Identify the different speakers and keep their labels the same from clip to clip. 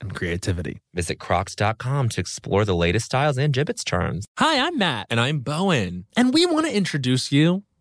Speaker 1: and creativity.
Speaker 2: Visit crocs.com to explore the latest styles and gibbets charms.
Speaker 1: Hi, I'm Matt.
Speaker 2: And I'm Bowen.
Speaker 1: And we want to introduce you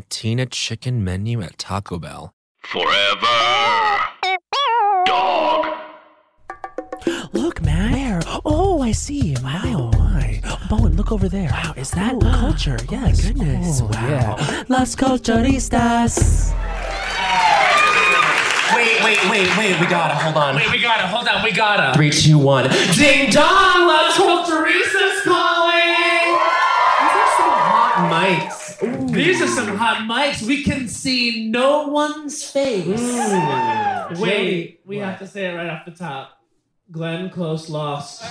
Speaker 2: Cantina chicken menu at Taco Bell.
Speaker 3: Forever. Dog.
Speaker 4: Look, man.
Speaker 5: Where? Oh, I see. Wow. Oh, my.
Speaker 4: Bowen, look over there.
Speaker 5: Wow, is that Ooh, culture?
Speaker 4: Oh,
Speaker 5: yes.
Speaker 4: My goodness.
Speaker 5: Oh,
Speaker 4: wow. Yeah.
Speaker 5: Las culturistas.
Speaker 4: Wait, wait, wait, wait. We gotta hold on.
Speaker 1: Wait, we gotta hold on. We gotta.
Speaker 4: Three, two, one. Ding dong. Las culturistas calling. These are some hot mics.
Speaker 1: Ooh. These are some hot mics. We can see no one's face. Ooh. Wait, we what? have to say it right off the top. Glenn Close lost.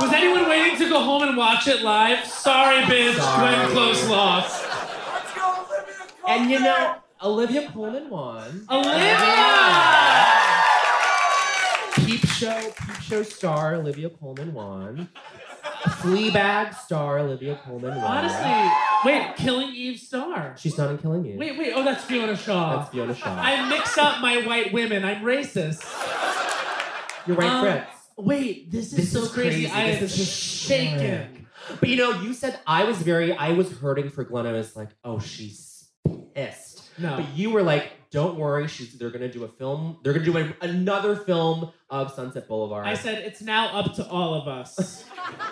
Speaker 1: Was anyone waiting to go home and watch it live? Sorry, bitch. Sorry. Glenn Close lost.
Speaker 4: Let's go, Olivia Coleman. And you know, Olivia Coleman won.
Speaker 1: Olivia! Yeah.
Speaker 4: Peep show, peep show star Olivia Coleman won. Fleabag star Olivia Colman.
Speaker 1: Honestly, wait, Killing Eve star.
Speaker 4: She's not in Killing Eve.
Speaker 1: Wait, wait, oh, that's Fiona Shaw.
Speaker 4: That's Fiona Shaw.
Speaker 1: I mix up my white women. I'm racist.
Speaker 4: You're right, um, Fritz.
Speaker 1: Wait, this is
Speaker 4: this
Speaker 1: so
Speaker 4: is
Speaker 1: crazy. crazy. I am shaken.
Speaker 4: But you know, you said I was very, I was hurting for Glenn. I was like, oh, she's pissed.
Speaker 1: No.
Speaker 4: But you were like, don't worry, she's they're gonna do a film. They're gonna do a, another film of Sunset Boulevard.
Speaker 1: I said it's now up to all of us.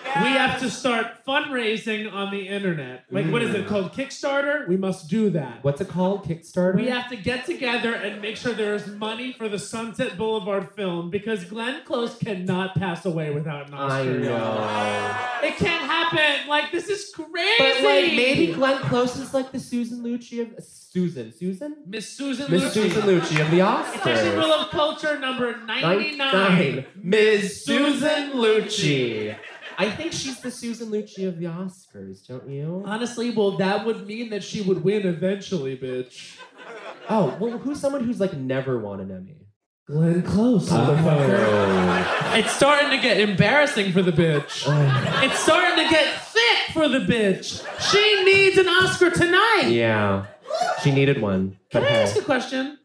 Speaker 1: yes. We have to start fundraising on the internet. Like mm. what is it called? Kickstarter? We must do that.
Speaker 4: What's it called? Kickstarter?
Speaker 1: We have to get together and make sure there is money for the Sunset Boulevard film because Glenn Close cannot pass away without an Oscar.
Speaker 4: I know.
Speaker 1: It can't happen. Like this is crazy.
Speaker 4: But like maybe Glenn Close is like the Susan Lucci of Susan. Susan?
Speaker 1: Miss Susan
Speaker 4: Miss
Speaker 1: Lucci.
Speaker 4: Susan Lucci of the Oscars.
Speaker 1: It's actually Rule of Culture number 99. 99.
Speaker 4: Miss Susan Lucci. I think she's the Susan Lucci of the Oscars, don't you?
Speaker 1: Honestly, well, that would mean that she would win eventually, bitch.
Speaker 4: Oh, well, who's someone who's like never won an Emmy?
Speaker 1: Glenn Close, motherfucker. Oh. It's starting to get embarrassing for the bitch. Oh. It's starting to get thick for the bitch. She needs an Oscar tonight.
Speaker 4: Yeah. She needed one.
Speaker 1: Can I hey. ask a question?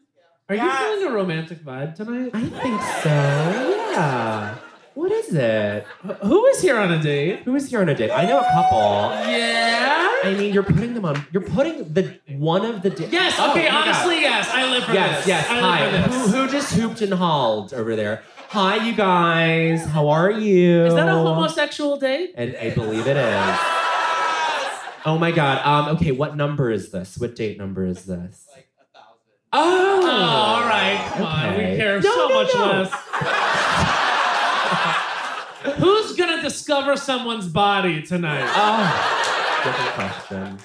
Speaker 1: Are yes. you feeling a romantic vibe tonight?
Speaker 4: I think so. Yeah. What is it?
Speaker 1: Who is here on a date?
Speaker 4: Who is here on a date? I know a couple.
Speaker 1: Yeah.
Speaker 4: I mean, you're putting them on. You're putting the one of the. Da-
Speaker 1: yes. Okay. Oh, honestly, yes. I live for
Speaker 4: yes,
Speaker 1: this.
Speaker 4: Yes. Yes. Hi. Who, who just hooped and hauled over there? Hi, you guys. How are you?
Speaker 1: Is that a homosexual date?
Speaker 4: And I believe it is. Oh my god. Um, okay, what number is this? What date number is this?
Speaker 6: Like a thousand.
Speaker 1: Oh, oh all right. Come okay. on. We care no, so no, much no. less. Who's gonna discover someone's body tonight?
Speaker 4: Oh, different question.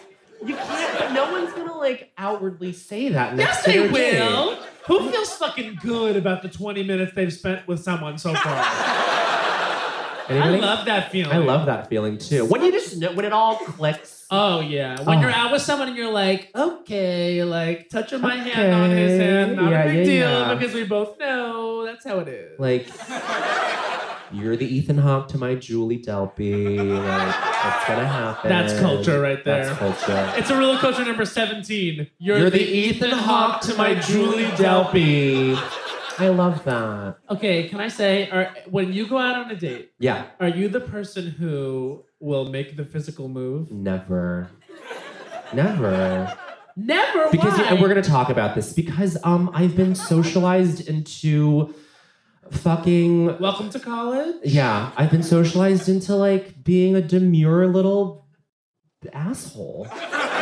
Speaker 4: You can't. But no one's gonna like outwardly say that.
Speaker 1: Yes,
Speaker 4: Next to
Speaker 1: they
Speaker 4: their date.
Speaker 1: will. Who feels fucking good about the 20 minutes they've spent with someone so far? I
Speaker 4: Anybody?
Speaker 1: love that feeling.
Speaker 4: I love that feeling too. When you just know when it all clicks.
Speaker 1: Oh yeah, when
Speaker 4: Oh.
Speaker 1: you're out with someone and you're like, okay, like touching my hand on his
Speaker 4: Okay.
Speaker 1: hand, not
Speaker 4: Yeah,
Speaker 1: a
Speaker 4: yeah,
Speaker 1: big deal
Speaker 4: yeah.
Speaker 1: because we both know that's how it is.
Speaker 4: Like you're the Ethan Hawke to my Julie Delpy. Like that's gonna happen.
Speaker 1: That's culture right there.
Speaker 4: That's culture.
Speaker 1: it's a real culture number 17. You're,
Speaker 4: You're, the Ethan Hawke to my Julie Delpy. I love that.
Speaker 1: Okay, can I say, are, when you go out on a date,
Speaker 4: Yeah.
Speaker 1: are you the person who will make the physical move?
Speaker 4: Never. Never.
Speaker 1: Never.
Speaker 4: Because
Speaker 1: why?
Speaker 4: and we're gonna talk about this because um I've been socialized into fucking
Speaker 1: Welcome to college.
Speaker 4: Yeah, I've been socialized into like being a demure little asshole.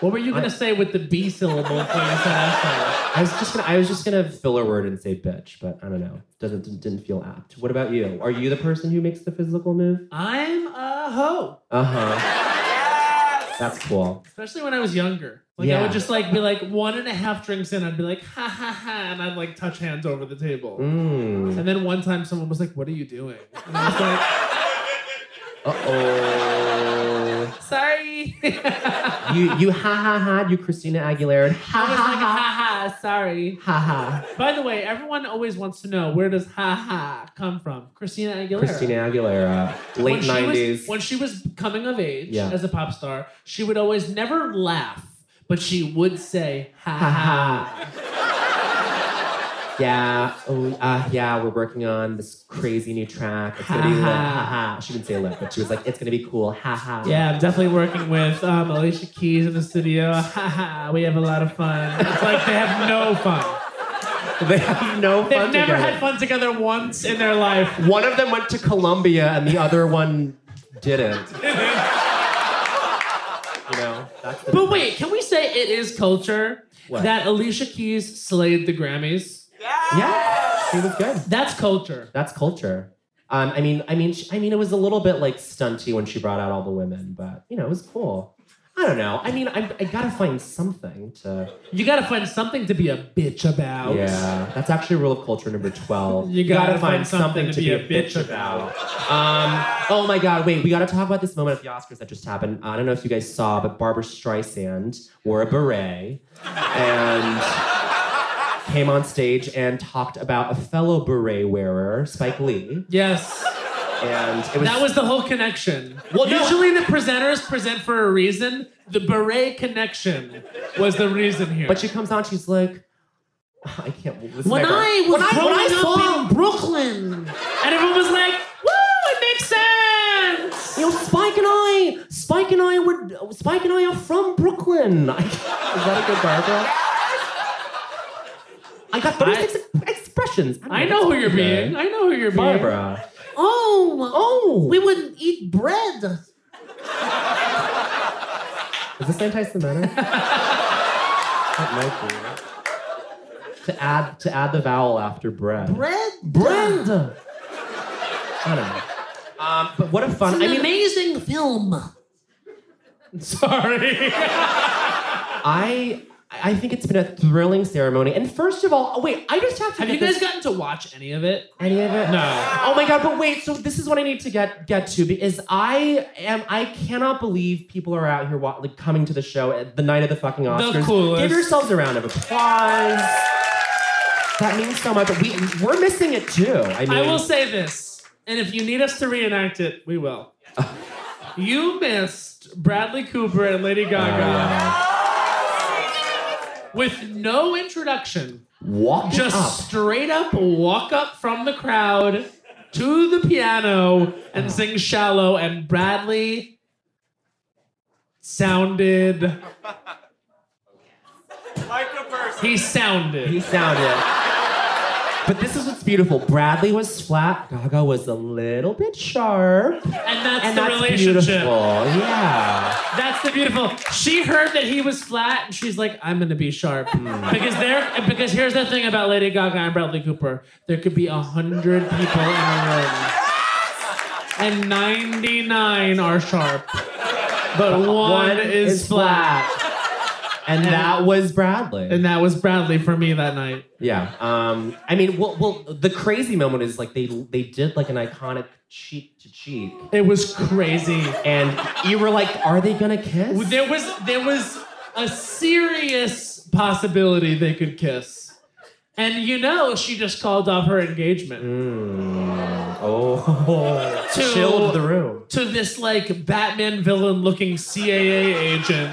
Speaker 1: What were you gonna
Speaker 4: I-
Speaker 1: say with the B syllable? when you said asshole?
Speaker 4: I was just gonna I was just gonna filler word and say bitch, but I don't know. Doesn't didn't- didn't feel apt. What about you? Are you the person who makes the physical move?
Speaker 1: I'm a hoe.
Speaker 4: Uh huh. That's cool.
Speaker 1: especially when I was younger. Like I
Speaker 4: Yeah.
Speaker 1: would just like be like one and a half drinks in, I'd be like ha ha ha, and I'd like touch hands over the table.
Speaker 4: Mm.
Speaker 1: And then one time someone was like, "What are you doing?" And I was like,
Speaker 4: Uh oh.
Speaker 1: "Sorry." I
Speaker 4: You you ha ha ha. You Christina Aguilera. Ha
Speaker 1: was like,
Speaker 4: ha ha.
Speaker 1: "Ha ha, sorry."
Speaker 4: Ha
Speaker 1: By the way, everyone always wants to know where does "ha ha" come from? Christina
Speaker 4: ha.
Speaker 1: Aguilera.
Speaker 4: Christina Aguilera. Late
Speaker 1: When she was-
Speaker 4: nineties.
Speaker 1: When she was coming of age
Speaker 4: Yeah.
Speaker 1: as a pop star, she would always never laugh, but she would say "ha ha."
Speaker 4: Ha ha. Yeah, oh, uh, yeah, we're working on this crazy new track. It's gonna be lit.
Speaker 1: Ha
Speaker 4: Ha
Speaker 1: ha.
Speaker 4: ha. She didn't say lit, but she was like, it's gonna be cool. Ha ha.
Speaker 1: Yeah, I'm definitely working with um, Alicia Keys in the studio. Haha, we have a lot of fun. It's like they have no fun.
Speaker 4: They have no
Speaker 1: They've
Speaker 4: fun
Speaker 1: never
Speaker 4: together.
Speaker 1: had fun together once in their life.
Speaker 4: One of them went to Columbia and the other one didn't. you know, that's the
Speaker 1: But wait, can we say it is culture
Speaker 4: What?
Speaker 1: that Alicia Keys slayed the Grammys?
Speaker 4: Yeah, she was good.
Speaker 1: That's culture.
Speaker 4: That's culture. Um, I mean, I mean, sh I mean, it was a little bit like stunty when she brought out all the women, but you know, it was cool. I don't know. I mean, I, I gotta find something to.
Speaker 1: You gotta find something to be a bitch about.
Speaker 4: Yeah, that's actually rule of culture number twelve.
Speaker 1: You gotta find something to be a bitch
Speaker 4: Um, oh my God! Wait, we gotta talk about this moment at the Oscars that just happened. I don't know if you guys saw, but Barbara Streisand wore a beret and came on stage and talked about a fellow beret wearer, Spike Lee,
Speaker 1: Yes.
Speaker 4: and it was
Speaker 1: That was the whole connection.
Speaker 4: Well, no-
Speaker 1: usually the presenters present for a reason. The beret connection was the reason here.
Speaker 4: But she comes on, she's like, I can't. This is
Speaker 1: When
Speaker 4: my girl.
Speaker 1: I was
Speaker 4: When I- when I
Speaker 1: growing
Speaker 4: saw-
Speaker 1: up in Brooklyn, and everyone was like, "Woo, it makes sense."
Speaker 4: you know, Spike and I, Spike and I would, Spike and I are from Brooklyn. I- is that a good Barbara? I got 36 ex- expressions. don't
Speaker 1: I know who you're
Speaker 4: Okay.
Speaker 1: being. I know who you're being.
Speaker 4: Barbara.
Speaker 1: Oh,
Speaker 4: Oh,
Speaker 1: we wouldn't eat bread.
Speaker 4: is this anti-Semitic? that might be. To add to add the vowel after bread.
Speaker 1: Bread.
Speaker 4: Bread. I don't know. Um, but what a fun! I mean,
Speaker 1: amazing film. Sorry.
Speaker 4: I I think it's been a thrilling ceremony. And first of all, oh, wait, I just have to.
Speaker 1: Have
Speaker 4: get
Speaker 1: you guys
Speaker 4: this-
Speaker 1: gotten to watch any of it?
Speaker 4: any of it?
Speaker 1: No.
Speaker 4: Oh my god! But wait, so this is what I need to get get to because I am I cannot believe people are out here wa- like coming to the show at the night of the fucking Oscars.
Speaker 1: coolest.
Speaker 4: Give yourselves a round of applause. That means so much. But we we're missing it too. I mean,
Speaker 1: I will say this, and if you need us to reenact it, we will. you missed Bradley Cooper and Lady
Speaker 4: Oh,
Speaker 1: Gaga with no introduction,
Speaker 4: walk
Speaker 1: just
Speaker 4: up.
Speaker 1: straight up walk up from the crowd to the piano and sing "Shallow," and Bradley sounded. He sounded.
Speaker 4: He sounded. But this is what's beautiful. Bradley was flat. Gaga was a little bit sharp.
Speaker 1: and that's
Speaker 4: and
Speaker 1: the
Speaker 4: that's
Speaker 1: relationship.
Speaker 4: beautiful. Yeah.
Speaker 1: That's the beautiful. She heard that he was flat, and she's like, "I'm gonna be sharp,"
Speaker 4: Hmm.
Speaker 1: because there. Because here's the thing about Lady Gaga and Bradley Cooper: there could be a hundred people in a room, and 99 are sharp. But one, is, flat.
Speaker 4: And that was Bradley.
Speaker 1: And that was Bradley for me that night.
Speaker 4: Yeah. Um, I mean, well, well, the crazy moment is like they they did like an iconic cheek to cheek,
Speaker 1: It was crazy.
Speaker 4: and you were like, "Are they gonna kiss?"
Speaker 1: There was there was a serious possibility they could kiss. And you know she just called off her engagement.
Speaker 4: Hmm. oh,
Speaker 1: To-
Speaker 4: chilled the room.
Speaker 1: to this like Batman villain looking CAA agent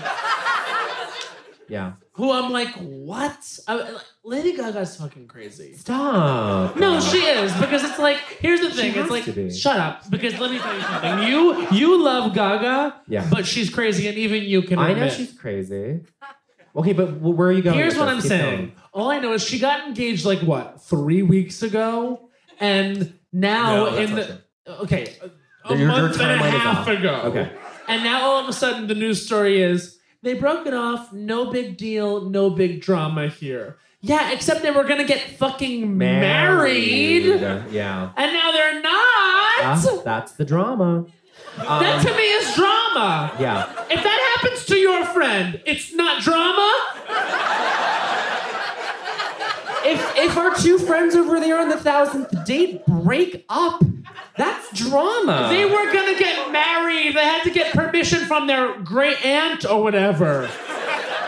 Speaker 4: Yeah.
Speaker 1: who I'm like, what? I, like, Lady Gaga's fucking crazy.
Speaker 4: Stop.
Speaker 1: No, she is because it's like here's the thing.
Speaker 4: has
Speaker 1: It's like
Speaker 4: to be.
Speaker 1: shut up because let me tell you something. You you love Gaga,
Speaker 4: Yeah.
Speaker 1: but she's crazy, and even you can.
Speaker 4: I know
Speaker 1: admit.
Speaker 4: she's crazy. Okay, but wh- where are you going?
Speaker 1: Here's
Speaker 4: with
Speaker 1: what
Speaker 4: this?
Speaker 1: I'm
Speaker 4: Keep
Speaker 1: saying. All I know is she got engaged like what three weeks ago, and now
Speaker 4: No, that's
Speaker 1: in
Speaker 4: not
Speaker 1: the okay a, a
Speaker 4: Your- your
Speaker 1: month and a
Speaker 4: timeline is
Speaker 1: half
Speaker 4: off.
Speaker 1: ago.
Speaker 4: Okay.
Speaker 1: and now all of a sudden the news story is they broke it off. No big deal. No big drama here. Yeah, except they were gonna get fucking
Speaker 4: going.
Speaker 1: married,
Speaker 4: Yeah.
Speaker 1: and now they're not.
Speaker 4: Ah, that's the drama. Um,
Speaker 1: that to me is drama.
Speaker 4: Yeah.
Speaker 1: If that happens to your friend, it's not drama.
Speaker 4: If if our two friends over there on the thousandth date break up, that's drama.
Speaker 1: They were gonna get married. They had to get permission from their great aunt or whatever.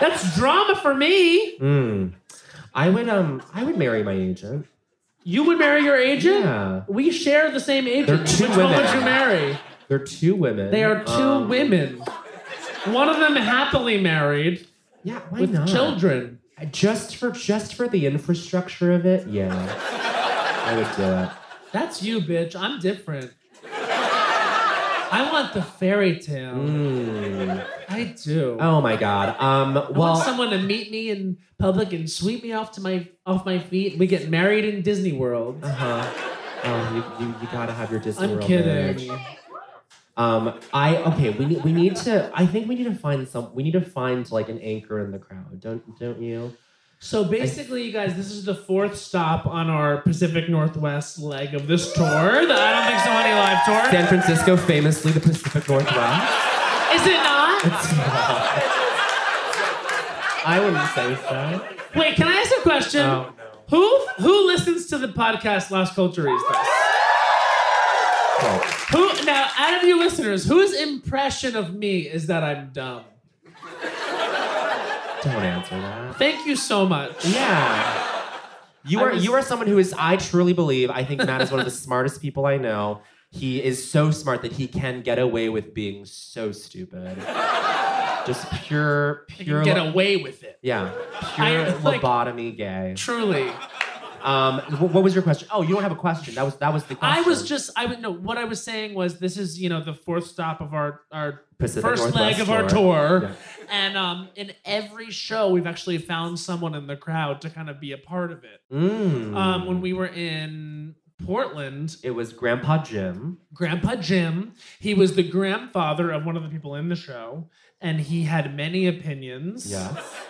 Speaker 1: That's drama for me.
Speaker 4: hmm. I would um I would marry my agent.
Speaker 1: You would marry your agent?
Speaker 4: Yeah.
Speaker 1: We share the same agent.
Speaker 4: They're two
Speaker 1: Which one
Speaker 4: women.
Speaker 1: would you marry?
Speaker 4: They're two women.
Speaker 1: They are two
Speaker 4: Um,
Speaker 1: women. One of them happily married
Speaker 4: Yeah, why
Speaker 1: with
Speaker 4: not?
Speaker 1: children.
Speaker 4: Just for just for the infrastructure of it, yeah. I would do it.
Speaker 1: That's you, bitch. I'm different. I want the fairy tale. I do.
Speaker 4: Hmm. Oh my god. Um
Speaker 1: I
Speaker 4: well
Speaker 1: want someone to meet me in public and sweep me off to my off my feet. We get married in Disney World.
Speaker 4: um, you, you, you gotta have your Disney
Speaker 1: I'm
Speaker 4: World marriage.
Speaker 1: kidding.
Speaker 4: Um, I okay. We need we need to. I think we need to find some. We need to find like an anchor in the crowd. Don't don't you?
Speaker 1: So basically, you guys, this is the fourth stop on our Pacific Northwest leg of this tour. The I don't think so many live tour.
Speaker 4: San Francisco, famously the Pacific Northwest.
Speaker 1: Is it not?
Speaker 4: I wouldn't say so. Oh,
Speaker 1: Wait, can I ask a question? Who who listens to the podcast Las Culturistas? Who now out of you listeners, whose impression of me is that I'm dumb?
Speaker 4: Don't answer that.
Speaker 1: Thank you so much.
Speaker 4: Yeah. You
Speaker 1: I
Speaker 4: are
Speaker 1: was-
Speaker 4: you are someone who is. I truly believe. I think Matt is one of the smartest people I know. He is so smart that he can get away with being so stupid. Just pure,
Speaker 1: You
Speaker 4: pure.
Speaker 1: can get away with it.
Speaker 4: yeah, pure
Speaker 1: I- like-
Speaker 4: lobotomy gay.
Speaker 1: Truly.
Speaker 4: Um, wh- what was your question? Oh, you don't have a question. That was that was the
Speaker 1: I
Speaker 4: question.
Speaker 1: was just I would no what I was saying was this is you know the fourth stop of our our
Speaker 4: Pacific
Speaker 1: first
Speaker 4: Northwest
Speaker 1: leg of our
Speaker 4: tour.
Speaker 1: tour, and um in every show we've actually found someone in the crowd to kind of be a part of it.
Speaker 4: Mm.
Speaker 1: Um, when we were in Portland,
Speaker 4: it was Grandpa Jim.
Speaker 1: Grandpa Jim, he was the grandfather of one of the people in the show, and he had many opinions.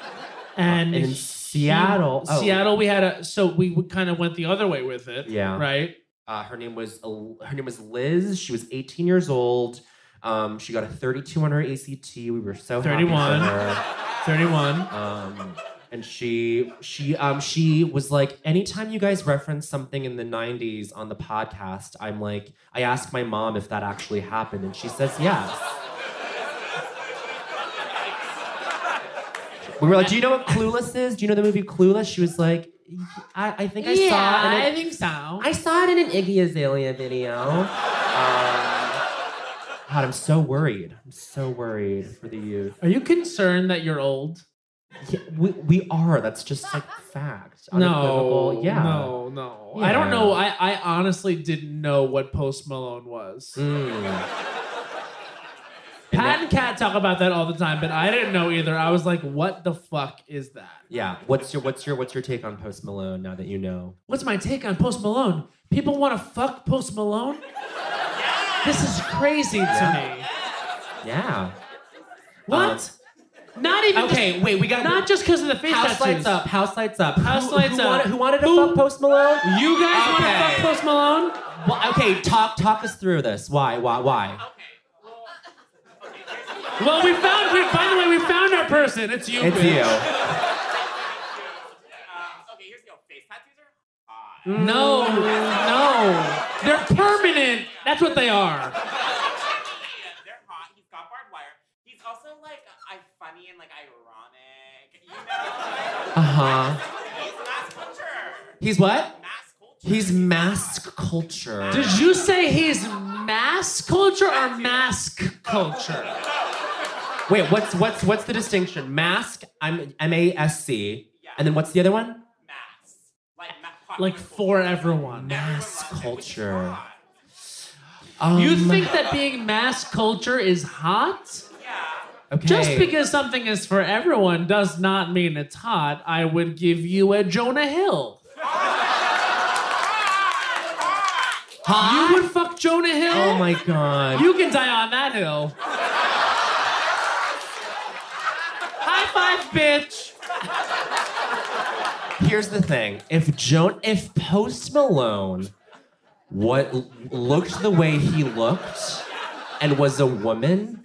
Speaker 1: and
Speaker 4: In
Speaker 1: he-
Speaker 4: Seattle- oh.
Speaker 1: Seattle, we had a so we kind of went the other way with it.
Speaker 4: Yeah.
Speaker 1: right.
Speaker 4: Uh, her name was El- her name was Liz. She was 18 years old. Um, she got a 32 on her ACT. We were so happy for
Speaker 1: 31.
Speaker 4: her.
Speaker 1: Thirty-one.
Speaker 4: Um, and she she um she was like, anytime you guys reference something in the 90s on the podcast, I'm like, I ask my mom if that actually happened, and she says yes. We were like, do you know what Clueless is? Do you know the movie Clueless? She was like, I, I think I saw it. in a-
Speaker 1: think so.
Speaker 4: I saw it in an Iggy Azalea video. Um, God, I'm so worried. I'm so worried for the youth.
Speaker 1: Are you concerned that you're old?
Speaker 4: Yeah, we, we are. That's just like fact.
Speaker 1: No.
Speaker 4: Unequivocal. Yeah.
Speaker 1: No, no. I don't
Speaker 4: Yeah.
Speaker 1: know. I, I honestly didn't know what Post Malone was.
Speaker 4: Mm.
Speaker 1: Pat and Kat talk about that all the time, but I didn't know either. I was like, what the fuck is that?
Speaker 4: Yeah. What's your what's your what's your take on Post Malone now that you know?
Speaker 1: What's my take on Post Malone? People want to fuck Post Malone? This is crazy to me.
Speaker 4: Yeah.
Speaker 1: What? Not even.
Speaker 4: Okay, wait, we gotta-
Speaker 1: Not just because of the face
Speaker 4: House
Speaker 1: tattoos.
Speaker 4: lights up. House lights up.
Speaker 1: House
Speaker 4: who,
Speaker 1: lights
Speaker 4: who
Speaker 1: up.
Speaker 4: Wanted, who wanted to
Speaker 1: Who-
Speaker 4: fuck Post Malone?
Speaker 1: You guys want
Speaker 4: Okay.
Speaker 1: to fuck Post Malone?
Speaker 4: Well, okay, talk talk us through this. Why? Why? Why?
Speaker 1: Well, we found. We, by the way, we found our person. It's you.
Speaker 4: It's
Speaker 1: bitch.
Speaker 4: you.
Speaker 1: No, no. They're permanent. That's what they are.
Speaker 6: They're hot. He's got barbed wire. He's also like I funny and like ironic. You know,
Speaker 4: Uh huh.
Speaker 6: he's mass culture.
Speaker 4: He's what?
Speaker 6: Mass culture.
Speaker 4: He's mask culture.
Speaker 1: Did you say he's mass culture or mask culture?
Speaker 4: Wait, what's what's what's the distinction? Mask. I'm M A S C. And then what's the other one?
Speaker 6: Mass. Like ma-
Speaker 1: Like for everyone.
Speaker 4: Mass culture.
Speaker 1: You
Speaker 4: Um,
Speaker 1: think that being mass culture is hot?
Speaker 4: okay.
Speaker 1: Just because something is for everyone does not mean it's hot. I would give you a Jonah Hill.
Speaker 4: Hot?
Speaker 1: You would fuck Jonah Hill?
Speaker 4: Oh my god.
Speaker 1: You can die on that hill. High five, bitch.
Speaker 4: Here's the thing. If Joan, if Post Malone, what looked the way he looked, and was a woman,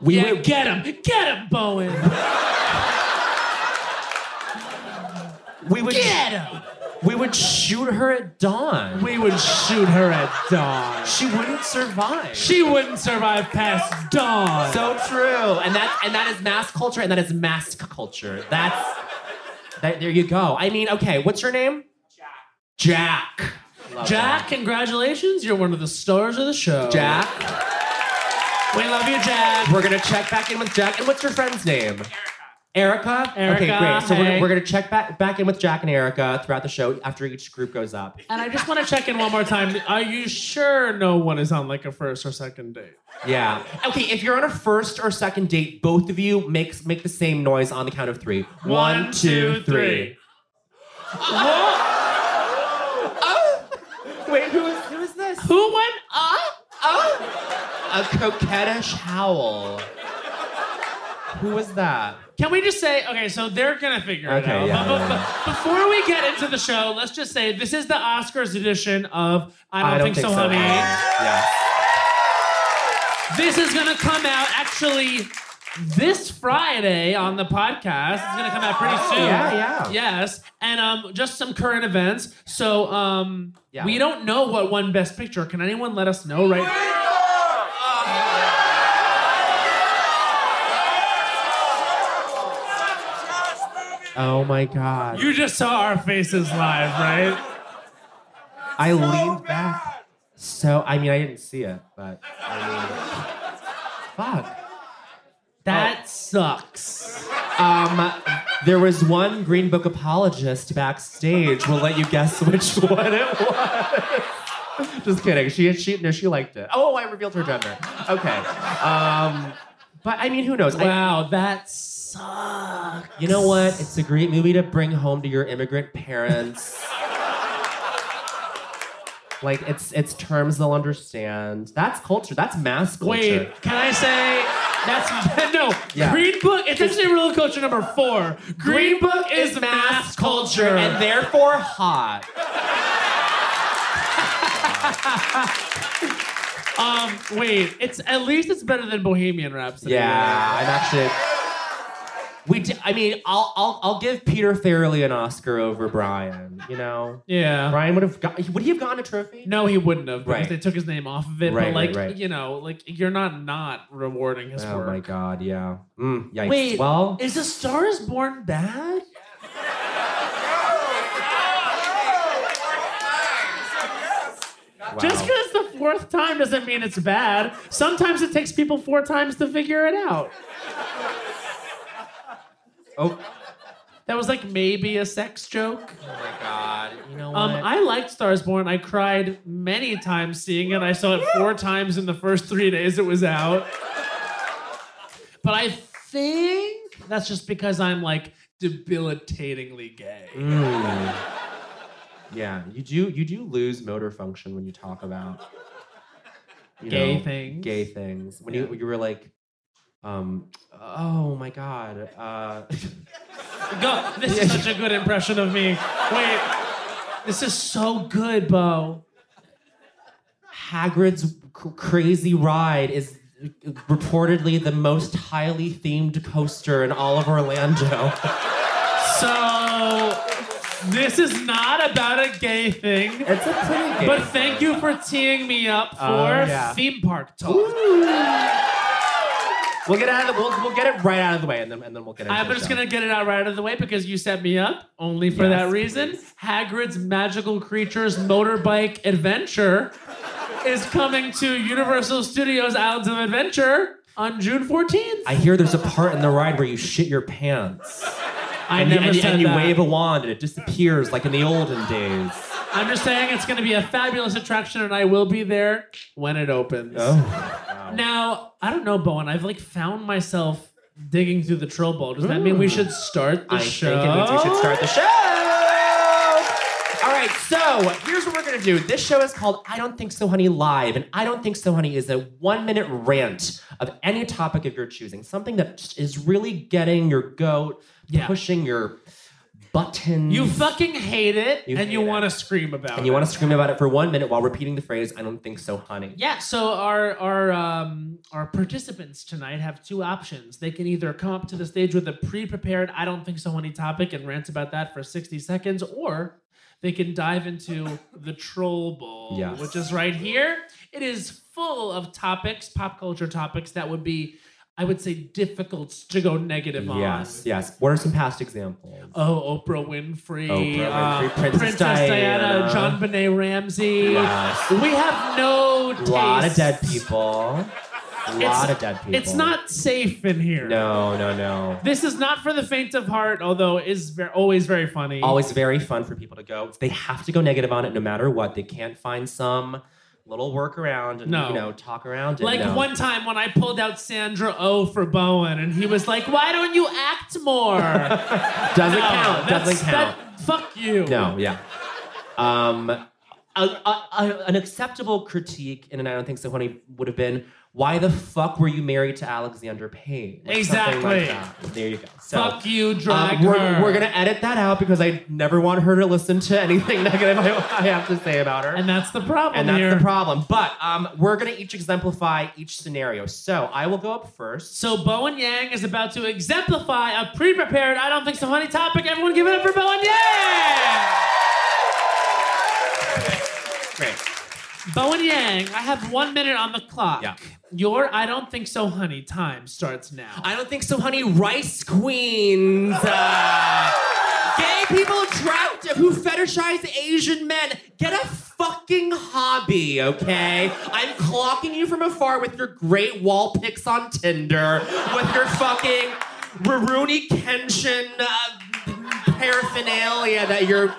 Speaker 4: we
Speaker 1: Yeah,
Speaker 4: would
Speaker 1: get him. Get him, Bowen.
Speaker 4: we would
Speaker 1: Get him.
Speaker 4: we would shoot her at dawn.
Speaker 1: We would shoot her at dawn.
Speaker 4: she wouldn't survive.
Speaker 1: She wouldn't survive past dawn.
Speaker 4: so true. And that and that is mask culture, and that is mask culture. That's that, there you go. I mean, okay, what's your name? Jack. Jack. Love
Speaker 1: Jack, congratulations. You're one of the stars of the show.
Speaker 4: that. Jack.
Speaker 1: We love you, Jack.
Speaker 4: We're gonna check back in with Jack. And what's your friend's name? Erica. Erica. Okay,
Speaker 1: Erica,
Speaker 4: great. So we're gonna,
Speaker 1: hey.
Speaker 4: we're gonna check back back in with Jack and Erica throughout the show after each group goes up.
Speaker 1: And I just want to check in one more time. Are you sure no one is on like a first or second date?
Speaker 4: Yeah. Okay, if you're on a first or second date, both of you make make the same noise on the count of three. One, two, three. Wait, who is who uh, is this?
Speaker 1: Who went up?
Speaker 4: A coquettish howl. Who was that?
Speaker 1: Can we just say, okay, so they're gonna figure it
Speaker 4: Okay,
Speaker 1: out.
Speaker 4: yeah,
Speaker 1: but,
Speaker 4: yeah,
Speaker 1: but- but before we get into the show, let's just say this is the Oscars edition of I Don't, think, So, Honey.
Speaker 4: Yeah.
Speaker 1: This is gonna come out actually this Friday on the podcast. It's gonna come out pretty soon.
Speaker 4: Oh, yeah, yeah.
Speaker 1: Yes. And um, just some current events. So um,
Speaker 4: Yeah.
Speaker 1: we don't know what won Best Picture. Can anyone let us know right
Speaker 4: Oh my god.
Speaker 1: You just saw our faces live, right?
Speaker 4: I leaned back. So I mean I didn't see it, but I mean fuck. Oh.
Speaker 1: That sucks.
Speaker 4: Um, there was one Green Book apologist backstage. We'll let you guess which one it was. Just kidding. She she no, she liked it. Oh, I revealed her gender. Okay. Um, but I mean, who knows? I-
Speaker 1: Wow, that sucks.
Speaker 4: you know what? It's a great movie to bring home to your immigrant parents. like it's it's terms they'll understand. That's culture. That's mass culture.
Speaker 1: Wait, can I say that's no
Speaker 4: Yeah.
Speaker 1: Green Book? It's actually rule of culture number four. Green, Book is mass culture,
Speaker 4: and therefore hot.
Speaker 1: um, wait, it's at least it's better than Bohemian Rhapsody.
Speaker 4: Yeah, I'm actually. We, d- I mean, I'll, I'll, I'll give Peter Farrelly an Oscar over Brian. You know,
Speaker 1: yeah.
Speaker 4: Brian would have got. Would he have gotten a trophy?
Speaker 1: No, he wouldn't have because
Speaker 4: Right.
Speaker 1: they took his name off of it. but
Speaker 4: Right, right,
Speaker 1: like,
Speaker 4: right.
Speaker 1: you know, like you're not not rewarding his
Speaker 4: Oh
Speaker 1: work.
Speaker 4: my God! Yeah. Mm, yikes.
Speaker 1: Wait,
Speaker 4: Well,
Speaker 1: is *A Star Is Born* bad?
Speaker 4: wow.
Speaker 1: Just because it's the fourth time doesn't mean it's bad. Sometimes it takes people four times to figure it out.
Speaker 4: Oh.
Speaker 1: That was like maybe a sex joke.
Speaker 4: Oh my God! You know what?
Speaker 1: Um, I liked *Stars Born*. I cried many times seeing it. I saw it four times in the first three days it was out. But I think that's just because I'm like debilitatingly gay.
Speaker 4: Mm. Yeah, you do. You do lose motor function when you talk about you
Speaker 1: Gay
Speaker 4: know,
Speaker 1: things.
Speaker 4: Gay things. When
Speaker 1: Yeah.
Speaker 4: you you were like, Um, oh my God. Uh,
Speaker 1: Go. This is such a good impression of me. Wait. This is so good, Bo.
Speaker 4: Hagrid's c- crazy ride is reportedly the most highly themed coaster in all of Orlando.
Speaker 1: So this is not about a gay thing.
Speaker 4: It's a pretty game.
Speaker 1: But thank you for teeing me up for
Speaker 4: Oh, yeah.
Speaker 1: theme park talk.
Speaker 4: we'll get out of the, we'll, we'll get it right out of the way, and then and then we'll get. Into
Speaker 1: I'm
Speaker 4: the
Speaker 1: just
Speaker 4: show.
Speaker 1: gonna get it out right out of the way because you set me up only for
Speaker 4: Yes,
Speaker 1: that reason. Hagrid's Magical Creatures Motorbike Adventure is coming to Universal Studios Islands of Adventure on June 14th.
Speaker 4: I hear there's a part in the ride where you shit your pants.
Speaker 1: I
Speaker 4: and you,
Speaker 1: never
Speaker 4: and you-
Speaker 1: said
Speaker 4: and you
Speaker 1: that.
Speaker 4: wave a wand and it disappears like in the olden days.
Speaker 1: I'm just saying it's gonna be a fabulous attraction, and I will be there when it opens.
Speaker 4: Oh.
Speaker 1: Now I don't know, Bowen. I've like found myself digging through the troll bowl. Does that mean we should start the
Speaker 4: I
Speaker 1: show?
Speaker 4: think it means we should start the show. All right, so here's what we're gonna do. This show is called I Don't Think So Honey Live, and I Don't Think So Honey is a one minute rant of any topic of your choosing, something that is really getting your goat,
Speaker 1: Yeah.
Speaker 4: pushing your buttons.
Speaker 1: You fucking hate it,
Speaker 4: You
Speaker 1: and you
Speaker 4: hate it.
Speaker 1: want to scream about it.
Speaker 4: and you wanna scream about it for one minute while repeating the phrase, I don't think so, honey.
Speaker 1: Yeah, so our our um, our participants tonight have two options. They can either come up to the stage with a pre-prepared "I don't think so" any topic and rant about that for sixty seconds, or they can dive into the troll bowl,
Speaker 4: Yes.
Speaker 1: which is right here. It is full of topics, pop culture topics that would be, I would say, difficult to go negative on.
Speaker 4: Yes, yes. What are some past examples?
Speaker 1: Oh, Oprah Winfrey,
Speaker 4: Oprah
Speaker 1: uh,
Speaker 4: Winfrey, Princess
Speaker 1: Diana,
Speaker 4: Diana.
Speaker 1: John Benet Ramsey.
Speaker 4: Yes.
Speaker 1: We have no
Speaker 4: A lot of dead
Speaker 1: tastes.
Speaker 4: people. A lot of dead people.
Speaker 1: It's not safe in here.
Speaker 4: No, no, no.
Speaker 1: This is not for the faint of heart, although it is ver- always very funny.
Speaker 4: Always very fun for people to go. They have to go negative on it no matter what. They can't find some little workaround and
Speaker 1: No.
Speaker 4: you know talk around it.
Speaker 1: Like
Speaker 4: No.
Speaker 1: one time when I pulled out Sandra O oh for Bowen, and he was like, "Why don't you act more?" Doesn't
Speaker 4: doesn't count. Doesn't count.
Speaker 1: fuck you.
Speaker 4: No, yeah. Um, a, a- a- an acceptable critique in an I don't think so, honey, would have been why the fuck were you married to Alexander Payne? Like, something like
Speaker 1: Exactly.
Speaker 4: that. There you go. So,
Speaker 1: Fuck you, drag
Speaker 4: Um, we're,
Speaker 1: her.
Speaker 4: we're gonna edit that out because I never want her to listen to anything negative I, I have to say about her.
Speaker 1: and that's the problem
Speaker 4: And that's
Speaker 1: here.
Speaker 4: the problem. But um, we're gonna each exemplify each scenario. So I will go up first.
Speaker 1: So Bowen Yang is about to exemplify a pre-prepared I don't think so honey topic. Everyone give it up for Bowen Yang!
Speaker 4: Great.
Speaker 1: Bowen Yang, I have one minute on the clock.
Speaker 4: Yeah.
Speaker 1: Your I don't think so honey time starts now.
Speaker 4: I don't think so, honey. Rice queens. Uh, gay people drought who fetishize Asian men. Get a fucking hobby, okay? I'm clocking you from afar with your great wall pics on Tinder, with your fucking Rurouni Kenshin uh, paraphernalia that you're.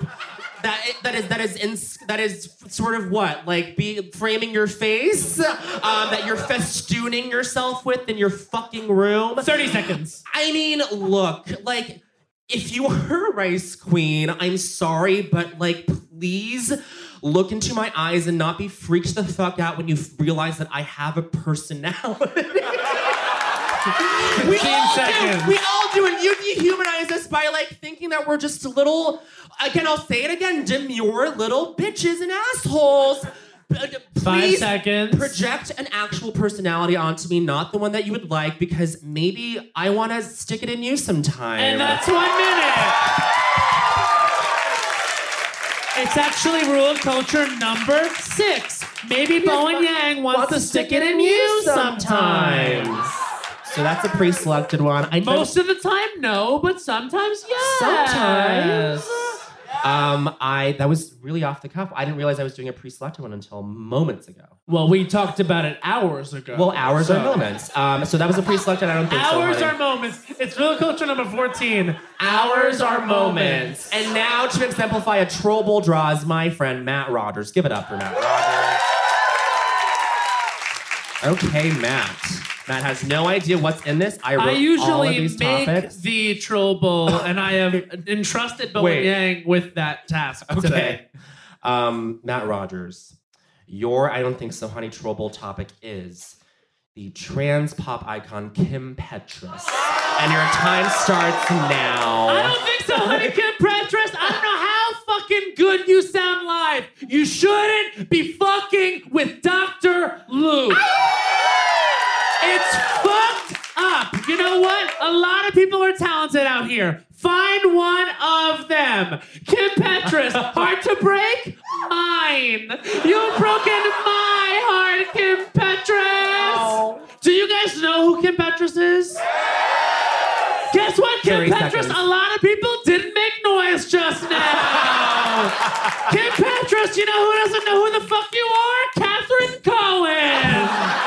Speaker 4: That, that is that is in, that is sort of what like be framing your face um, that you're festooning yourself with in your fucking room.
Speaker 1: 30 seconds.
Speaker 4: I mean, look, like, if you are a rice queen, I'm sorry, but like, please look into my eyes and not be freaked the fuck out when you f- realize that I have a personality. we, all
Speaker 1: seconds.
Speaker 4: do, we all do, and you dehumanize us by like thinking that we're just little, again, I'll say it again, demure little bitches and assholes. B- d-
Speaker 1: Five
Speaker 4: please
Speaker 1: seconds.
Speaker 4: project an actual personality onto me, not the one that you would like, because maybe I want to stick it in you sometime.
Speaker 1: And that's one minute. It's actually rule of culture number six. Maybe Bowen Yang wants to stick it in you sometime.
Speaker 4: So that's a pre-selected one. I know-
Speaker 1: Most of the time, no, but sometimes yes.
Speaker 4: Sometimes. Um, I that was really off the cuff. I didn't realize I was doing a pre-selected one until moments ago.
Speaker 1: Well, we talked about it hours ago.
Speaker 4: Well, hours
Speaker 1: so-
Speaker 4: are moments. Um, so that was a pre-selected. I don't think so,
Speaker 1: Hours
Speaker 4: honey.
Speaker 1: are moments. It's real culture number 14. Hours are moments.
Speaker 4: And now to exemplify a troll bowl draws my friend Matt Rogers. Give it up for Matt Rogers. Okay, Matt. Matt has no idea what's in this. I wrote
Speaker 1: I
Speaker 4: all of
Speaker 1: usually
Speaker 4: these
Speaker 1: make
Speaker 4: topics.
Speaker 1: the troll bowl, and I have entrusted Bowen
Speaker 4: Wait.
Speaker 1: Yang with that task. today.
Speaker 4: Okay. Um, Matt Rogers, your I don't think so, honey, troll bowl topic is
Speaker 7: the trans pop icon Kim Petras. And your time starts now.
Speaker 6: I don't think so, honey. Kim Petras. I don't know how fucking good you sound live. You shouldn't be fucking with Dr. Lou. It's fucked up. You know what? A lot of people are talented out here. Find one of them. Kim Petras, hard to break? Mine. You've broken my heart, Kim Petras. Do you guys know who Kim Petras is? Guess what, Kim
Speaker 7: 30
Speaker 6: Petras?
Speaker 7: seconds.
Speaker 6: A lot of people didn't make noise just now. Kim Petras, you know who doesn't know who the fuck you are? Catherine Cohen.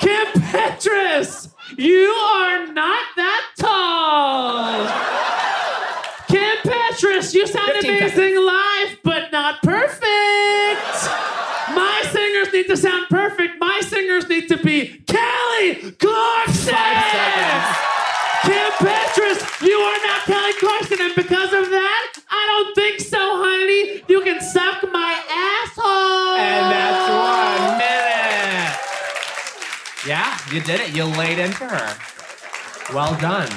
Speaker 6: Kim Petras, you are not that tall. Kim Petras, you sound
Speaker 7: 15
Speaker 6: amazing
Speaker 7: seconds.
Speaker 6: live, but not perfect. My singers need to sound perfect. My singers need to be Kelly Clarkson.
Speaker 7: seconds.
Speaker 6: Kim Petras, you are not Kelly Clarkson, and because of that, I don't think so, honey. You can suck my asshole.
Speaker 7: And that's one minute. Yeah, you did it. You laid into her. Well done.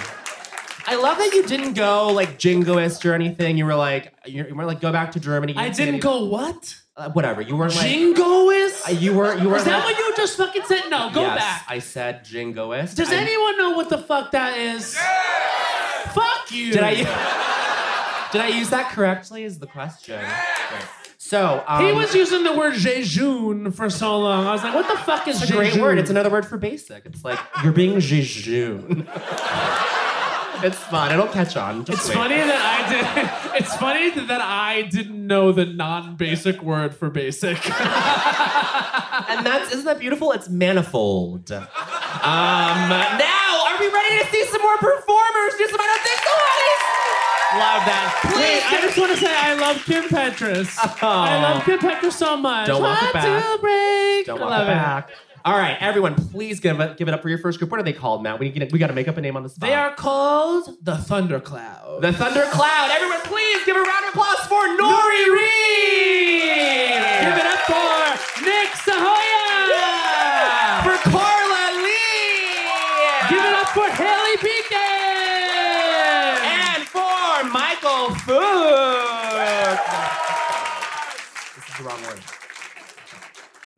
Speaker 7: I love that you didn't go like jingoist or anything. You were like, you you were like, go back to Germany. You
Speaker 6: I
Speaker 7: say
Speaker 6: didn't
Speaker 7: any-
Speaker 6: go what?
Speaker 7: Uh, whatever. You weren't like.
Speaker 6: Jingoist?
Speaker 7: Uh, you were. You were.
Speaker 6: Is that what you just fucking said? No, go
Speaker 7: yes,
Speaker 6: back.
Speaker 7: I said jingoist.
Speaker 6: Does
Speaker 7: I-
Speaker 6: anyone know what the fuck that is? Fuck you.
Speaker 7: Did I? did I use that correctly? Is the question. Great. So um,
Speaker 6: He was using the word jejun for so long. I was like, what the fuck is
Speaker 7: It's a great
Speaker 6: jejun?
Speaker 7: word. It's another word for basic. It's like you're being jejune. it's fun. It'll catch on. Just
Speaker 6: It's
Speaker 7: wait.
Speaker 6: funny that I did. It's funny that I didn't know the non-basic word for basic.
Speaker 7: And that's isn't that beautiful? It's manifold. Um, now are we ready to see some more performers? Do some I don't think so, honey. Love that.
Speaker 6: Wait, I
Speaker 7: Please.
Speaker 6: just want to say I love Kim Petras. I love Kim Petras so much.
Speaker 7: Don't walk it
Speaker 6: Hard
Speaker 7: back.
Speaker 6: to break.
Speaker 7: Don't
Speaker 6: I
Speaker 7: walk
Speaker 6: love
Speaker 7: it back. All right, everyone, please give it, give it up for your first group. What are they called, Matt? We, get, we got to make up a name on the spot.
Speaker 6: They are called the Thundercloud.
Speaker 7: the Thundercloud. Everyone, please give a round of applause for Nori Reed.
Speaker 6: Give it up for Nick Sahoya.
Speaker 7: For Carla Lee.
Speaker 6: Give it up for Haley Beacon.
Speaker 7: And for Michael Fook. This is the wrong word.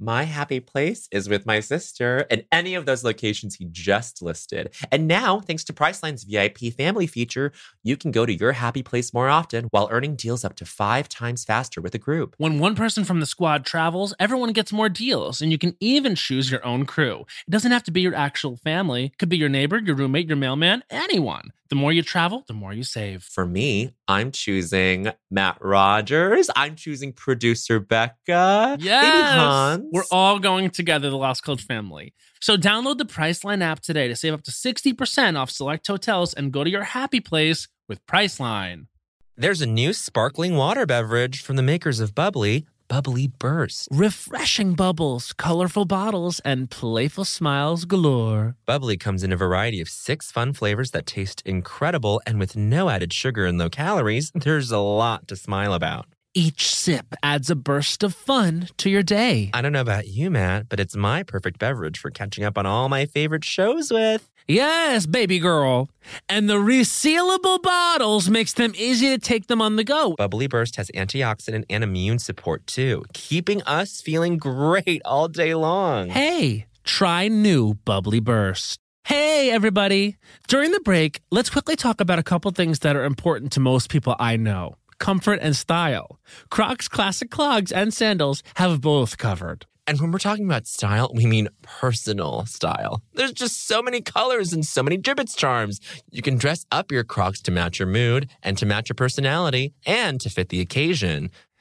Speaker 4: My happy place is with my sister in any of those locations he just listed. And now, thanks to Priceline's VIP family feature, you can go to your happy place more often while earning deals up to five times faster with a group.
Speaker 1: When one person from the squad travels, everyone gets more deals, and you can even choose your own crew. It doesn't have to be your actual family, it could be your neighbor, your roommate, your mailman, anyone. The more you travel, the more you save.
Speaker 4: For me, I'm choosing Matt Rogers. I'm choosing producer Becca. Maybe
Speaker 1: Yes.
Speaker 4: Hans.
Speaker 1: We're all going together, the Lost Coach family. So download the Priceline app today to save up to 60% off select hotels and go to your happy place with Priceline.
Speaker 4: There's a new sparkling water beverage from the makers of Bubbly, Bubbly Burst.
Speaker 1: Refreshing bubbles, colorful bottles, and playful smiles galore.
Speaker 4: Bubbly comes in a variety of six fun flavors that taste incredible, and with no added sugar and low calories, there's a lot to smile about.
Speaker 1: Each sip adds a burst of fun to your day.
Speaker 4: I don't know about you, Matt, but it's my perfect beverage for catching up on all my favorite shows with.
Speaker 1: Yes, baby girl. And the resealable bottles makes them easy to take them on the go.
Speaker 4: Bubbly Burst has antioxidant and immune support too, keeping us feeling great all day long.
Speaker 1: Hey, try new Bubbly Burst. Hey, everybody. During the break, let's quickly talk about a couple things that are important to most people I know comfort and style. Crocs classic clogs and sandals have both covered.
Speaker 4: And when we're talking about style, we mean personal style. There's just so many colors and so many gibbets charms. You can dress up your crocs to match your mood and to match your personality and to fit the occasion.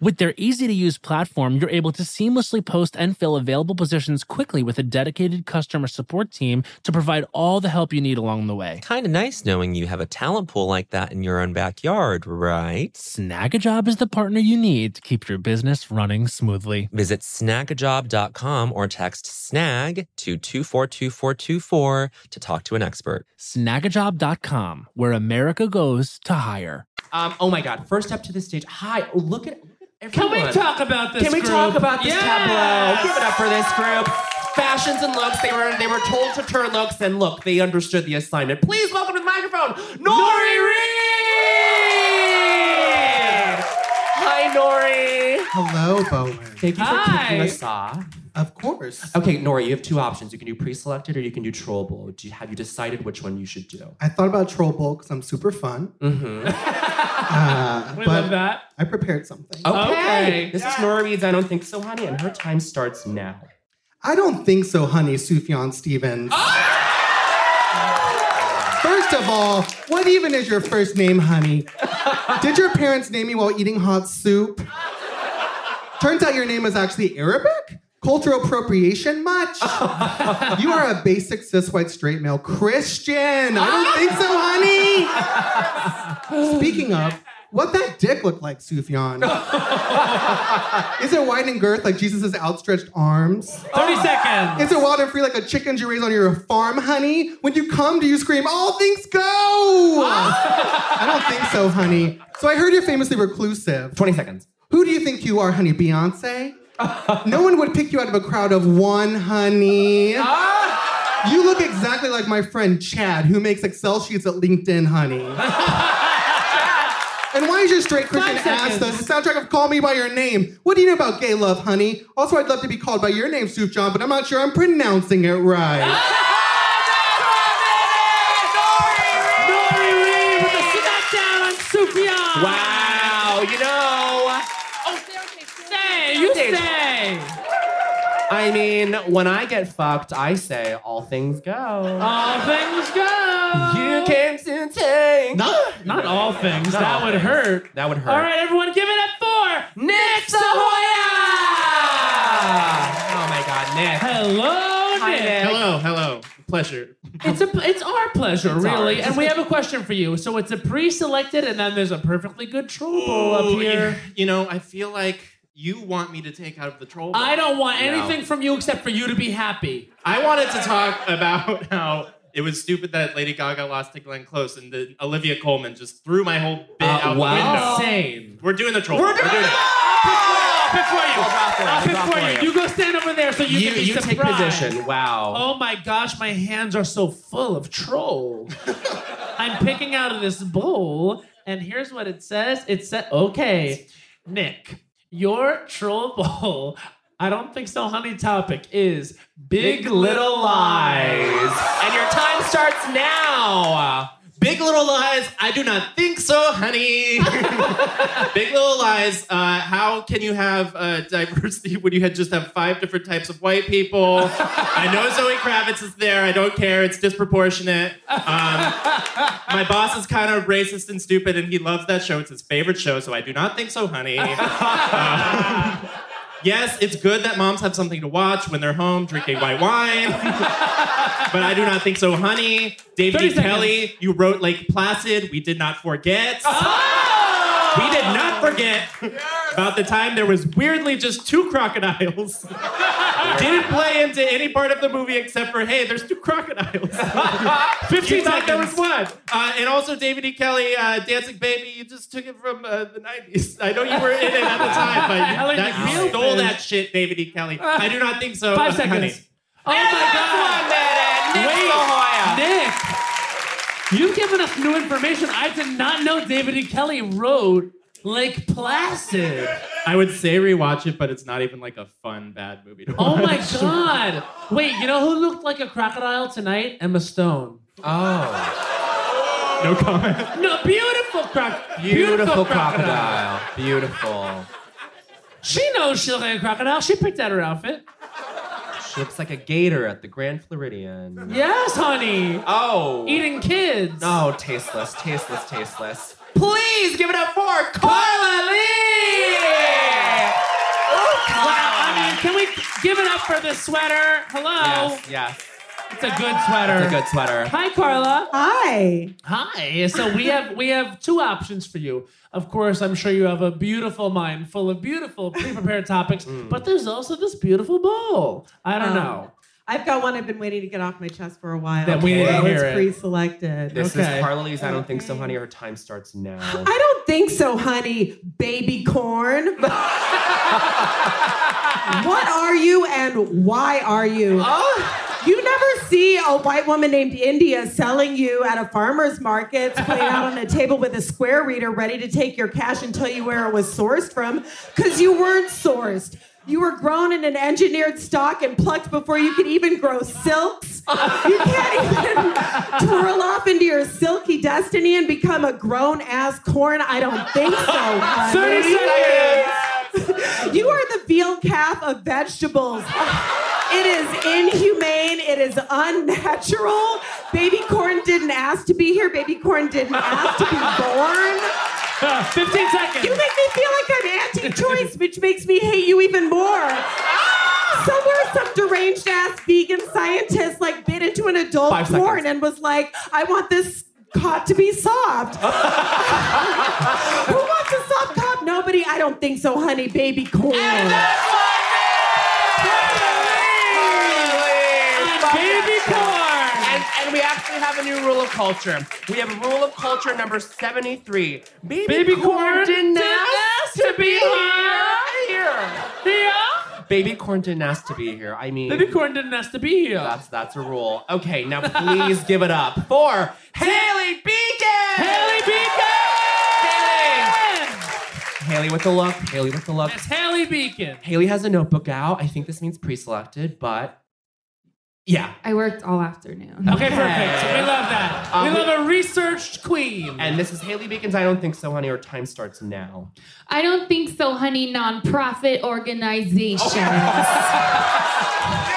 Speaker 1: With their easy to use platform, you're able to seamlessly post and fill available positions quickly with a dedicated customer support team to provide all the help you need along the way.
Speaker 8: Kind of nice knowing you have a talent pool like that in your own backyard, right?
Speaker 1: Snagajob is the partner you need to keep your business running smoothly.
Speaker 8: Visit snagajob.com or text snag to 242424 to talk to an expert.
Speaker 1: Snagajob.com, where America goes to hire.
Speaker 9: Um, oh my God! First up to the stage. Hi. Oh, look at. look at
Speaker 6: Can
Speaker 9: Everyone.
Speaker 6: we talk about this?
Speaker 9: Can we
Speaker 6: group?
Speaker 9: talk about this
Speaker 6: Yes!
Speaker 9: tableau? Give it up for this group. Fashions and looks. They were they were told to turn looks, and look, they understood the assignment. Please welcome to the microphone, Nori Reed. Hi, Nori.
Speaker 10: Hello, Bowen.
Speaker 9: Thank you for
Speaker 6: Hi.
Speaker 9: kicking us off.
Speaker 10: Of course.
Speaker 9: Okay, Nori, you have two options. You can do pre-selected or you can do trollable. Do you, have you decided which one you should do?
Speaker 10: I thought about Troll Bowl because I'm super fun.
Speaker 9: Mm-hmm.
Speaker 10: Uh,
Speaker 6: We
Speaker 10: but
Speaker 6: love that.
Speaker 10: I prepared something.
Speaker 9: Okay.
Speaker 6: Okay.
Speaker 9: This is Nora Reed's I Don't Think So, Honey, and her time starts now.
Speaker 10: I don't think so, honey, Sufjan Stevens. First of all, what even is your first name, honey? Did your parents name you while eating hot soup? Turns out your name is actually Arabic? Cultural appropriation, much? you are a basic cis white straight male Christian. I don't think so, honey. Speaking of, what that dick look like, Sufjan? is it wide in girth like Jesus' outstretched arms?
Speaker 6: 30 seconds.
Speaker 10: Is it wild and free like a chicken you raise on your farm, honey? When you come, do you scream, all things go? I don't think so, honey. So I heard you're famously reclusive.
Speaker 9: 20 seconds.
Speaker 10: Who do you think you are, honey? Beyonce? no one would pick you out of a crowd of one, honey. you look exactly like my friend Chad, who makes Excel sheets at LinkedIn, honey. And why is your straight Christian ass the soundtrack of Call Me By Your Name? What do you know about gay love, honey? Also, I'd love to be called by your name, Sufjan, John, but I'm not sure I'm pronouncing it right.
Speaker 6: Nori Reed with a smackdown on Sufjan.
Speaker 9: Wow, you know.
Speaker 6: Say, you say.
Speaker 9: I mean, when I get fucked, I say all things go.
Speaker 6: All things go.
Speaker 9: you came to take.
Speaker 10: Not-
Speaker 6: Not all things.
Speaker 9: Not
Speaker 6: that
Speaker 9: all
Speaker 6: would
Speaker 9: things.
Speaker 6: hurt.
Speaker 9: That would hurt.
Speaker 6: All right, everyone, give it up for Nick Ah, Sahoya.
Speaker 9: Oh my God, Nick.
Speaker 6: Hello,
Speaker 9: Hi,
Speaker 6: Nick.
Speaker 9: Nick.
Speaker 4: Hello, hello. Pleasure.
Speaker 6: It's a it's our pleasure,
Speaker 9: It's
Speaker 6: really.
Speaker 9: ours.
Speaker 6: And we have a question for you. So it's a pre-selected, and then there's a perfectly good troll bowl up
Speaker 4: Ooh,
Speaker 6: here.
Speaker 4: You, you know, I feel like you want me to take out of the troll. bowl.
Speaker 6: I don't want anything from you except for you to be happy.
Speaker 4: I wanted to talk about how it was stupid that Lady Gaga lost to Glenn Close and then Olivia Coleman just threw my whole bit
Speaker 9: Uh,
Speaker 4: out
Speaker 9: wow.
Speaker 4: the window.
Speaker 6: Same.
Speaker 4: We're doing the troll. We're doing, it.
Speaker 6: I'll pick for you. I'll pick
Speaker 9: I'll
Speaker 6: for you. I'll pick for you. You go stand over there so you,
Speaker 9: You,
Speaker 6: can be
Speaker 9: you take
Speaker 6: surprised.
Speaker 9: position. Wow.
Speaker 6: Oh my gosh, my hands are so full of troll. I'm picking out of this bowl, and here's what it says. It said, okay, Nick, your troll bowl, I don't think so, honey, topic is Big, Little Lies.
Speaker 9: And your time starts now.
Speaker 4: Big Little Lies. I do not think so, honey. Big Little Lies. Uh, how can you have uh, diversity when you had just have five different types of white people? I know Zoe Kravitz is there. I don't care. It's disproportionate. Um, my boss is kind of racist and stupid, and he loves that show. It's his favorite show, so I do not think so, honey. Um, yes, it's good that moms have something to watch when they're home drinking white wine, but I do not think so, honey. David
Speaker 6: 30
Speaker 4: E. Kelly, you wrote Lake Placid. We did not forget.
Speaker 11: We did not forget about the time there was weirdly just two crocodiles. Didn't play into any part of the movie except for, hey, there's two crocodiles. 15 thought there was one. Uh, and also David E. Kelly, uh, Dancing Baby, you just took it from uh, the 90s. I know you were in it at the time, but
Speaker 6: I like
Speaker 11: you,
Speaker 6: the
Speaker 11: that,
Speaker 6: feel
Speaker 11: you stole
Speaker 6: thing.
Speaker 11: that shit, David E. Kelly. I do not think so.
Speaker 6: Five
Speaker 11: honey.
Speaker 6: seconds. Oh my God! Nick Lahoya.
Speaker 1: Nick, you've given us new information. I did not know David E. Kelly wrote Lake Placid.
Speaker 11: I would say rewatch it, but it's not even like a fun, bad movie to
Speaker 1: Oh my
Speaker 11: watch.
Speaker 1: God. Wait, you know who looked like a crocodile tonight? Emma Stone.
Speaker 4: Oh.
Speaker 11: No comment.
Speaker 1: No, beautiful croc.
Speaker 4: Beautiful, crocodile.
Speaker 1: crocodile.
Speaker 4: Beautiful.
Speaker 1: She knows she looked like a crocodile. She picked out her outfit.
Speaker 4: She looks like a gator at the Grand Floridian.
Speaker 1: Yes, honey.
Speaker 4: Oh.
Speaker 1: Eating kids.
Speaker 4: No, tasteless, tasteless, tasteless.
Speaker 6: Please give it up for Carla Lee.
Speaker 1: Wow, I mean, can we give it up for this sweater? Hello.
Speaker 4: Yes, yes.
Speaker 1: It's a good sweater.
Speaker 4: It's a good sweater.
Speaker 1: Hi, Carla.
Speaker 12: Hi.
Speaker 1: Hi. So we have we have two options for you. Of course, I'm sure you have a beautiful mind full of beautiful pre-prepared topics, but there's also this beautiful bowl. I don't
Speaker 12: Um,
Speaker 1: know.
Speaker 12: I've got one I've been waiting to get off my chest for a while.
Speaker 1: That we didn't
Speaker 12: So
Speaker 1: hear
Speaker 12: It's
Speaker 1: it.
Speaker 12: pre-selected.
Speaker 4: This is Carla Lee's I Don't Think So Honey. Her time starts now.
Speaker 12: I don't think so, honey. Baby corn. what are you and why are you? You never see a white woman named India selling you at a farmer's market, playing out on a table with a square reader, ready to take your cash and tell you where it was sourced from, because you weren't sourced. You were grown in an engineered stock and plucked before you could even grow silks. You can't even twirl off into your silky destiny and become a grown ass corn. I don't think so. honey.
Speaker 6: 30
Speaker 12: You are the veal calf of vegetables. It is inhumane. It is unnatural. Baby corn didn't ask to be here. Baby corn didn't ask to be born.
Speaker 1: 15 seconds.
Speaker 12: You make me feel like I'm anti choice, which makes me hate you even more. Somewhere, some deranged ass vegan scientist like bit into an adult
Speaker 6: Five
Speaker 12: corn
Speaker 6: seconds.
Speaker 12: and was like, I want this cod to be soft. Who wants a soft cod? Nobody. I don't think so, honey. Baby corn.
Speaker 6: Baby corn. And, and we actually have a new rule of culture. We have rule of culture number 73. Baby,
Speaker 1: Baby corn
Speaker 6: didn't
Speaker 1: didn't
Speaker 6: ask to be here.
Speaker 1: Thea?
Speaker 4: Baby corn didn't ask to be here. I mean,
Speaker 1: Baby corn didn't ask to be here. That's
Speaker 4: that's a rule. Okay, now please give it up for Haley Beacon.
Speaker 1: Haley Beacon.
Speaker 4: Haley with the look. Haley with the look.
Speaker 1: It's Haley Beacon.
Speaker 4: Haley has a notebook out. I think this means pre-selected, but yeah.
Speaker 13: I worked all afternoon.
Speaker 1: Okay, perfect. We love that.
Speaker 4: Um,
Speaker 1: we love a researched queen.
Speaker 4: And this is Haley Beacon's I Don't Think So, Honey, or Time Starts Now.
Speaker 13: I don't think so, honey. Nonprofit organizations.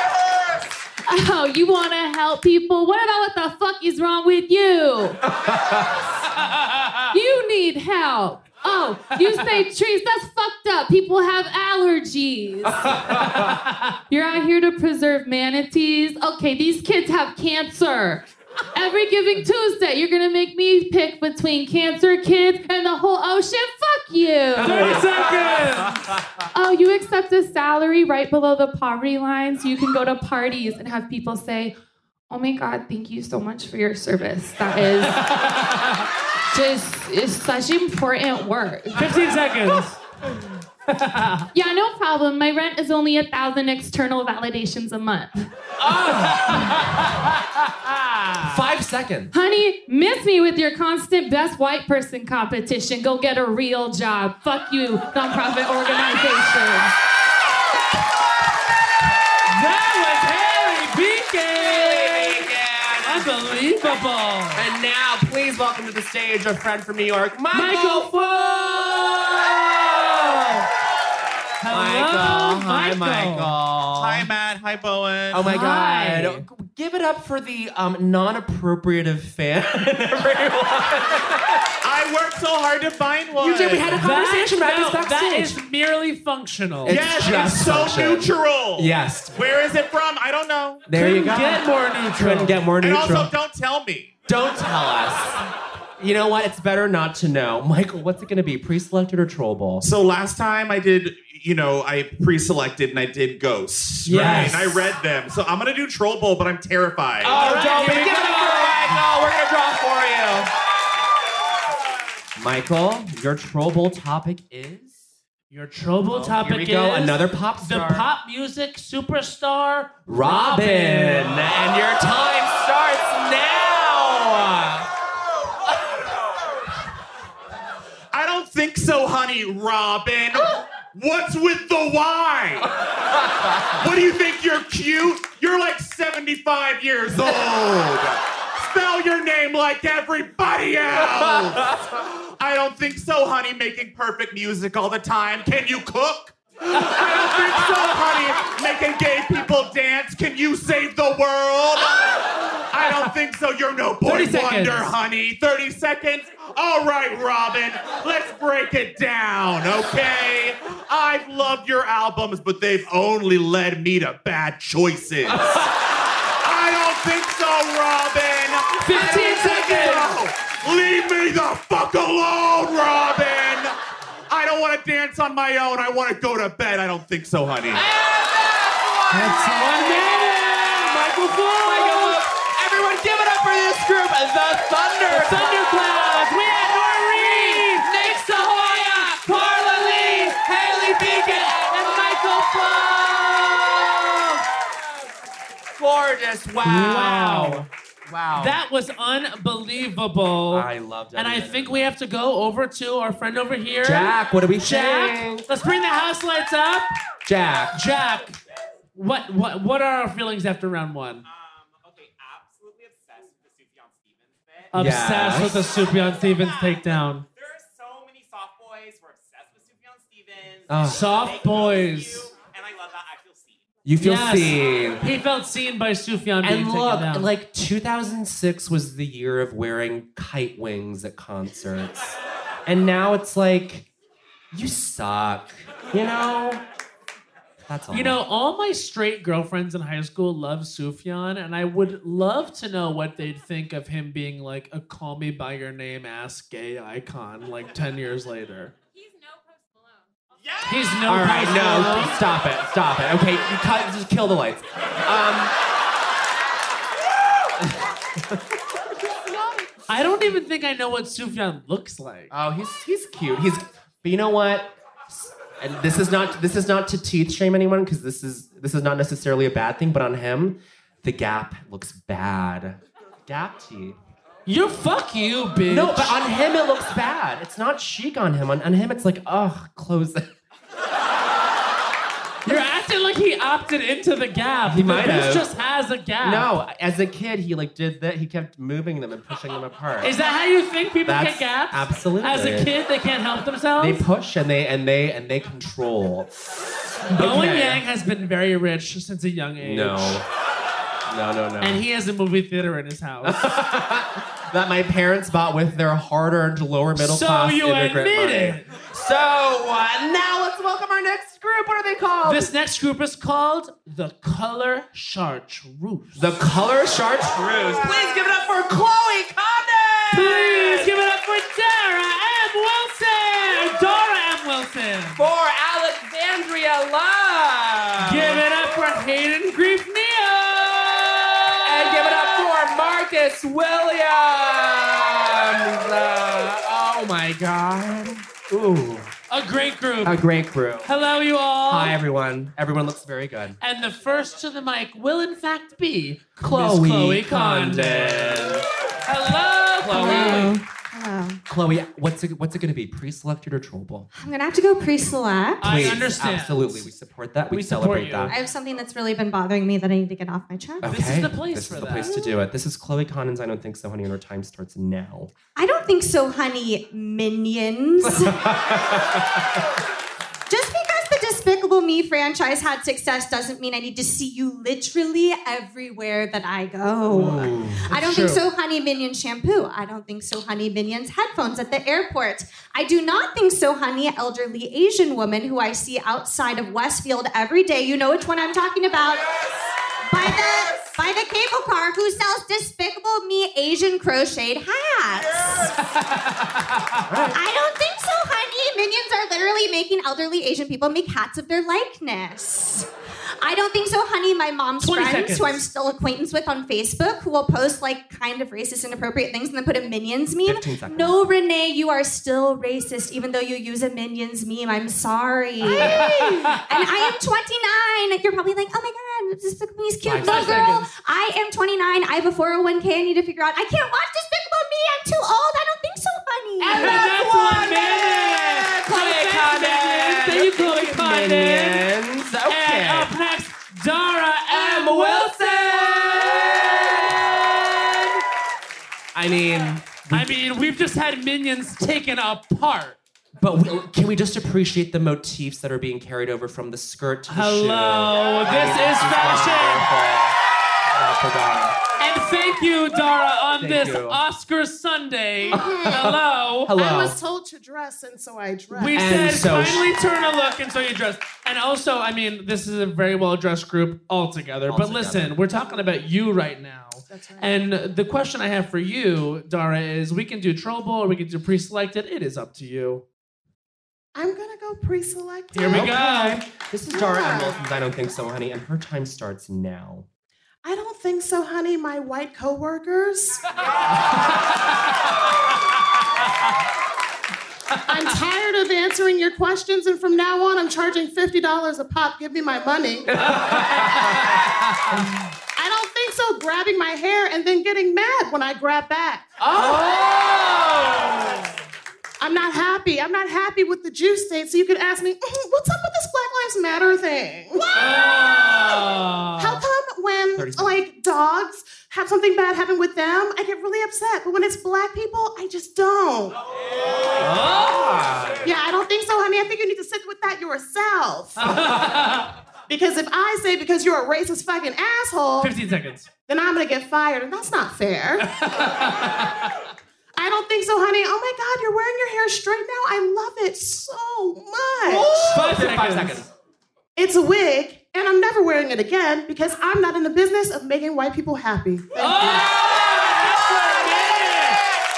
Speaker 13: Oh, you want to help people? What about what the fuck is wrong with you? you need help. Oh, you say trees. That's fucked up. People have allergies. You're out here to preserve manatees. Okay, these kids have cancer. Every Giving Tuesday, you're gonna make me pick between cancer kids and the whole ocean. Fuck you.
Speaker 6: 30 seconds.
Speaker 13: Oh, you accept a salary right below the poverty line so you can go to parties and have people say, Oh my God, thank you so much for your service. That is just it's such important work.
Speaker 1: 15 seconds.
Speaker 13: Yeah, no problem. My rent is only a thousand external validations a month.
Speaker 4: Five seconds.
Speaker 13: Honey, miss me with your constant best white person competition. Go get a real job. Fuck you, nonprofit organization.
Speaker 1: That was Haley Beacon. Unbelievable.
Speaker 6: And now, please welcome to the stage a friend from New York, Michael,
Speaker 1: Michael
Speaker 6: Fu-
Speaker 4: Michael. Hi,
Speaker 6: Michael.
Speaker 4: Michael.
Speaker 11: Hi, Matt. Hi, Bowen.
Speaker 4: Oh my
Speaker 11: Hi.
Speaker 4: God. Give it up for the um, non appropriative fan.
Speaker 11: I worked so hard to find one.
Speaker 4: You did. We had a
Speaker 1: That,
Speaker 4: conversation about
Speaker 1: no,
Speaker 4: this
Speaker 1: that
Speaker 4: backstage.
Speaker 1: is merely functional.
Speaker 4: It's
Speaker 11: yes,
Speaker 4: just
Speaker 11: it's so
Speaker 4: function.
Speaker 11: neutral.
Speaker 4: Yes.
Speaker 11: Where is it from? I don't know.
Speaker 4: There you Couldn't go. get more neutral. Couldn't get more
Speaker 11: And also,
Speaker 4: neutral.
Speaker 11: don't tell me.
Speaker 4: Don't tell us. You know what? It's better not to know. Michael, what's it going to be? Pre-selected or troll ball?
Speaker 11: So last time I did, you know, I pre-selected and I did ghosts.
Speaker 4: Yes.
Speaker 11: Right? And I read them. So I'm gonna do troll bowl, but I'm terrified.
Speaker 6: All right,
Speaker 4: don't
Speaker 6: here
Speaker 4: be
Speaker 6: we
Speaker 4: good
Speaker 6: go.
Speaker 4: for
Speaker 6: Michael. We're gonna draw for you.
Speaker 4: Michael, your troll bowl topic is Oh,
Speaker 1: your troll bowl topic
Speaker 4: Here we go.
Speaker 1: is
Speaker 4: Another pop star.
Speaker 1: The pop music superstar
Speaker 4: Robin. And your time starts now.
Speaker 11: I don't think so, honey, Robin. What's with the why? what do you think you're cute? You're like 75 years old. Spell your name like everybody else. I don't think so, honey, making perfect music all the time. Can you cook? I don't think so, honey, making gay people dance. Can you save the world? I don't think so. You're no boy
Speaker 6: 30 seconds.
Speaker 11: wonder, honey. 30 seconds. All right, Robin, let's break it down, okay? I've loved your albums, but they've only led me to bad choices. I don't think so, Robin. 15 seconds. Leave me the fuck alone, Robin. I don't want to dance on my own. I want to go to bed. I don't think so, honey.
Speaker 6: That's one minute. Michael Ford. Everyone, give it up for this group, the Thunder. The Thunderclouds. We had Noreen, Nick Sahoya, Carla Lee, Haley Beacon, and Michael Ford. Gorgeous. Wow.
Speaker 1: Wow.
Speaker 6: Wow.
Speaker 1: That was unbelievable.
Speaker 4: I loved
Speaker 1: And I think we have to go over to our friend over here.
Speaker 4: Jack, what are we
Speaker 1: Jack,
Speaker 4: saying?
Speaker 1: let's bring the house lights up.
Speaker 4: Jack.
Speaker 1: Jack, what what what are our feelings after round one? Um, okay, absolutely obsessed with the Sufjan Stevens takedown. Ah. Soft boys.
Speaker 4: You feel
Speaker 1: Yes.
Speaker 4: seen.
Speaker 1: He felt seen by Sufjan being
Speaker 4: And
Speaker 1: taken
Speaker 4: look,
Speaker 1: down.
Speaker 4: like 2006 was the year of wearing kite wings at concerts. and now it's like, you suck. You know? That's all.
Speaker 1: You know, all my straight girlfriends in high school love Sufjan, and I would love to know what they'd think of him being like a call me by your name ass gay icon like 10 years later. He's no
Speaker 4: All right,
Speaker 1: Post Malone.
Speaker 4: no, stop it, stop it. Okay, you cut, just kill the lights. Um,
Speaker 1: I don't even think I know what Sufjan looks like.
Speaker 4: Oh, he's he's cute. He's but you know what? And this is not this is not to teeth shame anyone because this is this is not necessarily a bad thing, but on him, the gap looks bad. Gap teeth.
Speaker 1: You fuck you, bitch.
Speaker 4: No, but on him it looks bad. It's not chic on him. On, on him it's like, ugh, close it.
Speaker 1: You're acting like he opted into the gap.
Speaker 4: He
Speaker 1: The
Speaker 4: might
Speaker 1: bitch
Speaker 4: have.
Speaker 1: just has a gap.
Speaker 4: No, as a kid he like did that. He kept moving them and pushing them apart.
Speaker 1: Is that how you think people
Speaker 4: That's
Speaker 1: get gaps?
Speaker 4: absolutely.
Speaker 1: As a kid, they can't help themselves.
Speaker 4: They push and they and they and they control.
Speaker 1: Bowen
Speaker 4: Okay.
Speaker 1: Yang has been very rich since a young age.
Speaker 4: No. No, no, no.
Speaker 1: And he has a movie theater in his house.
Speaker 4: that my parents bought with their hard-earned lower middle
Speaker 1: So
Speaker 4: class
Speaker 1: you
Speaker 4: immigrant
Speaker 1: admit
Speaker 4: money.
Speaker 1: it.
Speaker 4: So uh, now let's welcome our next group. What are they called?
Speaker 1: this next group is called The Color Chartreuse.
Speaker 4: The Color Chartreuse. Please give it up for Chloe Condon.
Speaker 1: Please give it up for Dara M. Wilson. Dara M. Wilson.
Speaker 6: For Alexandria Love.
Speaker 1: Give it up for Hayden Grief
Speaker 6: And give it up for Marcus Williams. Uh, oh my God.
Speaker 4: Ooh,
Speaker 1: A great group.
Speaker 4: a great group.
Speaker 1: Hello, you all.
Speaker 4: Hi, everyone. Everyone looks very good.
Speaker 1: And the first to the mic will, in fact, be Chloe,
Speaker 4: Chloe,
Speaker 1: Chloe Condon.
Speaker 4: Condon.
Speaker 1: Hello,
Speaker 4: Chloe.
Speaker 14: Hello.
Speaker 4: Chloe, what's it, what's it going to be? Pre-selected or trollable?
Speaker 14: I'm gonna have to go pre-select.
Speaker 4: Please, Absolutely, we support that. We, celebrate that.
Speaker 14: I have something that's really been bothering me that I need to get off my chest.
Speaker 4: Okay. This is the place to do it. This is Chloe Condon's I Don't Think So, Honey, and her time starts now.
Speaker 14: I don't think so, honey. Minions. Just because the Despicable Me franchise had success doesn't mean I need to see you literally everywhere that I go. I don't think so, honey. Minion shampoo. I don't think so, honey. Minions headphones at the airport. I do not think so, honey. Elderly Asian woman who I see outside of Westfield every day. You know which one I'm talking about. By the
Speaker 15: by the cable car who sells Despicable Me Asian crocheted hats. I don't think so, honey. Minions are literally making elderly Asian people make hats of their likeness. I don't think so, honey. My mom's
Speaker 16: 20
Speaker 15: friends, who
Speaker 16: seconds.
Speaker 15: I'm still acquaintance with on Facebook, who will post like kind of racist, inappropriate things and then put a minions meme.
Speaker 16: 15 seconds.
Speaker 15: No, Renee, you are still racist, even though you use a minions meme. I'm sorry. and I am 29. Like, You're probably like, oh my god, Despicable Me is cute.
Speaker 16: Five
Speaker 15: no, girl,
Speaker 16: seconds.
Speaker 15: I am 29. I have a 401k. I need to figure out. I can't watch Despicable Me. I'm too old. I don't think so, honey.
Speaker 6: And that's one minute. Chloe Condon.
Speaker 1: Thank you, Chloe Condon.
Speaker 6: Minions. Okay.
Speaker 1: And up next, Dara M. Wilson.
Speaker 4: I mean,
Speaker 1: I mean, we've just had minions taken apart.
Speaker 4: but we, can we just appreciate the motifs that are being carried over from the skirt to the shoe?
Speaker 1: Hello, this is And thank you, Dara, on
Speaker 4: Thank
Speaker 1: this
Speaker 4: you.
Speaker 1: Oscar Sunday. Hello.
Speaker 17: I was told to dress, and so I dressed.
Speaker 1: We said kindly turn a look, and so you dress. And also, I mean, this is a very well dressed group altogether. But
Speaker 4: Altogether.
Speaker 1: listen, we're talking about you right now. And the question I have for you, Dara, is we can do trouble or we can do pre selected. It is up to you.
Speaker 17: I'm gonna go pre-selected.
Speaker 1: Here we go.
Speaker 4: This is Dara
Speaker 17: Yeah.
Speaker 4: M. Wilson's I Don't Think So, Honey, and her time starts now.
Speaker 17: I don't think so, honey. My white coworkers. I'm tired of answering your questions, and from now on, I'm charging fifty dollars a pop. Give me my money. I don't think so. Grabbing my hair and then getting mad when I grab back.
Speaker 6: Oh!
Speaker 17: I'm not happy. I'm not happy with the juice date. So you could ask me, "Mhm, what's up with this Black Lives Matter thing? How come when
Speaker 6: 30 seconds.
Speaker 17: like dogs have something bad happen with them, I get really upset, but when it's black people, I just don't. Yeah, I don't think so, honey. I think you need to sit with that yourself. because if I say because you're a racist fucking asshole,
Speaker 1: 15 seconds.
Speaker 17: then I'm gonna get fired, and that's not fair. I don't think so, honey. Oh my God, you're wearing your hair straight now. I love it so much.
Speaker 4: Five seconds. Five seconds.
Speaker 17: It's a wig, and I'm never wearing it again because I'm not in the business of making white people happy. Thank
Speaker 6: Oh,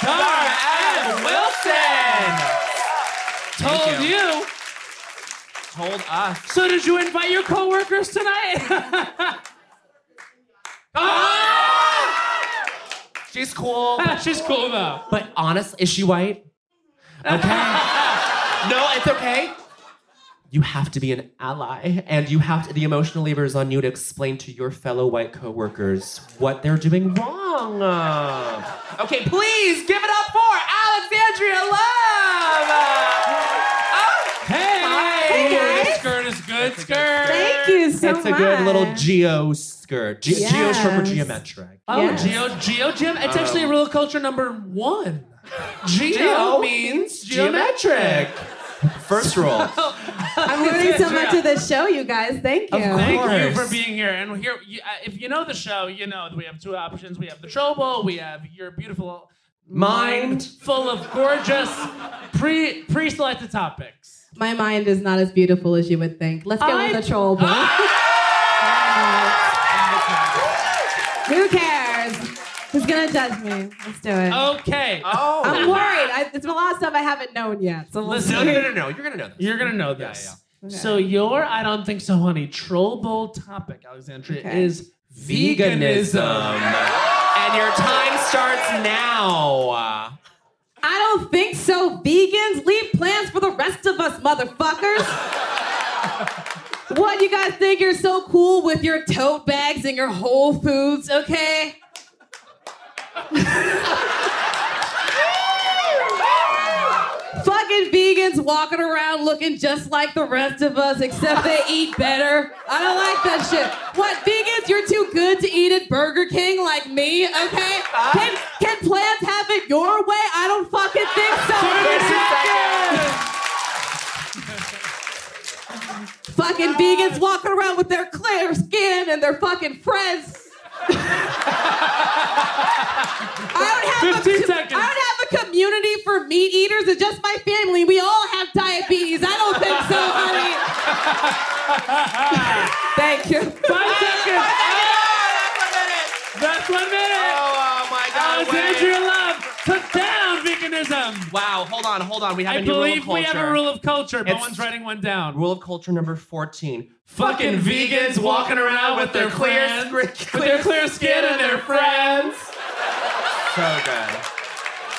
Speaker 4: Dara M. Wilson!
Speaker 1: Told you.
Speaker 4: Told us.
Speaker 1: So, did you invite your coworkers tonight?
Speaker 4: She's cool.
Speaker 1: She's cool though.
Speaker 4: But honestly, is she white? Okay. no, it's okay. You have to be an ally, and you have to. The emotional lever is on you to explain to your fellow white coworkers what they're doing wrong.
Speaker 6: uh,
Speaker 4: Okay, please give it up for Alexandria Love. Hey,
Speaker 1: This skirt is good skirt.
Speaker 4: Thank
Speaker 16: you so
Speaker 4: It's a good little
Speaker 1: much.
Speaker 4: geo skirt. Ge- Geo short for
Speaker 1: Yes.
Speaker 4: geometric.
Speaker 1: Oh, Geo, Geo Gym. It's
Speaker 4: Um,
Speaker 1: actually real culture number one. Geo,
Speaker 4: Geo
Speaker 1: means
Speaker 4: means
Speaker 1: geometric.
Speaker 4: First rule.
Speaker 16: I'm learning so much of this show, you guys. Thank you.
Speaker 1: Thank you for being here. And here, you, uh, if you know the show, you know that we have two options. We have the Trouble. We have your beautiful
Speaker 16: Mind.
Speaker 1: full of gorgeous pre pre-selected topics.
Speaker 16: My mind is not as beautiful as you would think. Let's get
Speaker 1: I- Ah!
Speaker 16: with the troll boy. Oh, Who cares? Who's gonna judge me? Let's do it.
Speaker 1: Okay.
Speaker 4: Oh.
Speaker 16: I'm worried. I, it's a lot of stuff I haven't known yet. So
Speaker 1: Listen,
Speaker 16: we'll see.
Speaker 4: no. You're gonna know this.
Speaker 1: You're gonna know this. So your I don't think so, honey. Troll bowl topic, Alexandria,
Speaker 4: Okay.
Speaker 1: is
Speaker 4: veganism. and your time starts now.
Speaker 16: I don't think so. Vegans leave plans for the rest of us, motherfuckers. what you guys think you're so cool with your tote bags and your Whole Foods, okay? Fucking vegans walking around looking just like the rest of us, except they eat better. I don't like that shit. What, vegans, you're too good to eat at Burger King like me, okay? Can, can plants have it your way? I don't fucking think so. Fucking vegans walking around with their clear skin and their fucking friends. I don't have 15 a, seconds. I don't have a community for meat eaters. It's just my family. We all have diabetes. I don't think so, honey. Thank you.
Speaker 1: Five seconds. last one minute.
Speaker 4: Oh, my God,
Speaker 1: Alexandria
Speaker 4: wait.
Speaker 1: Love took down veganism.
Speaker 4: Wow, hold on, hold on. We have
Speaker 1: I
Speaker 4: a new rule of
Speaker 1: believe we have a
Speaker 4: culture.
Speaker 1: rule of culture. No
Speaker 4: It's-
Speaker 1: one's writing one down.
Speaker 4: Rule of culture number 14. Fucking vegans walking around with their clear
Speaker 1: friends-
Speaker 4: scri-
Speaker 1: with their clear skin and their friends.
Speaker 4: So good.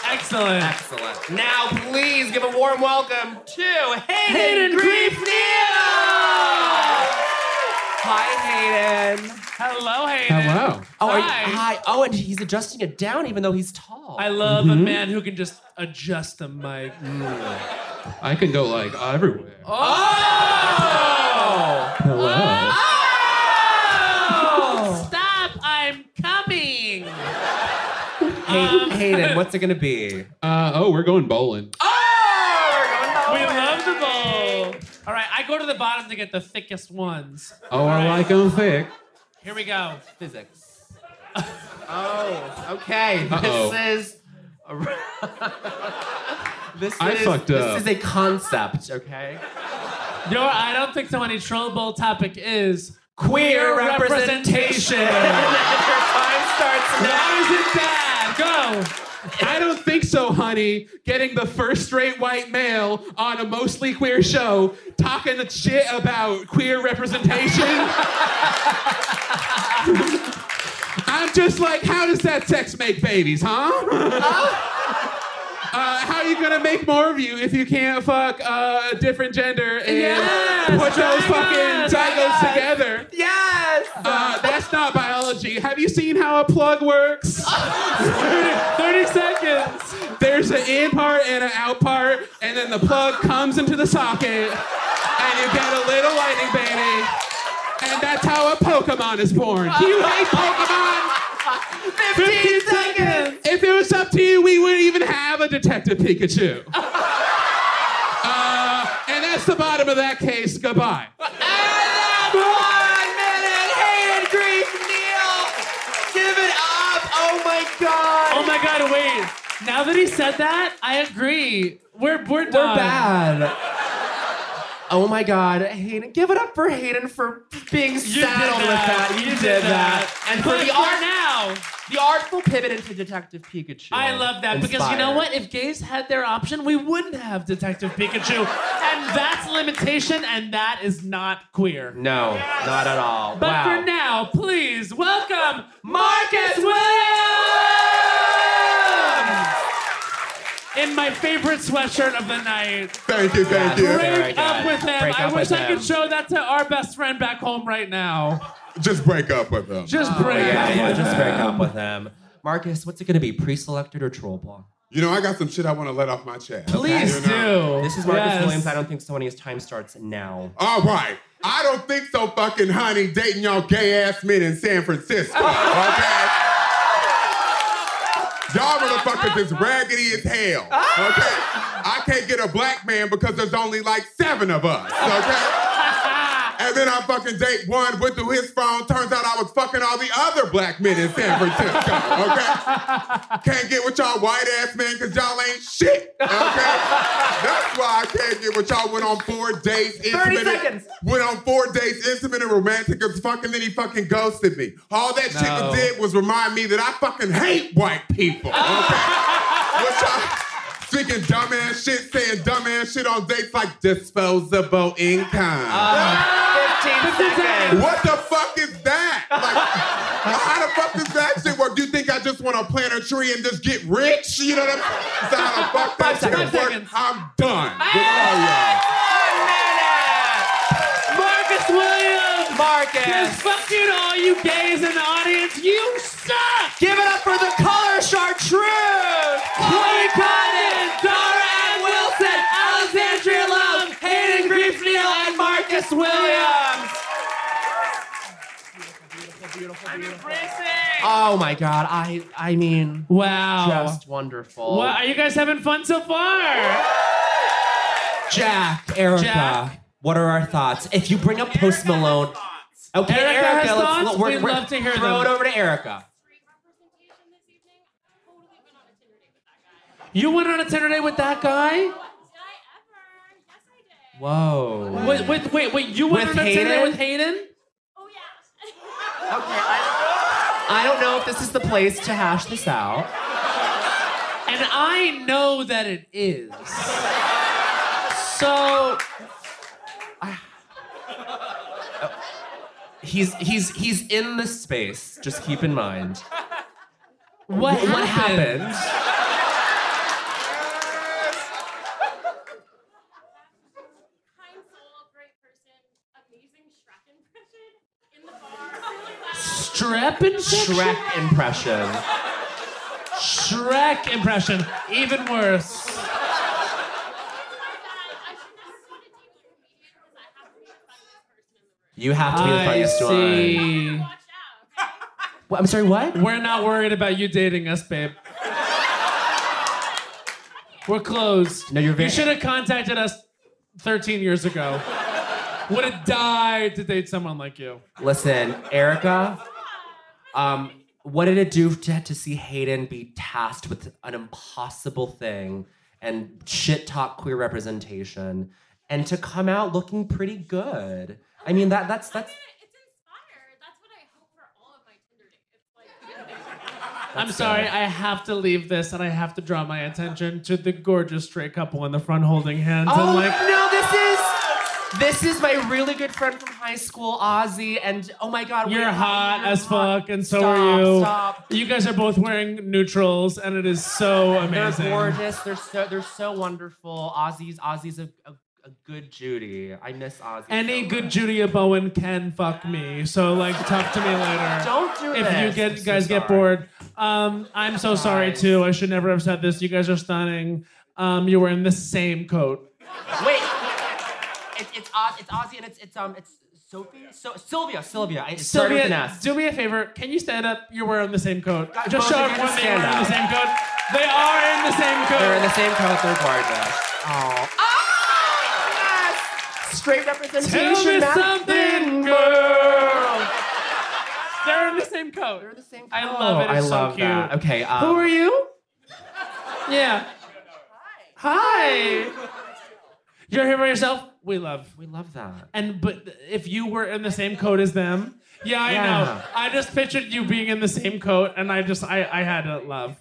Speaker 1: Excellent.
Speaker 4: Excellent. Now, please give a warm welcome to Hayden,
Speaker 6: Hayden
Speaker 4: Grief
Speaker 6: Grief
Speaker 4: Hi, Hayden.
Speaker 1: Hello, Hayden.
Speaker 4: Oh, are you-
Speaker 1: Hi.
Speaker 4: hi. Oh, and he's adjusting it down even though he's tall.
Speaker 1: I love a
Speaker 4: Mhm.
Speaker 1: man who can just adjust the mic.
Speaker 4: I can go like everywhere.
Speaker 6: Hello.
Speaker 4: Oh.
Speaker 1: Stop! I'm coming.
Speaker 4: Hayden, Hayden, what's it gonna be?
Speaker 18: Uh, oh, we're going bowling.
Speaker 4: Oh,
Speaker 1: We love the bowl. All right, I go to the bottom to get the thickest ones.
Speaker 18: Oh, I like them thick.
Speaker 1: Here we go.
Speaker 4: Physics. oh, okay.
Speaker 18: Uh-oh.
Speaker 4: This is. this
Speaker 18: I
Speaker 4: is,
Speaker 18: fucked up.
Speaker 4: This is a concept, okay?
Speaker 1: Your I don't think so any troll bowl topic is
Speaker 4: Queer representation.
Speaker 18: That
Speaker 1: isn't bad. Go.
Speaker 18: I don't think so, honey. Getting the first straight white male on a mostly queer show talking the shit about queer representation. I'm just like, how does that sex make babies, huh? Uh, how are you gonna make more of you if you can't fuck uh, a different gender and put those fucking zygotes together?
Speaker 4: Yes.
Speaker 18: Uh, that's not biology. Have you seen how a plug works?
Speaker 1: 30, seconds.
Speaker 18: There's an in part and an out part, and then the plug comes into the socket, and you get a little lightning baby. And that's how a Pokemon is born. Do you hate Pokemon?
Speaker 6: 15 seconds.
Speaker 18: If it was up to you, we wouldn't even have a Detective Pikachu. Uh, and that's the bottom of that case. Goodbye.
Speaker 4: One minute, Hayden Grief Neal. Give it up. Oh my God.
Speaker 1: Oh my God! Wait. Now that he said that, I agree. We're we're done.
Speaker 4: We're bad. Oh my God, Hayden! Give it up for Hayden for being
Speaker 1: did
Speaker 4: saddled with
Speaker 1: that.
Speaker 4: that. You,
Speaker 1: You
Speaker 4: did,
Speaker 1: did
Speaker 4: that.
Speaker 1: that.
Speaker 4: and for
Speaker 1: Click here
Speaker 4: the art
Speaker 1: now,
Speaker 4: the artful pivot into Detective Pikachu.
Speaker 1: I love that because you know
Speaker 4: Inspired.
Speaker 1: what? If gays had their option, we wouldn't have Detective Pikachu, and that's limitation, and that is not queer.
Speaker 4: No, not at all.
Speaker 1: But
Speaker 4: wow.
Speaker 1: for now, please welcome Marcus
Speaker 4: Williams
Speaker 1: in my favorite sweatshirt of the night.
Speaker 18: Thank you,
Speaker 6: thank you. Very
Speaker 1: Break
Speaker 6: good.
Speaker 1: up with him.
Speaker 6: Break
Speaker 1: I
Speaker 6: up
Speaker 1: wish
Speaker 6: with
Speaker 1: I could
Speaker 6: him.
Speaker 1: show that to our best friend back home right now.
Speaker 18: Just break up with them.
Speaker 1: Just break
Speaker 4: yeah,
Speaker 1: up
Speaker 4: yeah,
Speaker 1: with
Speaker 4: just
Speaker 1: him.
Speaker 4: break up with him. Marcus, what's it gonna be? Pre-selected or troll ball?
Speaker 18: You know, I got some shit I want to let off my chest.
Speaker 4: Please
Speaker 18: You know?
Speaker 4: do. This is Marcus Williams. I don't think so. His time starts now.
Speaker 18: All right. I don't think so, fucking honey, dating y'all gay ass men in San Francisco. Okay? y'all motherfuckers is raggedy as hell. Okay? I can't get a black man because there's only like seven of us. Okay? and then I fucking date one, went through his phone. Turns out I was fucking all the other black men in San Francisco. Okay? can't get with y'all white ass men because y'all ain't shit. Okay? That's why I can't get with y'all. Went on four dates.
Speaker 6: 30
Speaker 18: intimate-
Speaker 6: seconds.
Speaker 18: Went on four dates, intimate and romantic as fucking. Then he fucking ghosted me. All that shit
Speaker 6: No.
Speaker 18: was did was remind me that I fucking hate white people. Okay. what y'all speaking dumbass shit, saying dumbass shit on dates like disposable income.
Speaker 19: Ah.
Speaker 1: Ah,
Speaker 18: What the fuck is that? Like, how the fuck does that shit work? Do you think I just want to plant a tree and just get rich? You know what I mean? That's how the fuck that shit works. I'm done. with all y'all.
Speaker 1: Marcus Williams!
Speaker 4: Marcus!
Speaker 1: Just fuck you to all you gays in the audience. You suck!
Speaker 4: Give it up for the color chartreuse!
Speaker 1: Chloe Condon, Dara Ann Wilson,
Speaker 6: Alexandria Love, Hayden Griefneal, and Marcus Williams.
Speaker 4: Oh my God. I I mean,
Speaker 1: wow.
Speaker 4: Just wonderful.
Speaker 1: What, are you guys having fun so far?
Speaker 4: Jack, Erica,
Speaker 1: Jack.
Speaker 4: what are our thoughts? If you bring up Post Malone. Okay,
Speaker 1: Erica
Speaker 4: Erica,
Speaker 1: has
Speaker 4: let's
Speaker 1: thoughts?
Speaker 4: we're-
Speaker 1: We'd
Speaker 4: we're-
Speaker 1: love to hear
Speaker 4: throw
Speaker 1: them.
Speaker 4: it over to Erica.
Speaker 1: You went on a Tinder date with that guy?
Speaker 4: Whoa.
Speaker 1: Wait, wait, wait, wait, you went
Speaker 4: With
Speaker 1: on a Tinder date
Speaker 4: Hayden?
Speaker 1: with Hayden?
Speaker 4: I don't know if this is the place to hash this out.
Speaker 1: And I know that it is. So
Speaker 4: He's he's he's in this space. Just keep in mind.
Speaker 1: what
Speaker 4: Wh- What happened?
Speaker 1: Strep impression?
Speaker 4: Shrek impression.
Speaker 1: Shrek impression, even worse.
Speaker 4: You have to be the
Speaker 1: I
Speaker 4: funniest
Speaker 1: see.
Speaker 4: one. I'm sorry, what?
Speaker 1: We're not worried about you dating us, babe. We're closed. No, you're
Speaker 4: very-
Speaker 1: You should have contacted us 13 years ago. Would have died to date someone like you.
Speaker 4: Listen, Erica. Um, what did it do to, to see Hayden be tasked with an impossible thing and shit talk queer representation, and to come out looking pretty good? I mean, that that's that's
Speaker 1: I'm sorry, I have to leave this and I have to draw my attention to the gorgeous straight couple in the front holding hands.
Speaker 4: Oh
Speaker 1: I'm like,
Speaker 4: no, this is this is my really good friend from high school, Ozzy, and oh my god,
Speaker 1: you're
Speaker 4: wait,
Speaker 1: hot as fuck, and so
Speaker 4: Stop,
Speaker 1: are you.
Speaker 4: stop.
Speaker 1: You guys are both wearing neutrals, and it is so amazing.
Speaker 4: They're gorgeous. They're so they're so wonderful. Ozzy's Ozzy's a, a, a good Judy. I miss Ozzy.
Speaker 1: Any good Julia Bowen can fuck me, so like talk to me later.
Speaker 4: Don't do
Speaker 1: if
Speaker 4: this.
Speaker 1: you get
Speaker 4: I'm so
Speaker 1: guys get bored. Um, I'm so sorry too. I should never have said this. You guys are stunning. Um, you're wearing the same coat.
Speaker 4: Wait, it's it's Oz, it's Ozzy and it's it's um it's Sophie so Sylvia Sylvia. I, it started with an
Speaker 1: Sylvia,
Speaker 4: S.
Speaker 1: do me a favor. Can you stand up? You're wearing the same coat. Just
Speaker 4: both
Speaker 1: show
Speaker 4: of you
Speaker 1: everyone that you're wearing the
Speaker 4: stand up.
Speaker 1: same coat. They are in the same coat.
Speaker 4: They're in the same color. They're gorgeous. Oh. Straight representation.
Speaker 1: Tell me
Speaker 4: not
Speaker 1: something,
Speaker 4: thin,
Speaker 1: girl. They're in the same coat. They're in the same coat. I love it. It's
Speaker 4: I
Speaker 1: so
Speaker 4: love
Speaker 1: cute.
Speaker 4: that. Okay. Um,
Speaker 1: Who are you? Yeah. Hi. You're here by yourself? We love.
Speaker 4: We love that.
Speaker 1: And but if you were in the same coat as them, yeah, I know.
Speaker 4: Yeah.
Speaker 1: I just pictured you being in the same coat, and I just I I had to love.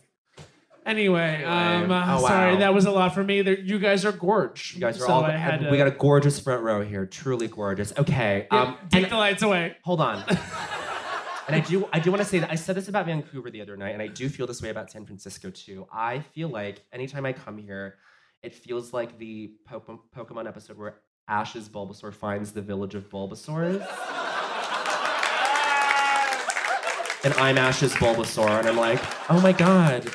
Speaker 1: Anyway, um, uh,
Speaker 4: Oh, wow.
Speaker 1: sorry, that was a lot for me. There, you guys are gorge.
Speaker 4: You guys are
Speaker 1: so
Speaker 4: all.
Speaker 1: I had to
Speaker 4: we got a gorgeous front row here. Truly gorgeous. Okay. Um,
Speaker 1: take the lights away.
Speaker 4: Hold on. and I do. I do want to say that I said this about Vancouver the other night, and I do feel this way about San Francisco too. I feel like anytime I come here, it feels like the Pokemon, Pokemon episode where Ash's Bulbasaur finds the village of Bulbasaurs. And I'm Ash's Bulbasaur, and I'm like, oh my god,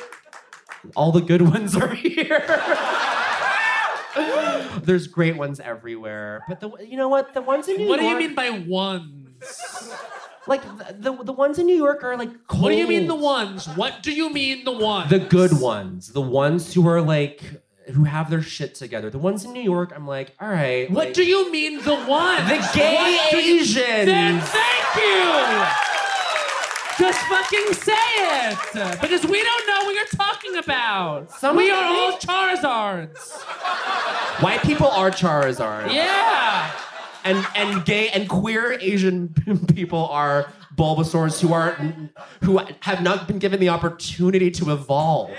Speaker 4: all the good ones are here. There's great ones everywhere, but the you know what? The ones in New
Speaker 1: What do you
Speaker 4: York,
Speaker 1: mean by ones?
Speaker 4: Like the, the the ones in New York are like cold.
Speaker 1: What do you mean the ones? What do you mean the ones?
Speaker 4: The good ones, the ones who are like who have their shit together. The ones in New York, I'm like, all right.
Speaker 1: What
Speaker 4: like-
Speaker 1: do you mean the ones?
Speaker 4: The gay
Speaker 1: What do you-
Speaker 4: Asians.
Speaker 1: Then thank you. Just fucking say it, because we don't know what you're talking about.
Speaker 4: Some
Speaker 1: we
Speaker 4: of
Speaker 1: are
Speaker 4: them-
Speaker 1: all Charizards.
Speaker 4: White people are Charizard.
Speaker 1: Yeah.
Speaker 4: And and gay and queer Asian people are Bulbasaurs who are who have not been given the opportunity to evolve.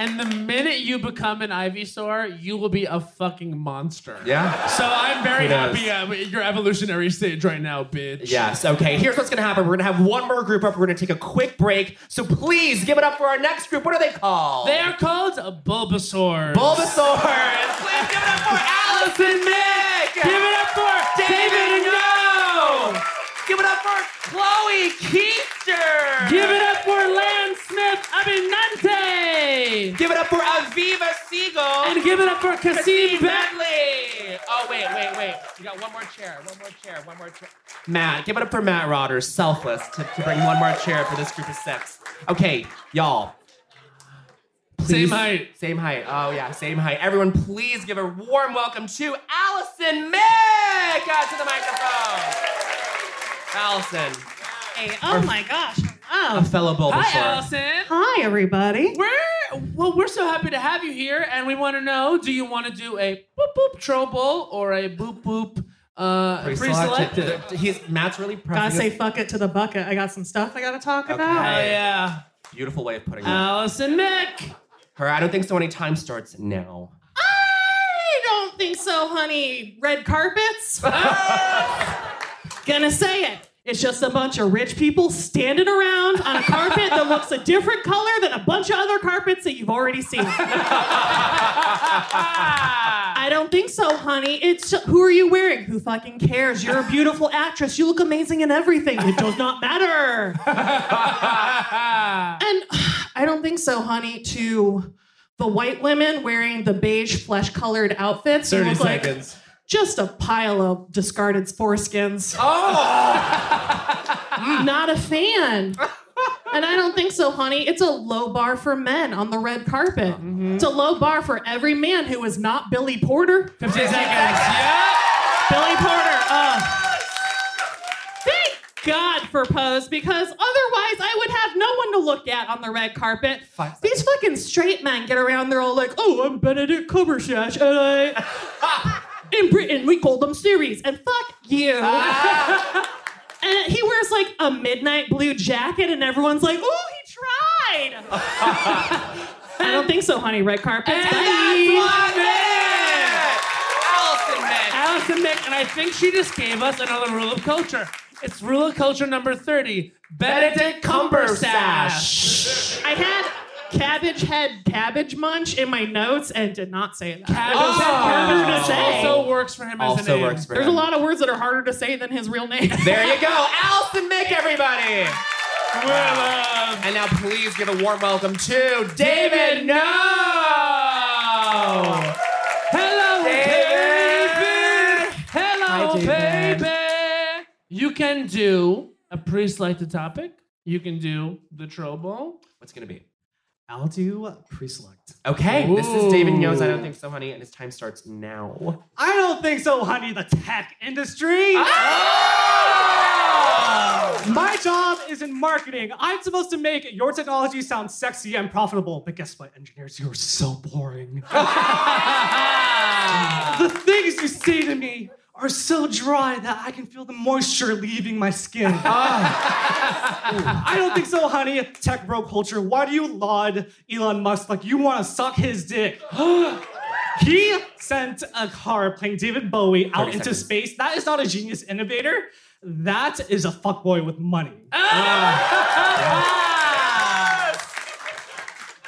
Speaker 1: And the minute you become an Ivysaur, you will be a fucking monster.
Speaker 4: Yeah.
Speaker 1: So I'm very
Speaker 4: Who knows?
Speaker 1: happy at your evolutionary stage right now, bitch.
Speaker 4: Yes, okay. Here's what's gonna happen. We're gonna have one more group up. We're gonna take a quick break. So please give it up for our next group. What are they called?
Speaker 1: They are called Bulbasaurs.
Speaker 4: Bulbasaurs. Please give it up for Allison Mick. Give it up for David No. Give it up for Chloe Keister.
Speaker 1: Give it up for Lance Smith Abinante.
Speaker 4: Give it up for Aviva Siegel.
Speaker 1: And give it up for Kasim
Speaker 4: Kasim
Speaker 1: Bentley.
Speaker 4: Oh wait, wait, wait. You got one more chair. One more chair. One more chair. Matt, give it up for Matt Rodder, selfless, to, to bring one more chair for this group of six. Okay, y'all.
Speaker 1: Same
Speaker 4: Please-
Speaker 1: height.
Speaker 4: Same height. Oh yeah, same height. Everyone, please give a warm welcome to Allison Mick out to the microphone. Allison,
Speaker 20: Hey, oh my gosh.
Speaker 1: Ah.
Speaker 4: a fellow Bulbasaur.
Speaker 1: Hi, Allison.
Speaker 20: Hi, everybody.
Speaker 1: We're well. We're so happy to have you here, and we want to know: Do you want to do a boop boop troll bowl or a boop boop Uh,
Speaker 4: Pre-selected. He's Matt's really proud.
Speaker 19: Gotta say fuck it to the bucket. I got some stuff I gotta talk about.
Speaker 4: Okay.
Speaker 1: Oh, yeah. Uh,
Speaker 4: Beautiful way of putting it.
Speaker 1: Allison Nick.
Speaker 4: Her, I don't think so. Any time starts now.
Speaker 19: I don't think so, honey. Red carpets? Gonna say it. It's just a bunch of rich people standing around on a carpet that looks a different color than a bunch of other carpets that you've already seen. I don't think so, honey. It's ju- who are you wearing? Who fucking cares? You're a beautiful actress. You look amazing in everything. It does not matter. and I don't think so, honey, to the white women wearing the beige flesh colored outfits. who
Speaker 21: 30
Speaker 19: look like
Speaker 21: seconds.
Speaker 19: just a pile of discarded foreskins. Not a fan. And I don't think so, honey. It's a low bar for men on the red carpet. It's a low bar for every man who is not Billy Porter. 15 seconds. Yeah. Billy Porter. Uh, thank God for Pose because otherwise I would have no one to look at on the red carpet. These fucking straight men get around, they're all like, oh, I'm Benedict Cumberbatch, and I. Ah, In Britain, we call them series, and fuck you. Ah. and he wears like a midnight blue jacket, and everyone's like, oh, he tried. I don't think so, honey. Red carpet.
Speaker 21: And that's one
Speaker 1: Allison Nick. Allison Nick, and I think she just gave us another rule of culture. It's rule of culture number 30. Benedict Cumbersash.
Speaker 19: I had cabbage head cabbage munch in my notes and did not say that.
Speaker 1: Cabbage
Speaker 19: It's
Speaker 1: head
Speaker 19: harder to say.
Speaker 1: also works for him as a
Speaker 4: Also
Speaker 1: name.
Speaker 4: works for
Speaker 19: There's
Speaker 4: him.
Speaker 19: a lot of words that are harder to say than his real name.
Speaker 4: There you go. Allison Mick, everybody.
Speaker 1: uh,
Speaker 4: And now please give a warm welcome to David No.
Speaker 1: Hello,
Speaker 21: David.
Speaker 1: baby. Hello,
Speaker 21: Hi, David.
Speaker 1: baby. You can do a pre-selected topic. You can do the trobo.
Speaker 4: What's going to be?
Speaker 1: I'll do pre-select.
Speaker 4: Okay, this is David Knows I Don't Think So, Honey, and his time starts now.
Speaker 21: I don't think so, honey. The tech industry. My job is in marketing. I'm supposed to make your technology sound sexy and profitable. But guess what, engineers? You're so boring. the things you say to me are so dry that I can feel the moisture leaving my skin. I don't think so, honey. Tech bro culture. Why do you laud Elon Musk like you want to suck his dick? he sent a car playing David Bowie out
Speaker 4: 30
Speaker 21: into
Speaker 4: seconds.
Speaker 21: space. That is not a genius innovator. That is a fuckboy with money.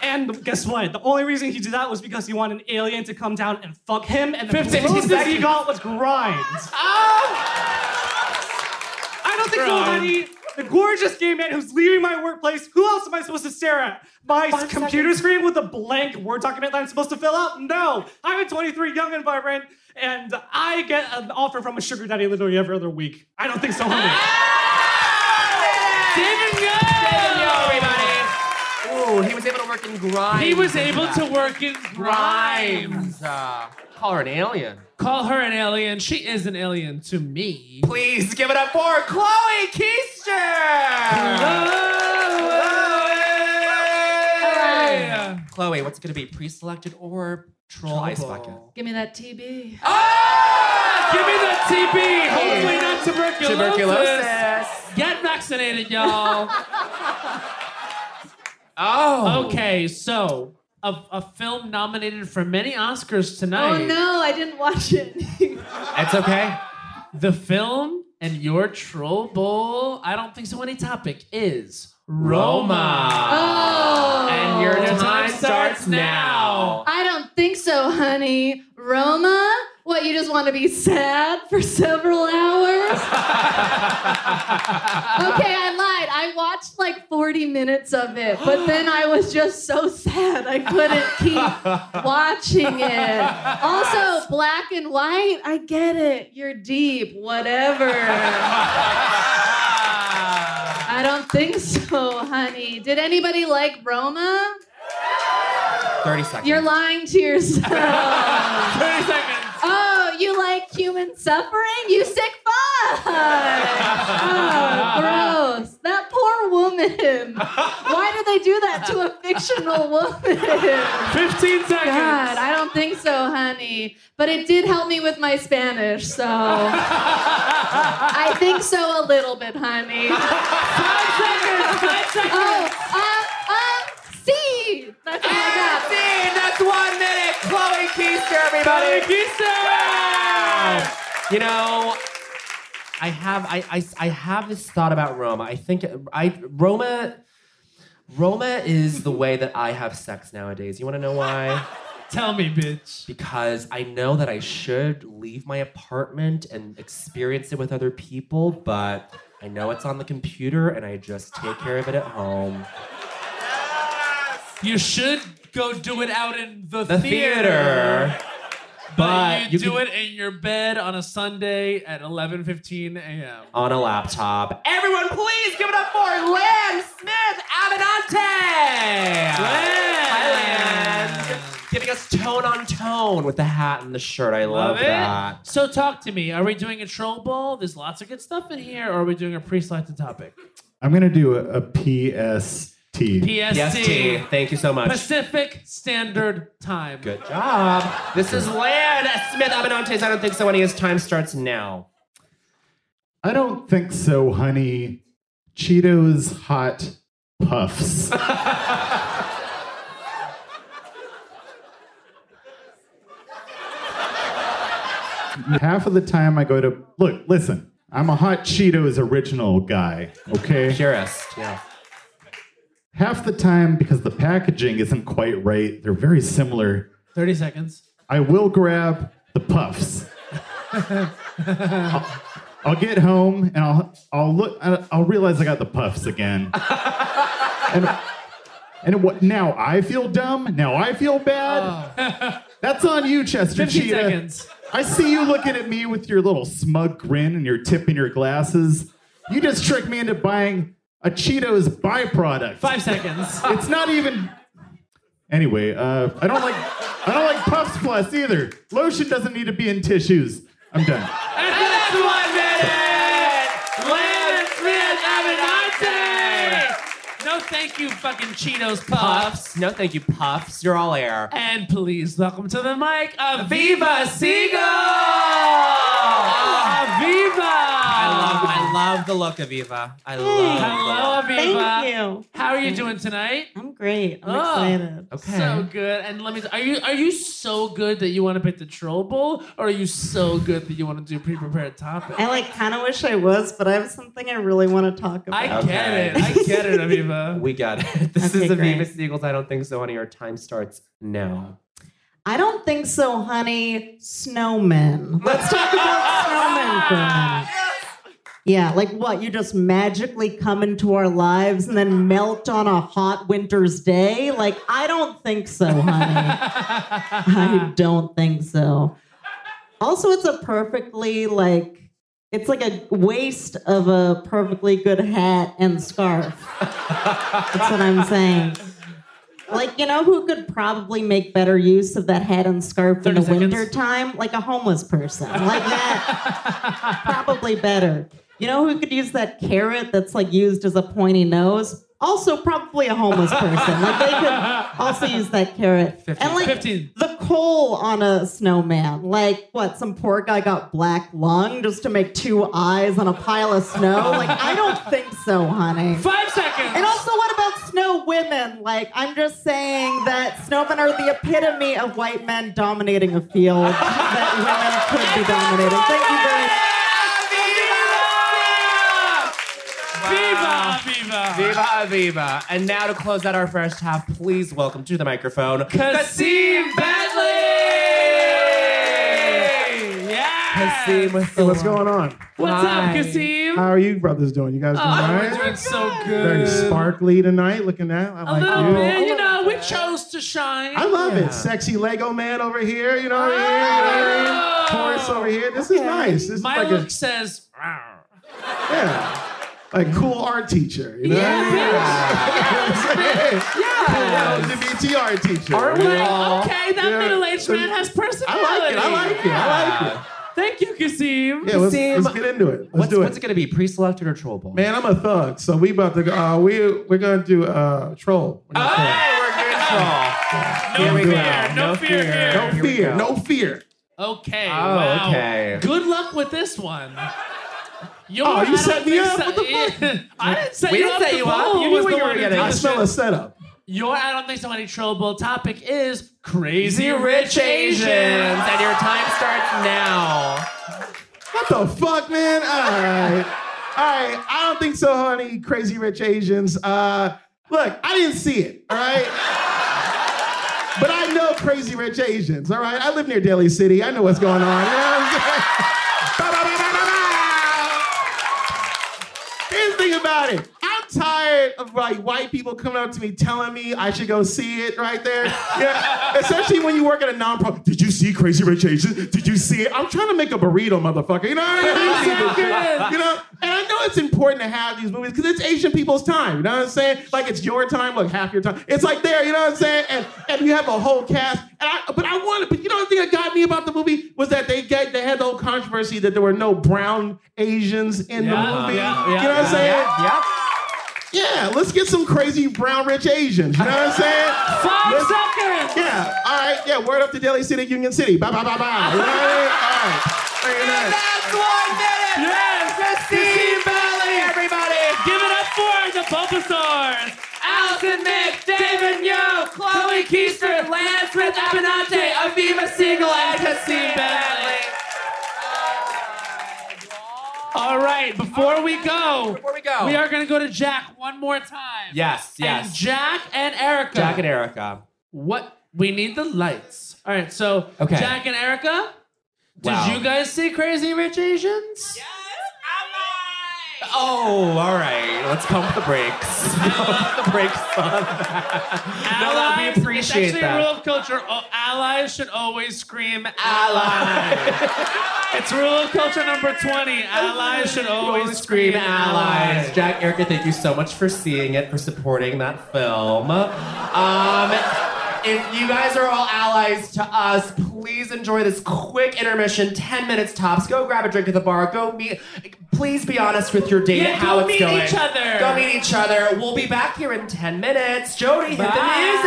Speaker 21: And guess what? The only reason he did that was because he wanted an alien to come down and fuck him, and the
Speaker 1: 15
Speaker 21: closest he
Speaker 1: seconds.
Speaker 21: got was grinds.
Speaker 1: Ah,
Speaker 21: I don't think so,
Speaker 1: Grind.
Speaker 21: honey. The gorgeous gay man who's leaving my workplace. Who else am I supposed to stare at? My
Speaker 1: Five
Speaker 21: computer
Speaker 1: seconds.
Speaker 21: screen with a blank Word document that I'm supposed to fill out? No. I'm 23, young and vibrant, and I get an offer from a sugar daddy literally every other week. I don't think so, honey.
Speaker 1: David Knows.
Speaker 4: Ooh, he was able to work in grimes.
Speaker 1: He was able to work in grime.
Speaker 4: grimes. Uh, call her an alien.
Speaker 1: Call her an alien. She is an alien to me.
Speaker 4: Please give it up for Chloe Keister. Chloe, what's it gonna be? Pre-selected or troll ice bucket?
Speaker 22: Give me that TB.
Speaker 1: Give me the TB. Hopefully not tuberculosis.
Speaker 4: Tuberculosis.
Speaker 1: Get vaccinated, y'all.
Speaker 4: oh.
Speaker 1: Okay, so a, a film nominated for many Oscars tonight.
Speaker 23: Oh no, I didn't watch it.
Speaker 4: That's okay.
Speaker 1: The film and your troll bowl. I don't think so. Any topic is Roma.
Speaker 22: Oh.
Speaker 1: And your
Speaker 22: Your
Speaker 1: time starts now.
Speaker 22: I don't think so, honey. Roma? What, you just want to be sad for several hours? okay, I lied. I watched like 40 minutes of it, but then I was just so sad I couldn't keep watching it. Also, black and white, I get it. You're deep, whatever. I don't think so, honey. Did anybody like Roma?
Speaker 4: 30 seconds.
Speaker 22: You're lying to yourself.
Speaker 1: 30 seconds.
Speaker 22: Oh, you like human
Speaker 1: Ah,
Speaker 22: suffering? You sick fuck! Oh, gross. That poor woman.
Speaker 24: woman? Why do they do that to a fictional woman?
Speaker 1: 15 seconds.
Speaker 22: God, I don't think so, honey. But it did help me with my Spanish, so I think so a little bit, honey. Five seconds. Five seconds. Oh, uh, uh, see. That's all I got.
Speaker 6: That's one minute. Chloe Keister, everybody.
Speaker 25: Chloe Keister!
Speaker 4: You know, I have I, I I have this thought about Roma. I think I Roma Roma is the way that I have sex nowadays. You want to know why?
Speaker 1: Tell me, bitch.
Speaker 4: Because I know that I should leave my apartment and experience it with other people, but I know it's on the computer and I just take care of it at home.
Speaker 1: You should go do it out in the,
Speaker 4: The theater.
Speaker 1: But,
Speaker 4: But
Speaker 1: you,
Speaker 4: you
Speaker 1: do
Speaker 4: can-
Speaker 1: it in your bed on a Sunday at 11:15 a.m.
Speaker 4: On a laptop.
Speaker 6: Everyone, please give it up for Lan Smith Avenante.
Speaker 4: Giving us tone on tone with the hat and the shirt. I love,
Speaker 1: Love it.
Speaker 4: that.
Speaker 1: So talk to me. Are we doing a troll ball? There's lots of good stuff in here. Or are we doing a pre-selected topic?
Speaker 26: I'm gonna do a, a PST.
Speaker 1: PST. PST.
Speaker 4: Thank you so
Speaker 1: Pacific Standard Time.
Speaker 4: Good job. This is Lan Smith Avenantes. I don't think so. Any his time starts now.
Speaker 26: I don't think so, honey. Cheetos hot puffs. Half of the time I go to look, listen. I'm a hot Cheetos original guy, okay?
Speaker 4: Purist, yeah.
Speaker 26: Half the time because the packaging isn't quite right. They're very similar.
Speaker 1: 30 seconds.
Speaker 26: I will grab the puffs. I'll, I'll get home and I'll I'll look I- I'll realize I got the puffs again. and, and what now I feel dumb. Now I feel bad. That's on you, Chester
Speaker 1: 15
Speaker 26: Cheetah.
Speaker 1: Oh. seconds.
Speaker 26: I see you looking at me with your little smug grin and your tip in your glasses. You just tricked me into buying a Cheetos byproduct.
Speaker 1: Five seconds.
Speaker 26: It's not even Anyway, uh, I don't like I don't like Puffs Plus either. Lotion doesn't need to be in tissues. I'm done.
Speaker 6: That's one minute. Lan Smith Avenante.
Speaker 1: No, thank you, fucking Cheetos Puffs.
Speaker 4: No, thank you, Puffs. You're all air.
Speaker 1: And please welcome to the mic
Speaker 6: Uh,
Speaker 1: Aviva Siegel. Uh,
Speaker 6: Aviva.
Speaker 4: I love, I love the look, Aviva. I
Speaker 1: Hmm,
Speaker 4: love.
Speaker 1: Hello, Aviva.
Speaker 4: the look.
Speaker 24: Thank you.
Speaker 1: How are you doing tonight? I'm
Speaker 24: great. I'm excited.
Speaker 4: Okay.
Speaker 1: So good. And let me. Are you are you so good that you want to pick the troll bowl, or are you so good that you want to do pre-prepared topics?
Speaker 24: I like kind of wish I was, but I have something I really want to talk about.
Speaker 1: I get it. I get it, Aviva.
Speaker 4: We got it. This
Speaker 24: Okay,
Speaker 4: is Aviva
Speaker 24: great.
Speaker 4: Siegel's I Don't Think So, Honey. Our time starts now.
Speaker 24: I don't think so, honey. Snowmen. Let's talk about snowmen for a minute. Yeah, like what? You just magically come into our lives and then melt on a hot winter's day? Like, I don't think so, honey. I don't think so. Also, it's a perfectly, like, it's like a waste of a perfectly good hat and scarf. That's what I'm saying. Like, you know who could probably make better use of that hat and scarf in the winter time? Like a homeless person. Like that. probably better. You know who could use that carrot that's like used as a pointy nose? Also, probably a homeless person. Like they could also use that carrot. and like the coal on a snowman. Like what? Some poor guy got black lung just to make two eyes on a pile of snow. Like I don't think so, honey.
Speaker 1: Five seconds.
Speaker 24: And also, what about snow women? Like, I'm just saying that snowmen are the epitome of white men dominating a field that women could be dominating. Thank you very much.
Speaker 4: Viva,
Speaker 1: Viva!
Speaker 4: Viva, Aviva. And now to close out our first half, please welcome to the microphone
Speaker 6: Kasim Bentley. Yeah.
Speaker 4: Kasim with
Speaker 26: Hey, what's going on?
Speaker 6: What's up, Kasim?
Speaker 26: How are you brothers doing? You guys doing all
Speaker 1: Oh,
Speaker 26: right?
Speaker 1: we're doing so good.
Speaker 26: Very sparkly tonight, looking at. I
Speaker 1: A
Speaker 26: like
Speaker 1: little
Speaker 26: you.
Speaker 1: bit, you know, we chose to shine.
Speaker 26: I love it. Sexy Lego man over here, you know what I mean? You know what I mean? Taurus over here. This is nice. This
Speaker 1: Oh. My
Speaker 26: is like
Speaker 1: look
Speaker 26: a
Speaker 1: says.
Speaker 26: yeah. Like cool art teacher, you know?
Speaker 1: Yeah,
Speaker 26: what I mean?
Speaker 1: Yeah.
Speaker 26: Cool LGBT art teacher.
Speaker 1: Are
Speaker 26: you
Speaker 1: we?
Speaker 26: know?
Speaker 1: Okay, that
Speaker 26: Yeah.
Speaker 1: middle-aged man has personality.
Speaker 26: I like it. I like it. I like it.
Speaker 1: Thank you, Kasim.
Speaker 27: Yeah, let's- let's get into it. Let's
Speaker 4: what's,
Speaker 27: do it.
Speaker 4: what's it gonna be? Pre-selected or troll ball?
Speaker 27: Man, I'm a thug, so we about to go. Uh, we we're gonna do uh, troll. We're gonna
Speaker 1: No
Speaker 27: Here we go.
Speaker 1: fear. No,
Speaker 27: Uh, No
Speaker 1: fear,
Speaker 27: fear.
Speaker 1: here.
Speaker 27: No Oh, Here we fear, go. no
Speaker 1: fear. Okay. Oh, wow.
Speaker 4: okay.
Speaker 1: Good luck with this one. You're,
Speaker 27: Oh, you
Speaker 1: I don't
Speaker 27: set me
Speaker 1: think
Speaker 27: up?
Speaker 1: so-
Speaker 27: What the
Speaker 1: Yeah. I didn't set
Speaker 27: We
Speaker 1: you
Speaker 27: didn't
Speaker 1: up.
Speaker 27: set
Speaker 1: The
Speaker 27: you up.
Speaker 1: poll
Speaker 27: You knew
Speaker 1: was
Speaker 27: what
Speaker 1: the
Speaker 27: you were
Speaker 1: one who
Speaker 27: getting.
Speaker 1: did
Speaker 27: I
Speaker 1: the
Speaker 27: smell
Speaker 1: shit.
Speaker 27: a setup.
Speaker 1: Your I don't think so many trouble topic is
Speaker 4: Easy
Speaker 1: crazy
Speaker 4: rich Asians, and your time starts now.
Speaker 27: What the fuck, man? All right. All right. I don't think so, honey. Crazy rich Asians. Uh, look, I didn't see it, all right? but I know crazy rich Asians, all right? I live near Daly City. I know what's going on. You know what I'm saying? Ba-ba-ba-ba-ba! Here's the thing about it. I'm tired of like white people coming up to me telling me I should go see it right there. Yeah. Especially when you work at a non-profit. Did you see Crazy Rich Asians? Did you see it? I'm trying to make a burrito, motherfucker. You know what I mean? you know, and I know it's important to have these movies because it's Asian people's time. You know what I'm saying? Like it's your time, like half your time. It's like there. You know what I'm saying? And and you have a whole cast. And I, but I wanted. But you know the thing that got me about the movie was that they get they had the whole controversy that there were no brown Asians in the
Speaker 6: Yeah,
Speaker 27: movie.
Speaker 6: yeah,
Speaker 27: you
Speaker 6: yeah,
Speaker 27: know what I'm
Speaker 6: yeah,
Speaker 27: saying?
Speaker 6: yeah, yeah.
Speaker 27: Yeah, let's get some crazy brown rich Asians. You know what I'm saying?
Speaker 6: Five
Speaker 27: Let's-
Speaker 6: seconds!
Speaker 27: Yeah. All right. Yeah. Word up to Daly City, Union City. Bye bye bye bye. You know what I mean? All right. Very nice.
Speaker 6: Yes! Christine Valley, everybody!
Speaker 1: Give it up for the Bulbasaurs!
Speaker 6: Allison Mick, David Yo, Chloe Keister, Lance with Abinante, Aviva Siegel, and Christine Valley.
Speaker 1: All right, before we go,
Speaker 6: Before we go.
Speaker 1: we are going to go to Jack one more time.
Speaker 4: Yes, yes.
Speaker 1: And Jack and Erica.
Speaker 4: Jack and Erica.
Speaker 1: What? We need the lights. All right, so
Speaker 4: Okay.
Speaker 1: Jack and Erica,
Speaker 4: Wow.
Speaker 1: did you guys see Crazy Rich Asians?
Speaker 4: Oh, all right. Let's pump the brakes. Pump the brakes on that. No, that we
Speaker 1: it's
Speaker 4: appreciate
Speaker 1: actually
Speaker 4: that.
Speaker 1: a rule of culture. Oh, allies should always scream allies. it's rule of culture number 20. Allies should always
Speaker 4: Scream
Speaker 1: scream allies.
Speaker 4: Allies. Jack, Erica, thank you so much for seeing it, for supporting that film. Um, if you guys are all allies to us, please enjoy this quick intermission, 10 minutes tops. Go grab a drink at the bar. Go meet. Please be honest with your date,
Speaker 6: Yeah,
Speaker 4: how
Speaker 6: go
Speaker 4: it's
Speaker 6: meet
Speaker 4: going.
Speaker 6: each other.
Speaker 4: Go meet each other. We'll be back here in 10 minutes. Jody, hit the
Speaker 6: Bye.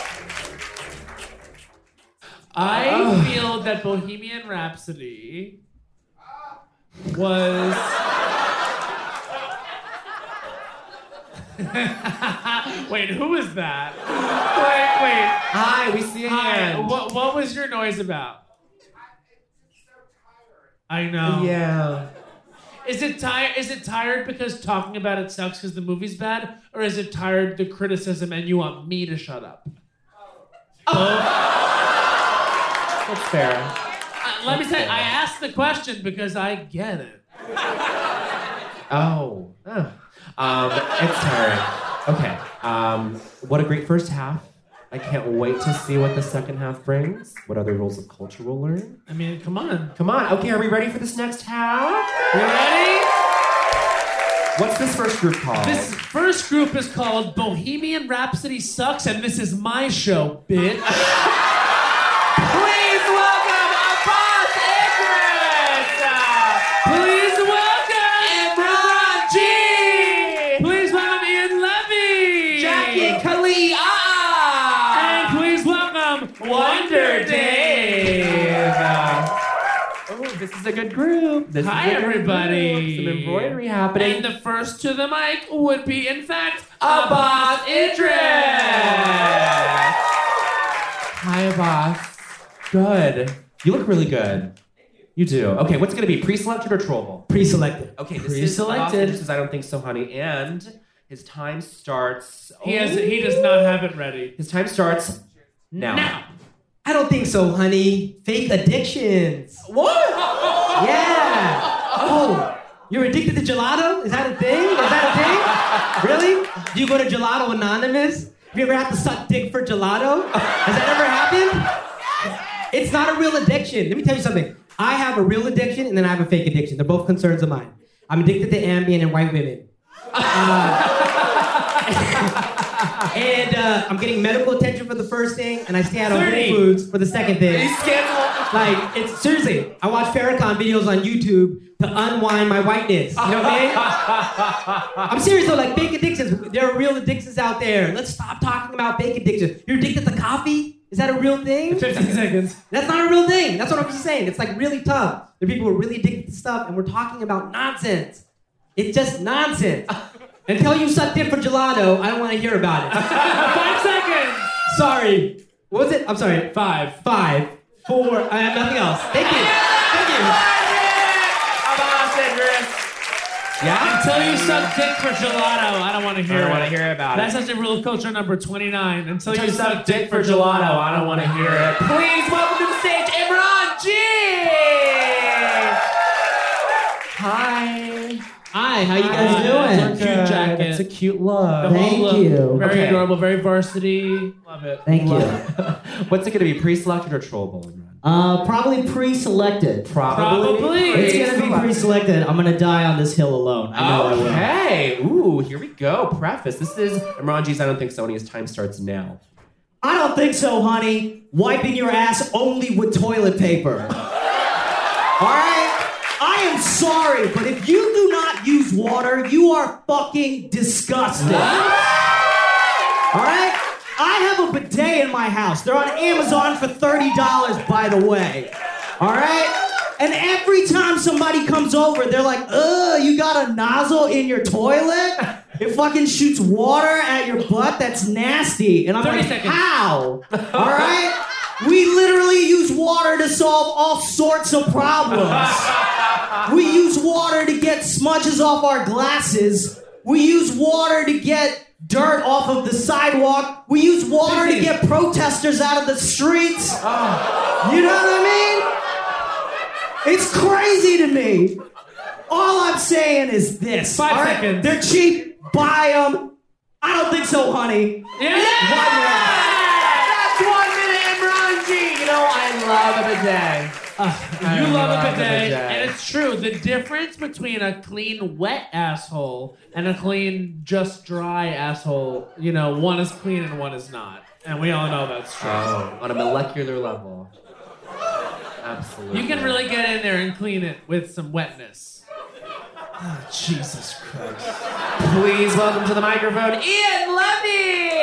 Speaker 4: music.
Speaker 1: I
Speaker 4: Oh.
Speaker 6: Ugh.
Speaker 1: feel that Bohemian Rhapsody was. wait, who is that? Wait, wait.
Speaker 4: Hi, we see a
Speaker 1: Hi,
Speaker 4: hand.
Speaker 1: What, what was your noise about? I know.
Speaker 4: Yeah.
Speaker 1: Is it tired? Is it tired because talking about it sucks because the movie's bad, or is it tired the criticism and you want me to shut up?
Speaker 4: Oh. That's fair.
Speaker 1: Uh, let me say, I asked the question because I get it.
Speaker 4: Oh. oh. Um, it's tiring. Okay. Um, what a great first half. I can't wait to see what the second half brings. What other rules of culture we'll learn.
Speaker 1: I mean, come on.
Speaker 4: Come on. Okay, are we ready for this next half? You ready? What's this first group called?
Speaker 1: This first group is called Bohemian Rhapsody Sucks, and this is my show, bitch.
Speaker 6: Please welcome Abbas Icarus! Please welcome Imran G!
Speaker 1: Please welcome Ian Levy!
Speaker 6: Jackie Kali Ah!
Speaker 1: And please welcome
Speaker 6: Wonder Dave!
Speaker 4: Oh, this is a good group. This is
Speaker 1: Hi,
Speaker 4: a good
Speaker 1: everybody.
Speaker 4: group. Some embroidery happening.
Speaker 1: And the first to the mic would be, in fact,
Speaker 6: Abbas
Speaker 1: Abbas
Speaker 6: Idris!
Speaker 1: Idris.
Speaker 4: Hi, boss. Good. You look really good. You do. Okay, what's going to be pre-selected or trollable?
Speaker 1: Pre-selected.
Speaker 4: Okay, this is
Speaker 1: Pre-selected.
Speaker 4: Boss Idris' I don't think so, honey. And his time starts.
Speaker 1: He has. He does not have it ready.
Speaker 4: His time starts now.
Speaker 28: I don't think so, honey. Fake addictions.
Speaker 4: What?
Speaker 28: Yeah. Oh, you're addicted to gelato? Is that a thing? Is that a thing? Really? Do you go to Gelato Anonymous? Have you ever had to suck dick for gelato? Has that ever happened? It's not a real addiction. Let me tell you something. I have a real addiction and then I have a fake addiction. They're both concerns of mine. I'm addicted to Ambien and white women. Uh, and uh, I'm getting medical attention for the first thing, and I stay out of Whole
Speaker 6: 30.
Speaker 28: Foods for the second thing.
Speaker 6: He's scheduled
Speaker 28: Like, it's seriously, I watch Farrakhan videos on YouTube to unwind my whiteness. You know what I mean? I'm serious though, like fake addictions. There are real addictions out there. Let's stop talking about fake addictions. You're addicted to coffee? Is that a real thing? 15 seconds. That's not a real thing. That's what I'm just saying. It's like really tough. There are people who are really addicted to stuff, and we're talking about nonsense. It's just nonsense. Until you sucked in for gelato, I don't want to hear about it. Five seconds. Sorry. What was it? I'm sorry. Five. Five. Four. I have nothing else. Thank you. Thank you.
Speaker 1: Yeah. Until you suck dick for gelato, I don't want to hear.
Speaker 4: I don't wanna
Speaker 1: it.
Speaker 4: hear about it.
Speaker 1: That's actually rule of culture number twenty-nine. Until,
Speaker 4: Until
Speaker 1: you suck dick for gelato, I don't want to hear it.
Speaker 6: Please welcome to the stage, Imran G.
Speaker 1: Hi.
Speaker 28: Hi. How you
Speaker 1: guys
Speaker 28: doing?
Speaker 1: It's a cute
Speaker 28: Good.
Speaker 1: jacket.
Speaker 28: That's a cute look.
Speaker 1: The whole
Speaker 28: Thank
Speaker 1: look,
Speaker 28: you.
Speaker 1: Very
Speaker 28: Okay.
Speaker 1: adorable. Very varsity. Love it.
Speaker 28: Thank you.
Speaker 4: What's it going to be, pre-selected or trollable?
Speaker 29: Uh, probably pre-selected.
Speaker 4: Probably Probably.
Speaker 29: It's gonna be
Speaker 4: pre-selected.
Speaker 29: pre-selected. I'm gonna die on this hill alone. I know
Speaker 4: Okay. Ooh, here we go. Preface. This is Imranji's I Don't Think Sonia's time starts now.
Speaker 29: I will. I don't think so, honey. Wiping your ass only with toilet paper. All right. I am sorry, but if you do not use water, you are fucking disgusting. All right? I have a bidet in my house. They're on Amazon for $30, by the way. All right? And every time somebody comes over, they're like, ugh, you got a nozzle in your toilet? It fucking shoots water at your butt? That's nasty. And I'm
Speaker 6: 30
Speaker 29: like,
Speaker 6: seconds.
Speaker 29: how? All right? We literally use water to solve all sorts of problems. We use water to get smudges off our glasses. We use water to get dirt off of the sidewalk. We use water to get protesters out of the streets. You know what I mean? It's crazy to me. All I'm saying is this.
Speaker 6: Five
Speaker 29: all right?
Speaker 6: seconds.
Speaker 29: They're cheap. Buy them. I don't think so, honey.
Speaker 6: That's one minute, Imran G. You know, I love a bidet.
Speaker 1: You
Speaker 6: I
Speaker 1: love a
Speaker 6: love a
Speaker 1: bidet,
Speaker 6: bidet.
Speaker 1: and it's true. The difference between a clean, wet asshole and a clean, just dry asshole, you know, one is clean and one is not. And we all know that's true.
Speaker 4: Oh, on a molecular level. Absolutely.
Speaker 1: You can really get in there and clean it with some wetness. Oh, Jesus Christ.
Speaker 4: Please welcome to the microphone, Ian Levy.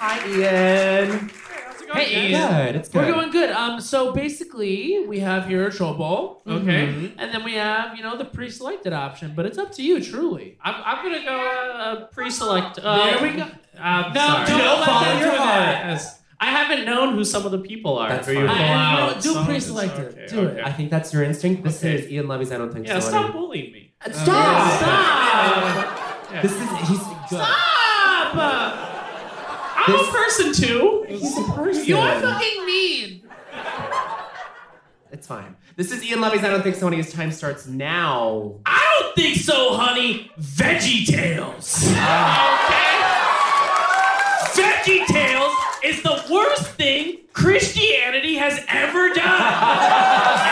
Speaker 4: Hi, Ian.
Speaker 1: Hey,
Speaker 4: guys?
Speaker 1: Ian.
Speaker 4: Good, it's
Speaker 1: We're
Speaker 4: good.
Speaker 1: going good. Um, so basically, we have here a troll bowl, okay,
Speaker 4: Mhm.
Speaker 6: Mm-hmm.
Speaker 1: and then we have you know the pre-selected option, but it's up to you, truly. I'm, I'm gonna go uh, pre-select.
Speaker 6: uh,
Speaker 1: there we go. Um, no,
Speaker 6: sorry.
Speaker 1: don't,
Speaker 6: Don't
Speaker 1: let
Speaker 6: follow
Speaker 1: them do
Speaker 6: your
Speaker 1: that.
Speaker 6: heart. I haven't known who some of the people are.
Speaker 4: That's
Speaker 6: who you
Speaker 4: fine.
Speaker 6: pull
Speaker 4: I-
Speaker 6: out.
Speaker 1: no, do
Speaker 6: Some-
Speaker 1: pre-selected.
Speaker 6: it's
Speaker 1: Do it.
Speaker 4: I think that's your instinct. This is Ian Levy's I Don't Think
Speaker 6: Yeah,
Speaker 4: So.
Speaker 6: stop bullying me.
Speaker 4: Stop! Stop!
Speaker 6: Yeah.
Speaker 4: This is, he's good.
Speaker 6: Stop! I'm a person too. He's a person. You are fucking mean.
Speaker 4: It's fine. This is Ian Levy's I Don't Think So. His time starts now.
Speaker 6: I don't think so, honey. Veggie Tales. okay? Veggie Tales is the worst thing Christianity has ever done.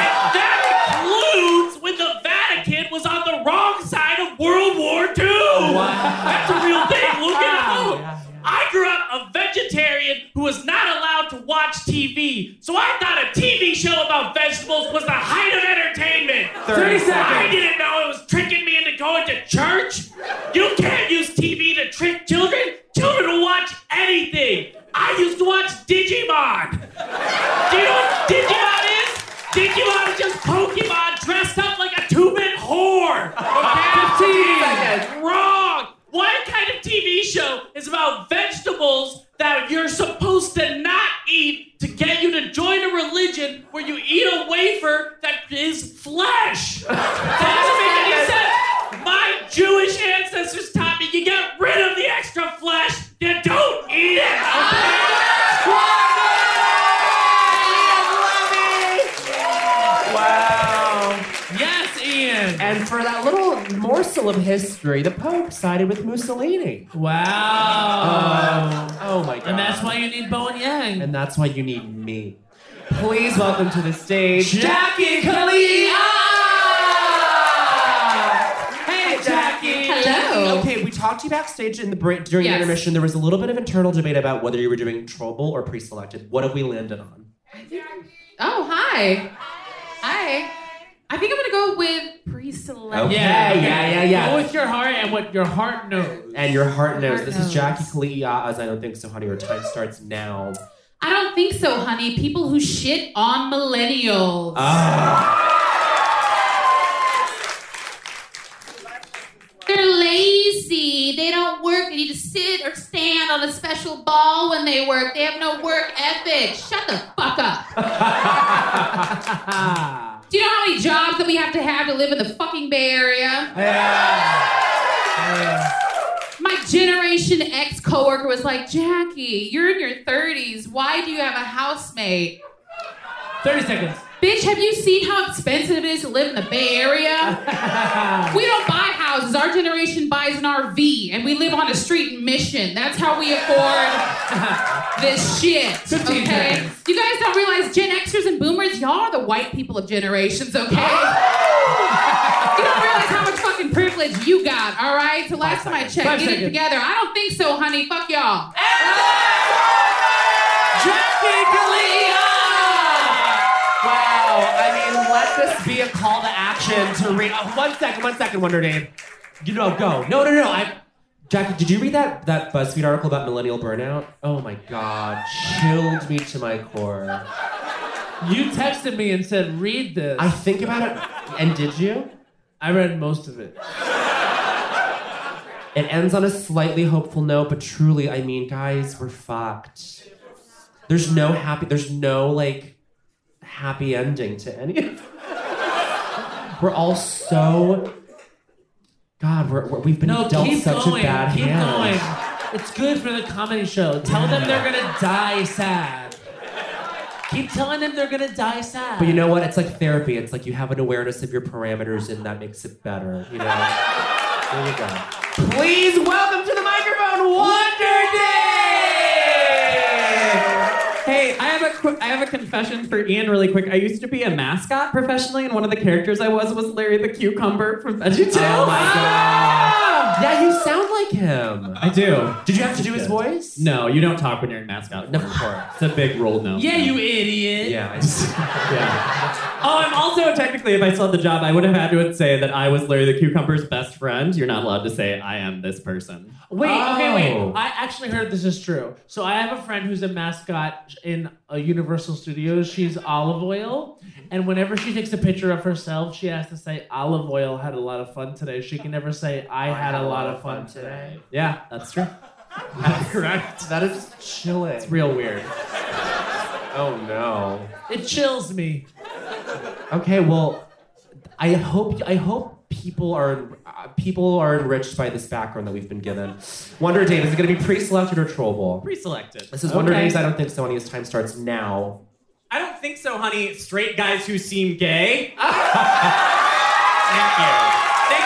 Speaker 6: and that includes when the Vatican was on the wrong side of World War II. That's a real thing. Look it up. I grew up a vegetarian who was not allowed to watch TV, so I thought a TV show about vegetables was the height of entertainment.
Speaker 1: 30 seconds.
Speaker 6: I didn't know it was tricking me into going to church. You can't use TV to trick children. Children will watch anything. I used to watch Digimon. Do you know what Digimon is? Digimon is just Pokemon dressed up like a two-bit whore. Okay? It's wrong. One kind of TV show is about vegetables that you're supposed to not eat to get you to join a religion where you eat a wafer that is flesh. That doesn't make any sense. My Jewish ancestors taught me you get rid of the extra flesh, you don't eat it.
Speaker 4: Wow.
Speaker 1: Yes, Ian.
Speaker 4: And for that little morsel of history, the Pope sided with Mussolini.
Speaker 1: Wow.
Speaker 4: Um, oh my God.
Speaker 1: And that's why you need Bo and Yang.
Speaker 4: And that's why you need me. Please welcome to the stage
Speaker 6: Jackie Kalia!
Speaker 4: Hey,
Speaker 6: Jackie.
Speaker 4: Hello. Ew.
Speaker 30: Okay,
Speaker 4: we talked to you backstage in the break during
Speaker 30: Yes.
Speaker 4: the intermission. There was a little bit of internal debate about whether you were doing trouble or pre-selected. What have we landed on?
Speaker 31: Oh, hi. Hi. I think I'm gonna go with pre-select.
Speaker 4: Okay. Yeah, yeah, yeah, yeah.
Speaker 1: Go with your heart and what your heart knows.
Speaker 4: And your heart knows.
Speaker 31: Heart
Speaker 4: this
Speaker 31: knows.
Speaker 4: is Jackie Kalia's I Don't Think So, Honey. Your time starts now.
Speaker 31: I don't think so, honey. People who shit on millennials. They're lazy. They don't work. They need to sit or stand on a special ball when they work. They have no work ethic. Shut the fuck up. Do you know how many jobs that we have to have to live in the fucking Bay Area? My Generation X coworker was like, Jackie, you're in your 30s. Why do you have a housemate?
Speaker 1: 30 seconds.
Speaker 31: Bitch, have you seen how expensive it is to live in the Bay Area? we don't buy houses. Our generation buys an RV, and we live on a street in Mission. That's how we afford this shit.
Speaker 32: 15
Speaker 31: Okay?
Speaker 32: seconds.
Speaker 31: You guys don't realize Gen Xers and Boomers, y'all are the white people of generations. Okay? you don't realize how much fucking privilege you got. All right. So last time I checked,
Speaker 32: Five
Speaker 31: get it
Speaker 32: seconds.
Speaker 31: together. I don't think so, honey. Fuck y'all.
Speaker 32: Jackie
Speaker 4: Wow. I mean, let
Speaker 33: this be a call to action to read. Oh, one second, one second, Wonder Dave.
Speaker 4: You know, go. No, no, no. I, Jackie, did you read that that BuzzFeed article about millennial burnout? Oh my God, chilled me to my core.
Speaker 1: You texted me and said, read this. I
Speaker 4: think about it. And did you?
Speaker 1: I read most of it.
Speaker 4: It ends on a slightly hopeful note, but truly, I mean, guys, we're fucked. There's no happy. There's no like happy ending to any of. it. We're all so. God, we're, we're, we've been
Speaker 1: No,
Speaker 4: dealt
Speaker 1: keep
Speaker 4: such
Speaker 1: going.
Speaker 4: a bad
Speaker 1: keep
Speaker 4: hand.
Speaker 1: going. It's good for the comedy show. Tell them they're gonna die sad. Keep telling them they're gonna die sad.
Speaker 4: But you know what? It's like therapy. It's like you have an awareness of your parameters, and that makes it better. You know. there you go.
Speaker 32: Please welcome to the microphone, Wonder Day.
Speaker 6: Hey, I have a qu- I have a confession for Ian really quick. I used to be a mascot professionally, and one of the characters I was was Larry the Cucumber from VeggieTales.
Speaker 32: Oh my
Speaker 6: Ah!
Speaker 4: Yeah, you sound like him.
Speaker 6: I do.
Speaker 4: Did you have to do his voice?
Speaker 6: No, you don't talk when you're in mascot. No, it's a big rule. No.
Speaker 1: Yeah, you idiot.
Speaker 4: Yeah.
Speaker 6: Oh, I'm also technically, if I still had the job, I would have had to say that I was Larry the Cucumber's best friend. You're not allowed to say I am this person.
Speaker 1: Wait, okay, wait. I actually heard this is true. So I have a friend who's a mascot in uh, Universal Studios. She's olive oil, and whenever she takes a picture of herself, she has to say olive oil had a lot of fun today. She can never say I, had, a lot, of fun, today.
Speaker 6: Yeah, that's true.
Speaker 1: That's correct.
Speaker 4: That is chilling. It's
Speaker 6: real weird.
Speaker 4: Oh no.
Speaker 1: It chills me.
Speaker 4: Okay, well, I hope I hope people are uh, people are enriched by this background that we've been given. Wonder Dave is it going to be pre-selected or trollable?
Speaker 6: Pre-selected.
Speaker 4: This is Wonder
Speaker 6: Okay.
Speaker 4: Dave's. I don't think so. And his time starts now.
Speaker 6: I don't think so, honey. Straight guys who seem gay. Thank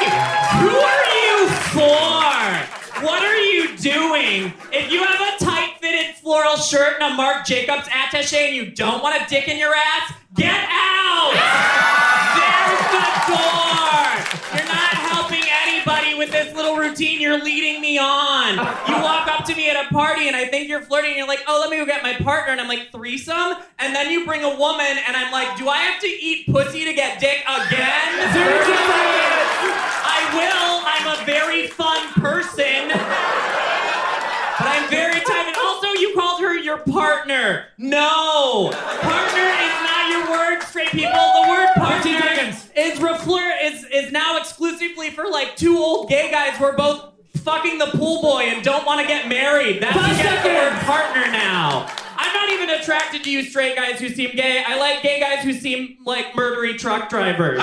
Speaker 6: you. Who are you for? What are you doing? If you have a tight fitted floral shirt and a Marc Jacobs attache and you don't want a dick in your ass, get out! There's the door! You're not helping anybody with this little routine you're leading me on. You walk up to me at a party and I think you're flirting and you're like, oh, let me go get my partner. And I'm like, threesome? And then you bring a woman and I'm like, do I have to eat pussy to get dick again? I will. I'm a very fun person. But I'm very tired. And also, you called her your partner. No. Partner is not your word, straight people. The word partner is, refler- is, is now exclusively for like two old gay guys who are both fucking the pool boy and don't want to get married. That's you get the word partner now. I'm not even attracted to you straight guys who seem gay. I like gay guys who seem like murdery truck drivers.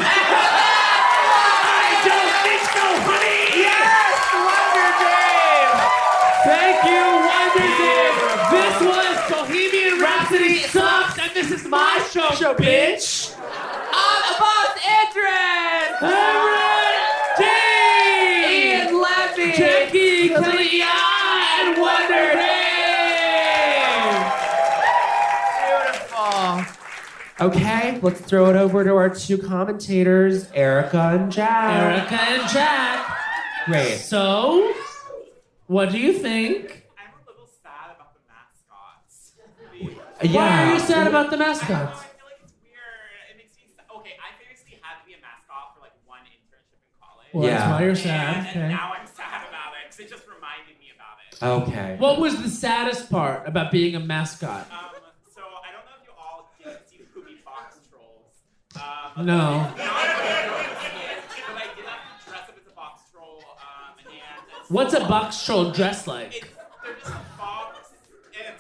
Speaker 6: I don't think so, honey! Yes, Wonder Dave!
Speaker 1: Thank you, Wonder Dave. This was Bohemian Rhapsody sucks, and this is my show, bitch.
Speaker 32: I'm about Adrian. Adrian. Ian Levy.
Speaker 1: Jackie
Speaker 32: Clea and Wonder Day. Beautiful.
Speaker 4: Okay, let's throw it over to our two commentators, Erica and Jack.
Speaker 1: Erica and Jack. Great. So, what do you think? I'm a little sad about the mascots. Why are you sad about the mascots? Well, that's why you're sad.
Speaker 6: And, and
Speaker 1: okay.
Speaker 6: now I'm sad about it because it just reminded me about it.
Speaker 4: Okay.
Speaker 1: What was the saddest part about being a mascot?
Speaker 6: Um, so I don't know if you all did see Poopy Fox trolls. Um,
Speaker 1: No.
Speaker 6: Not but I did have to dress up as a box troll. Um, and it's-
Speaker 1: What's a box troll dressed like?
Speaker 6: It's, they're just a box. And,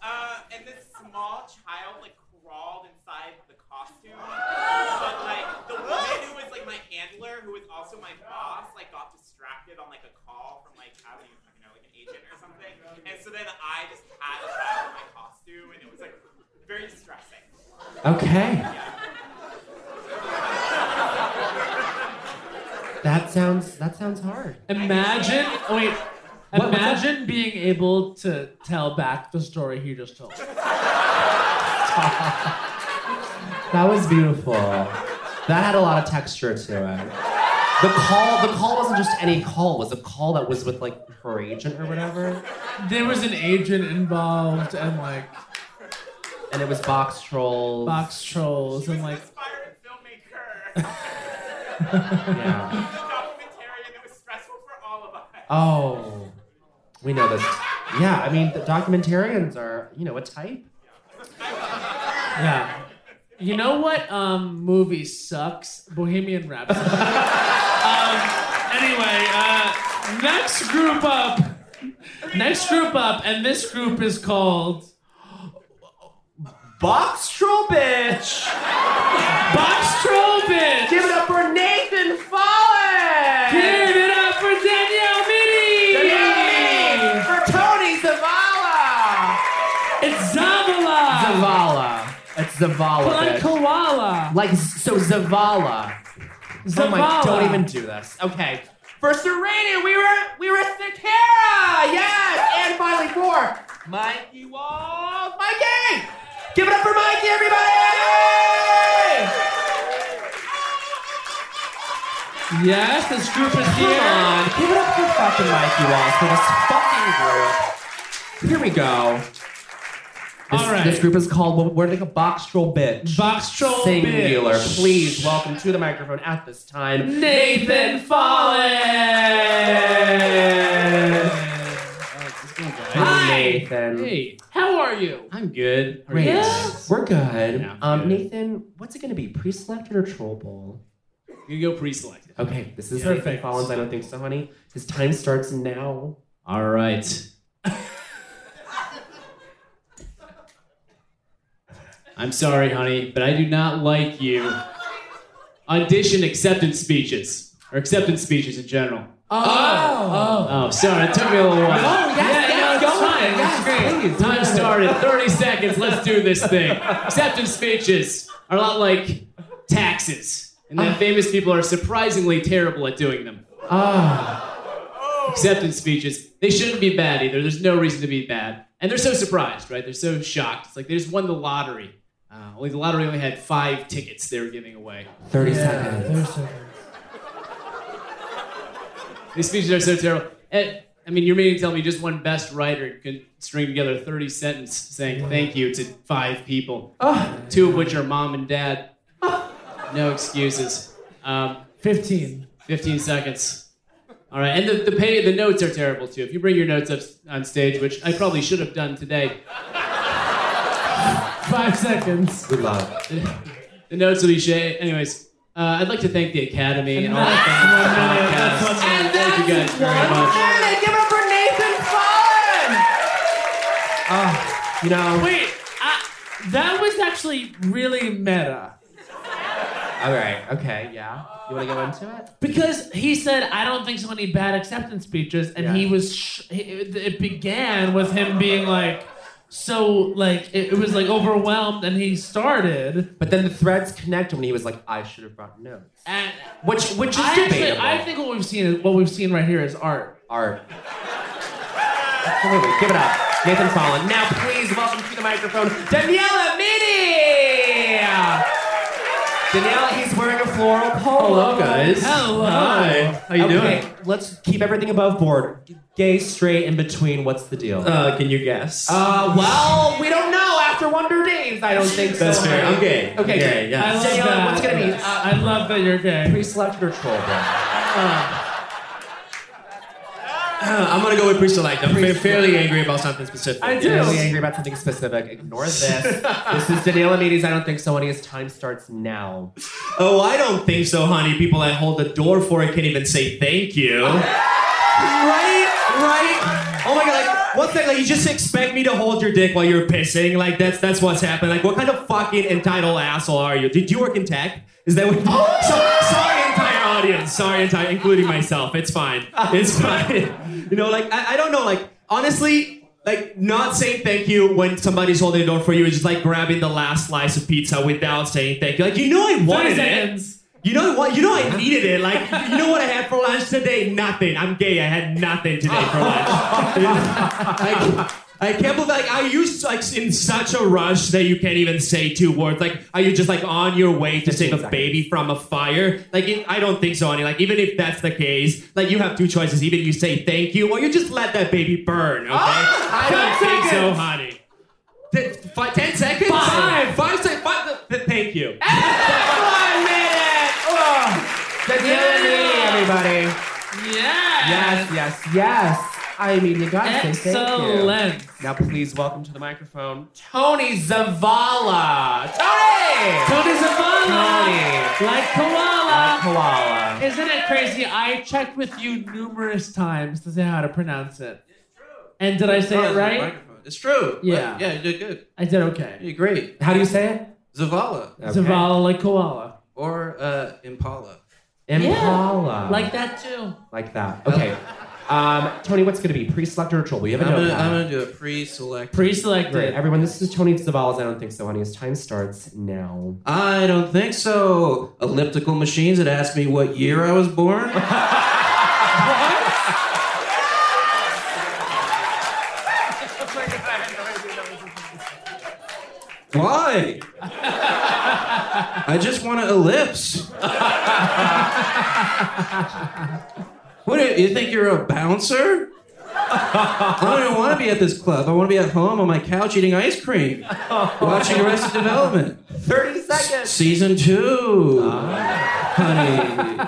Speaker 6: uh, and this small child like crawled inside the costume. But like the woman who was like my handler, who was also my boss, like got distracted on like a call from like I don't even fucking know, like an agent or something. And so then I just had a child in my costume, and it was like very distressing.
Speaker 4: Okay.
Speaker 1: That sounds that sounds hard. Imagine oh wait.
Speaker 4: what's
Speaker 1: imagine being able to tell back the story he just told.
Speaker 4: That was beautiful. That had a lot of texture to it. The call, the call wasn't just any call. It was a call that was with like her agent or whatever,
Speaker 1: There was an agent involved and like
Speaker 4: and it was box trolls.
Speaker 1: box trolls and like
Speaker 4: Yeah.
Speaker 27: 음.
Speaker 6: Documentary, and it was stressful for all of us.
Speaker 4: Oh, we know this. Yeah, I mean the documentarians are, you know, a type.
Speaker 1: Yeah. You know what um, movie sucks? Bohemian Rhapsody. um, anyway, uh, next group up. Next group up, and this group is called
Speaker 6: Box Troll Bitch.
Speaker 1: Box Troll Bitch.
Speaker 6: Give it up for Nathan Foley.
Speaker 1: Give it up for Danielle Mitty.
Speaker 6: Danielle Mitty. For Tony Zavala.
Speaker 1: It's Zavala. Ah.
Speaker 4: Zavala. It's Zavala.
Speaker 1: Like
Speaker 4: bitch.
Speaker 1: koala.
Speaker 4: Like so, Zavala. Oh my,
Speaker 6: Zavala.
Speaker 4: don't even do this. Okay.
Speaker 6: For Serena, we were we were Sakara. Yes, and finally for Mikey Wall. Mikey, give it up for Mikey, everybody.
Speaker 1: Yes, this group is here.
Speaker 4: Come on, give it up for fucking Mikey Walls for this fucking group. Here we go. This,
Speaker 1: All right.
Speaker 4: this group is called what- what are they called? Box Troll Bitch.
Speaker 1: Box Troll
Speaker 4: Singular.
Speaker 1: Bitch.
Speaker 4: Please welcome to the microphone at this time.
Speaker 1: Nathan Foley.
Speaker 4: Hi, Nathan.
Speaker 1: Hey, how are you?
Speaker 4: I'm good.
Speaker 1: Are you
Speaker 4: Great.
Speaker 1: good?
Speaker 4: We're good. um, Nathan, what's it gonna be? Pre-selected or troll bowl?
Speaker 34: You go pre-selected.
Speaker 4: Okay, this is
Speaker 34: Yeah.
Speaker 4: Nathan Collins. I don't think so, honey. His time starts now.
Speaker 34: All right. I'm sorry, honey, but I do not like you. Audition acceptance speeches, or acceptance speeches in general.
Speaker 6: Oh.
Speaker 34: Oh, sorry, it took me a little while.
Speaker 6: No, Oh, yes, yes,
Speaker 34: no, it's
Speaker 6: go
Speaker 34: fine,
Speaker 6: on.
Speaker 34: it's
Speaker 6: Yes,
Speaker 34: great.
Speaker 6: please,
Speaker 34: Time
Speaker 6: yes.
Speaker 34: started. 30 seconds. Let's do this thing. Acceptance speeches are a lot like taxes, and
Speaker 6: Ah.
Speaker 34: that famous people are surprisingly terrible at doing them.
Speaker 4: Ah.
Speaker 34: Acceptance speeches, they shouldn't be bad either. There's no reason to be bad. And they're so surprised, right? They're so shocked. It's like they just won the lottery. Uh, only the lottery only had five tickets they were giving away.
Speaker 4: 30
Speaker 34: seconds. These speeches are so terrible. Eh, I mean, you're meaning to tell me just one best writer could string together a 30 sentence saying thank you to five people,
Speaker 1: Ah.
Speaker 34: two of which are mom and dad. No excuses. Um,
Speaker 1: 15.
Speaker 34: 15 seconds. All right, and the, the pay the notes are terrible too. If you bring your notes up s- on stage, which I probably should have done today,
Speaker 1: Five seconds.
Speaker 4: Good luck.
Speaker 34: the notes will be shit. Anyways, uh, I'd like to thank the Academy and all the
Speaker 6: That's
Speaker 34: fans
Speaker 6: one
Speaker 34: of the podcast. Thank you guys very much.
Speaker 6: minute. Give it up for Nathan Fun.
Speaker 4: Ah, you know.
Speaker 1: Wait, I, that was actually really meta.
Speaker 4: All right. Okay. Yeah. You want to go into it?
Speaker 1: Because he said, I don't think so many bad acceptance speeches. And he was, sh- he- it it began with him being like, so, like, it, it was like overwhelmed. And he started.
Speaker 4: But then the threads connect when he was like, "I should have brought notes,"
Speaker 1: and
Speaker 4: which which is
Speaker 1: I actually-
Speaker 4: debatable.
Speaker 1: I think what we've seen is, what we've seen right here is art.
Speaker 4: Art. Absolutely. Give it up, Nathan Fallon. Now,
Speaker 6: Uh,
Speaker 4: please welcome to the microphone, Daniela Mitty. Danielle, he's wearing a floral polo.
Speaker 35: Hello, guys. Hello. Hi. How you
Speaker 4: okay,
Speaker 35: doing?
Speaker 4: Let's keep everything above board. Gay, straight, in between. What's the deal?
Speaker 35: Uh, can you guess?
Speaker 4: Uh, well, we don't know. After Wonder Days, I don't think so.
Speaker 35: That's fair. I'm gay.
Speaker 4: Okay,
Speaker 35: Gay,
Speaker 4: good.
Speaker 35: yes. I love
Speaker 4: Danielle,
Speaker 35: that.
Speaker 4: what's gonna be?
Speaker 1: I love that you're gay.
Speaker 4: Pre-selected or troll?
Speaker 35: I'm gonna go with pre-select. I'm fa- fairly angry about something specific.
Speaker 4: I'm really angry about something specific. Ignore this. this is Daniela Medes. I don't think so. And his time starts now.
Speaker 35: Oh, I don't think so, honey. People I hold the door for, I can't even say thank you.
Speaker 6: Right?
Speaker 35: Right? Oh my god, like, what's that? Like, you just expect me to hold your dick while you're pissing? Like, that's that's what's happening. Like, what kind of fucking entitled asshole are you? Did you work in tech? Is that what? So- sorry, entire audience. Sorry, entire, including myself. It's fine. It's fine. You know, like, I, I don't know. Like, honestly, like, not saying thank you when somebody's holding the door for you is just like grabbing the last slice of pizza without saying thank you. Like, you know, I wanted it.
Speaker 1: seconds.
Speaker 35: You know what? You know I needed it. Like, you know what I had for lunch today? Nothing. I'm gay. I had nothing today for lunch. Like, I can't believe. Like, are you like in such a rush that you can't even say two words? Like, are you just like on your way to save a baby from a fire? Like, it, I don't think so, honey. Like, even if that's the case, like you have two choices. Either you say thank you, or you just let that baby
Speaker 1: Oh,
Speaker 35: burn. Okay?
Speaker 1: Ah!
Speaker 35: I don't
Speaker 6: ten
Speaker 35: think so,
Speaker 6: seconds.
Speaker 35: honey. Th- fi- ten seconds.
Speaker 6: Five.
Speaker 35: Five sec- Five. th- thank you.
Speaker 6: One minute.
Speaker 4: Oh. Daniela Medes, everybody.
Speaker 1: Yeah.
Speaker 4: Yes, yes, yes. I mean, you gotta say thank you.
Speaker 1: Excellent.
Speaker 4: Now, please welcome to the microphone Tony Zavala. Tony!
Speaker 1: Tony Zavala.
Speaker 4: Tony.
Speaker 1: Like koala.
Speaker 4: Like koala.
Speaker 1: Isn't it crazy? I checked with you numerous times to say how to pronounce it. And did I say it right?
Speaker 35: It's true.
Speaker 1: Yeah.
Speaker 35: Yeah, you did good.
Speaker 1: I did okay.
Speaker 35: You did great.
Speaker 4: How do you say it?
Speaker 35: Zavala.
Speaker 1: Zavala like koala.
Speaker 35: Or uh, Impala.
Speaker 4: Impala.
Speaker 1: Like that too.
Speaker 4: Like that. Okay. Um, Tony, what's going to be? Pre-selected or troll? We haven't
Speaker 35: I'm
Speaker 4: known
Speaker 35: gonna,
Speaker 4: that.
Speaker 35: I'm gonna do a pre-select.
Speaker 4: Great. Everyone, this is Tony Zavala's I Don't Think So, Honey. His time starts now.
Speaker 35: I don't think so. Elliptical machines that asked me what year I was born. Why? I just want an ellipse. what do you think you're a bouncer? I don't even want to be at this club. I want to be at home on my couch eating ice cream, Oh. watching Arrested Development.
Speaker 4: 30 seconds.
Speaker 35: Season two.
Speaker 1: Ah.
Speaker 35: Honey.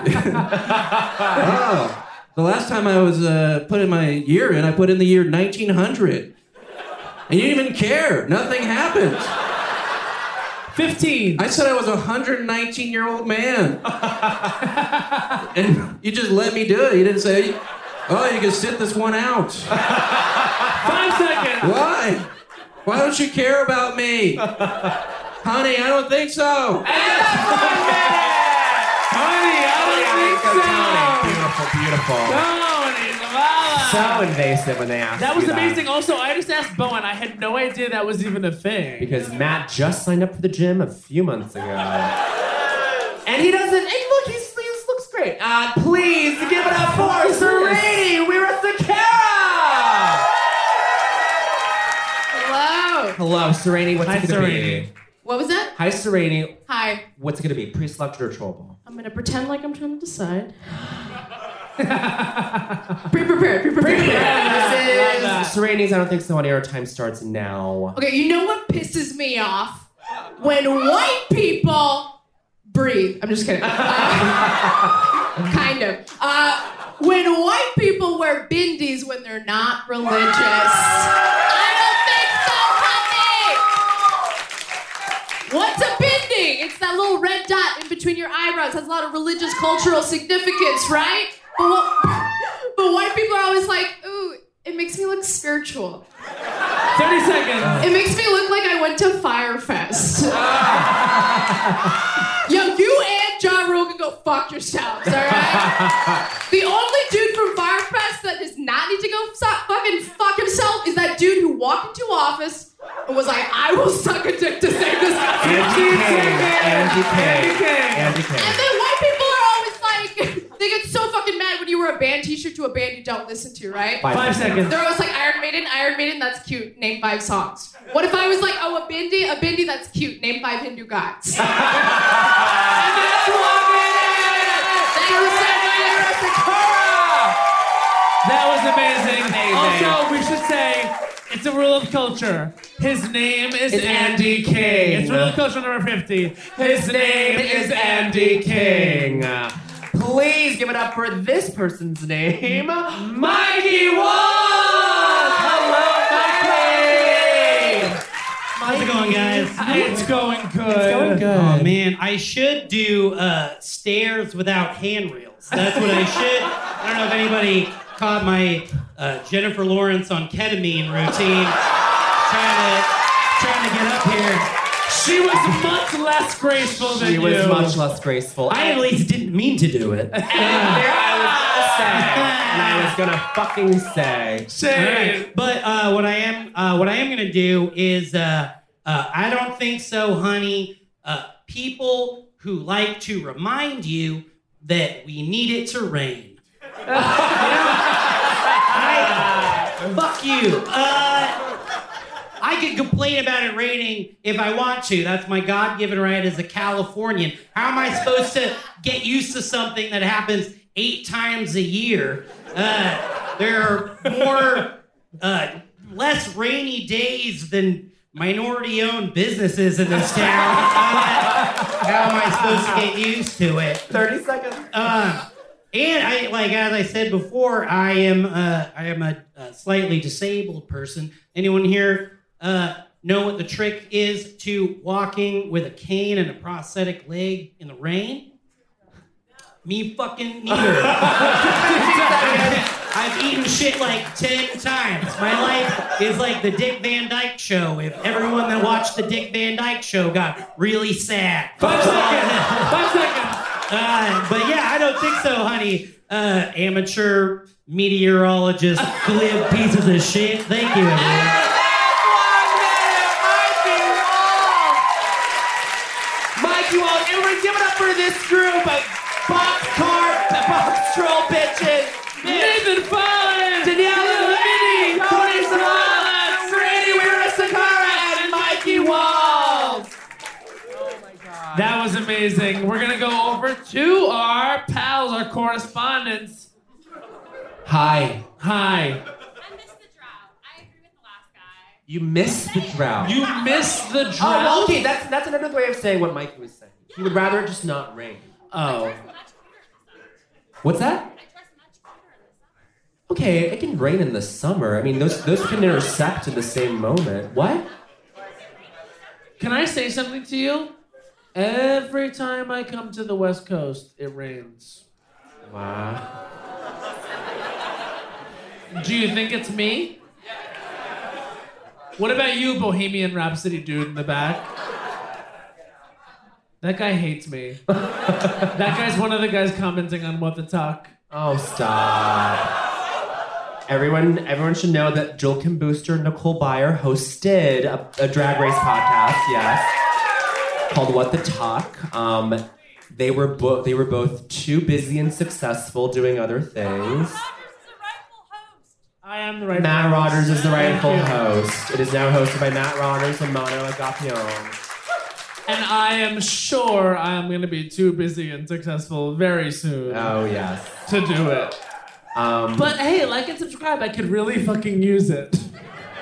Speaker 35: oh, the last time I was uh, putting my year in, I put in the year 1900. And you didn't even care. Nothing happened.
Speaker 1: 15.
Speaker 35: I said I was a 119 year old man. and you just let me do it. You didn't say, oh, you can sit this one out.
Speaker 1: Five seconds.
Speaker 35: Why? Why don't you care about me? Honey, I don't think so.
Speaker 1: Honey, I don't think so.
Speaker 4: Beautiful, beautiful.
Speaker 1: Tony Zavala.
Speaker 4: So invasive when they ask
Speaker 1: That was
Speaker 4: you
Speaker 1: amazing. Also, I just asked Bowen. I had no idea that was even a thing.
Speaker 4: Because Matt just signed up for the gym a few months ago. and he doesn't. And look, he's, he looks great. Uh, please give it up for Serene. We're at the Cara.
Speaker 32: Hello.
Speaker 4: Hello, Serene. What's
Speaker 32: Hi,
Speaker 4: it going to be?
Speaker 32: What was that?
Speaker 4: Hi, Serene.
Speaker 32: Hi.
Speaker 4: What's it going to be? Pre selected or troll ball?
Speaker 32: I'm gonna pretend like I'm trying to decide. Be prepared. Be prepared. This is-
Speaker 4: Serene's I Don't Think So on Air time starts now.
Speaker 32: Okay, you know what pisses me off? When white people breathe. I'm just kidding. Uh, kind of. Uh, when white people wear bindis when they're not religious. I don't think so, honey! What's a bindi? It's that little red dot in between your eyebrows. Has a lot of religious cultural significance, right? But, what, but white people are always like, ooh, it makes me look spiritual.
Speaker 1: 30 seconds.
Speaker 32: It makes me look like I went to Firefest. Yo, you and John Rogan go fuck yourselves, all right? the only dude from Firefest that does not need to go suck, fucking fuck himself is that dude who walked into office and was like, I will suck a dick to save this country.
Speaker 4: Andy Kay. Andy Kay. Andy Kay.
Speaker 32: And then white people are always like, they get so fucking mad when you wear a band t
Speaker 20: t-shirt to a band you don't listen to, right?
Speaker 6: Five Five seconds. seconds.
Speaker 20: They're always like Iron Maiden, Iron Maiden, that's cute. Name five songs. What if I was like, oh, a bindi, a bindi, that's cute. Name five Hindu gods. and that's one minute. Thank you so much.
Speaker 1: That was amazing. Also, we should say it's a rule of culture. His name is
Speaker 6: It's
Speaker 1: Andy
Speaker 6: Andy
Speaker 1: King.
Speaker 6: King.
Speaker 1: It's rule of culture number 50.
Speaker 6: His name is Andy King.
Speaker 1: Please give it up for this person's name.
Speaker 6: Mikey Walls! Hello, Mikey!
Speaker 7: How's it going, guys?
Speaker 1: It's going good.
Speaker 7: It's
Speaker 1: going good.
Speaker 7: Oh man, I should do uh, stairs without handrails. That's what I should. I don't know if anybody caught my uh, Jennifer Lawrence on ketamine routine. trying to trying to get up here.
Speaker 1: She was much less graceful than
Speaker 4: She was
Speaker 7: you.
Speaker 4: much less graceful.
Speaker 7: I at least didn't mean to do it.
Speaker 4: And I was gonna fucking say.
Speaker 7: All right. But uh, what I am uh, what I am gonna do is uh, uh, I don't think so, honey. Uh, people who like to remind you that we need it to rain. You know? I- fuck you. Uh, I can complain about it raining if I want to. That's my God given right as a Californian. How am I supposed to get used to something that happens eight times a year? Uh, there are more, uh, less rainy days than minority owned businesses in this town. Uh, how am I supposed to get used to it? 30 seconds. Uh, and I, like as I said before, I am uh, I am a, a slightly disabled person. Anyone here uh, know what the trick is to walking with a cane and a prosthetic leg in the rain? Me fucking neither. I've eaten shit like ten times. My life is like the Dick Van Dyke Show. If everyone that watched the Dick Van Dyke Show got really sad. Five seconds. Five seconds. Uh, but yeah, I don't think so, honey. Uh, amateur meteorologist, glib pieces of shit. Thank you. everyone.
Speaker 6: Mikey Wall, everybody give it up for this group of boxcar, box troll bitches. Nathan Fallon, Danielle Levine, Cody Smalls, Randy Weir Sakara, and Mikey Wall.
Speaker 1: That was amazing. We're going to go over to our pals, our correspondents.
Speaker 4: Hi.
Speaker 1: Hi.
Speaker 4: You missed the drought.
Speaker 1: You missed the drought.
Speaker 4: Oh, well, okay, that's that's another way of saying what Mikey was saying. He would rather it just not rain.
Speaker 1: Oh.
Speaker 4: What's that? Okay, it can rain in the summer. I mean, those those can intersect in the same moment. What?
Speaker 1: Can I say something to you? Every time I come to the West Coast, it rains.
Speaker 4: Wow.
Speaker 1: Do you think it's me? What about you, Bohemian Rhapsody dude in the back? That guy hates me. that guy's one of the guys commenting on What the Talk.
Speaker 4: Oh, stop. Everyone, everyone should know that Joel Kim Booster and Nicole Byer hosted a, a drag race podcast. Yes, called What the Talk. Um, they were both they were both too busy and successful doing other things.
Speaker 1: I am the right
Speaker 4: Matt Rogers is the
Speaker 1: Thank
Speaker 4: rightful
Speaker 1: you.
Speaker 4: host. It is now hosted by Matt Rogers and Mono Agapion.
Speaker 1: And I am sure I'm going to be too busy and successful very soon.
Speaker 4: Oh yes,
Speaker 1: to do it.
Speaker 4: Um,
Speaker 1: But hey, like and subscribe. I could really fucking use it.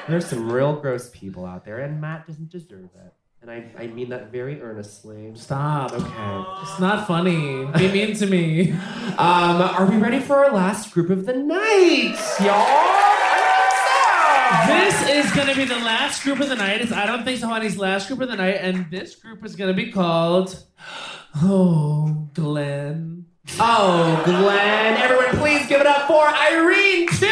Speaker 4: There's some real gross people out there, and Matt doesn't deserve it. And I, I mean that very earnestly.
Speaker 1: Stop.
Speaker 4: Okay.
Speaker 1: It's not funny. Be mean to me.
Speaker 4: Um, are we ready for our last group of the night, y'all?
Speaker 1: This is going to be the last group of the night. It's I Don't Think So Honey's last group of the night. And this group is going to be called. Oh, Glenn.
Speaker 4: Oh, Glenn. Everyone, please give it up for Irene, too! Give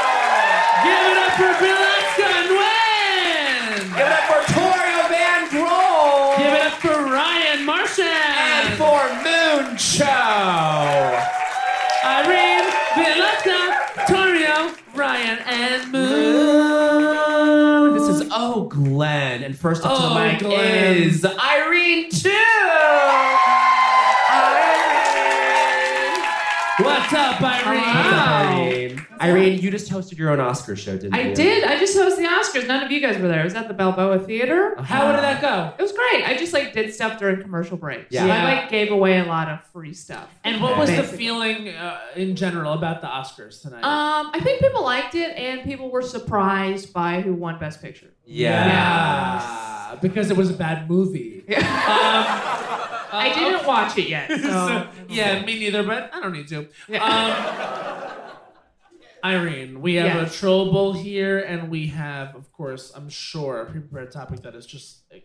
Speaker 1: it up for Bilaska and Wen!
Speaker 4: Give it up for Torio Van Droll!
Speaker 1: Give it up for Ryan Martian! And
Speaker 4: for Moon Cho!
Speaker 1: Irene, Bilaska, Torio, Ryan, and Moon.
Speaker 4: This is Oh Glenn, and first up to
Speaker 1: Oh,
Speaker 4: the mic
Speaker 1: Glenn.
Speaker 4: is Irene too. Irene.
Speaker 1: What's up,
Speaker 4: Irene? Irene, you just hosted your own Oscar show, didn't you?
Speaker 20: I did. I just hosted the Oscars. None of you guys were there. It was at the Balboa Theater.
Speaker 1: Uh-huh.
Speaker 4: How did that
Speaker 20: go? It was great. I just like did stuff during commercial breaks.
Speaker 1: Yeah.
Speaker 20: So I like gave away a lot of free stuff.
Speaker 1: And what was the
Speaker 20: Basically.
Speaker 1: feeling uh, in general about the Oscars tonight?
Speaker 20: Um, I think people liked it, and people were surprised by who won Best Picture.
Speaker 1: yeah. Because it was a bad movie.
Speaker 20: I didn't watch it yet. So.
Speaker 1: yeah, me neither, but I don't need to. Irene, we have
Speaker 20: Yes.
Speaker 1: a troll bowl here, and we have, of course, I'm sure, a prepared topic that is just uh,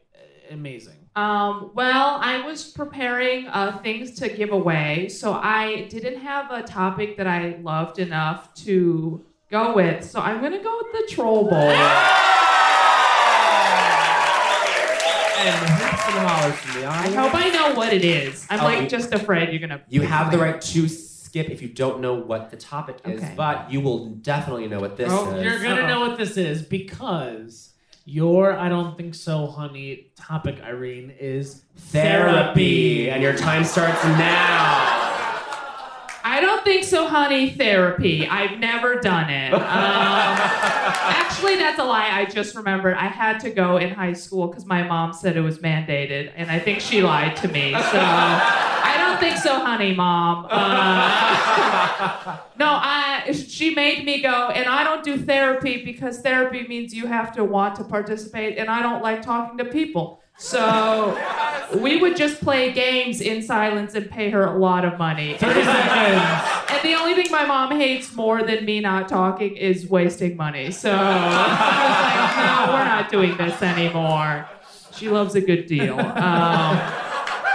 Speaker 1: amazing.
Speaker 20: Um, well, I was preparing uh, things to give away, so I didn't have a topic that I loved enough to go with. So I'm gonna go with the troll bowl.
Speaker 4: And hoots and hollers from the
Speaker 20: I
Speaker 4: audience.
Speaker 20: hope I know what it is. I'm
Speaker 4: Oh,
Speaker 20: like
Speaker 4: you-
Speaker 20: just afraid you're gonna.
Speaker 4: You have the right to skip if you don't know what the topic is,
Speaker 1: Okay.
Speaker 4: but you will definitely know what this
Speaker 1: Oh,
Speaker 4: is.
Speaker 1: you're gonna know what this is because your I don't think so, honey topic, Irene, is
Speaker 4: Therapy,
Speaker 1: therapy.
Speaker 4: and your time starts now.
Speaker 20: I don't think so, honey. Therapy. I've never done it. Um, actually, that's a lie. I just remembered. I had to go in high school because my mom said it was mandated, and I think she lied to me. So I don't think so, honey, mom. Uh, no, I. She made me go, and I don't do therapy because therapy means you have to want to participate, and I don't like talking to people. So we would just play games in silence and pay her a lot of money. And the only thing my mom hates more than me not talking is wasting money. So I was like, no, we're not doing this anymore. She loves a good deal. Um, uh,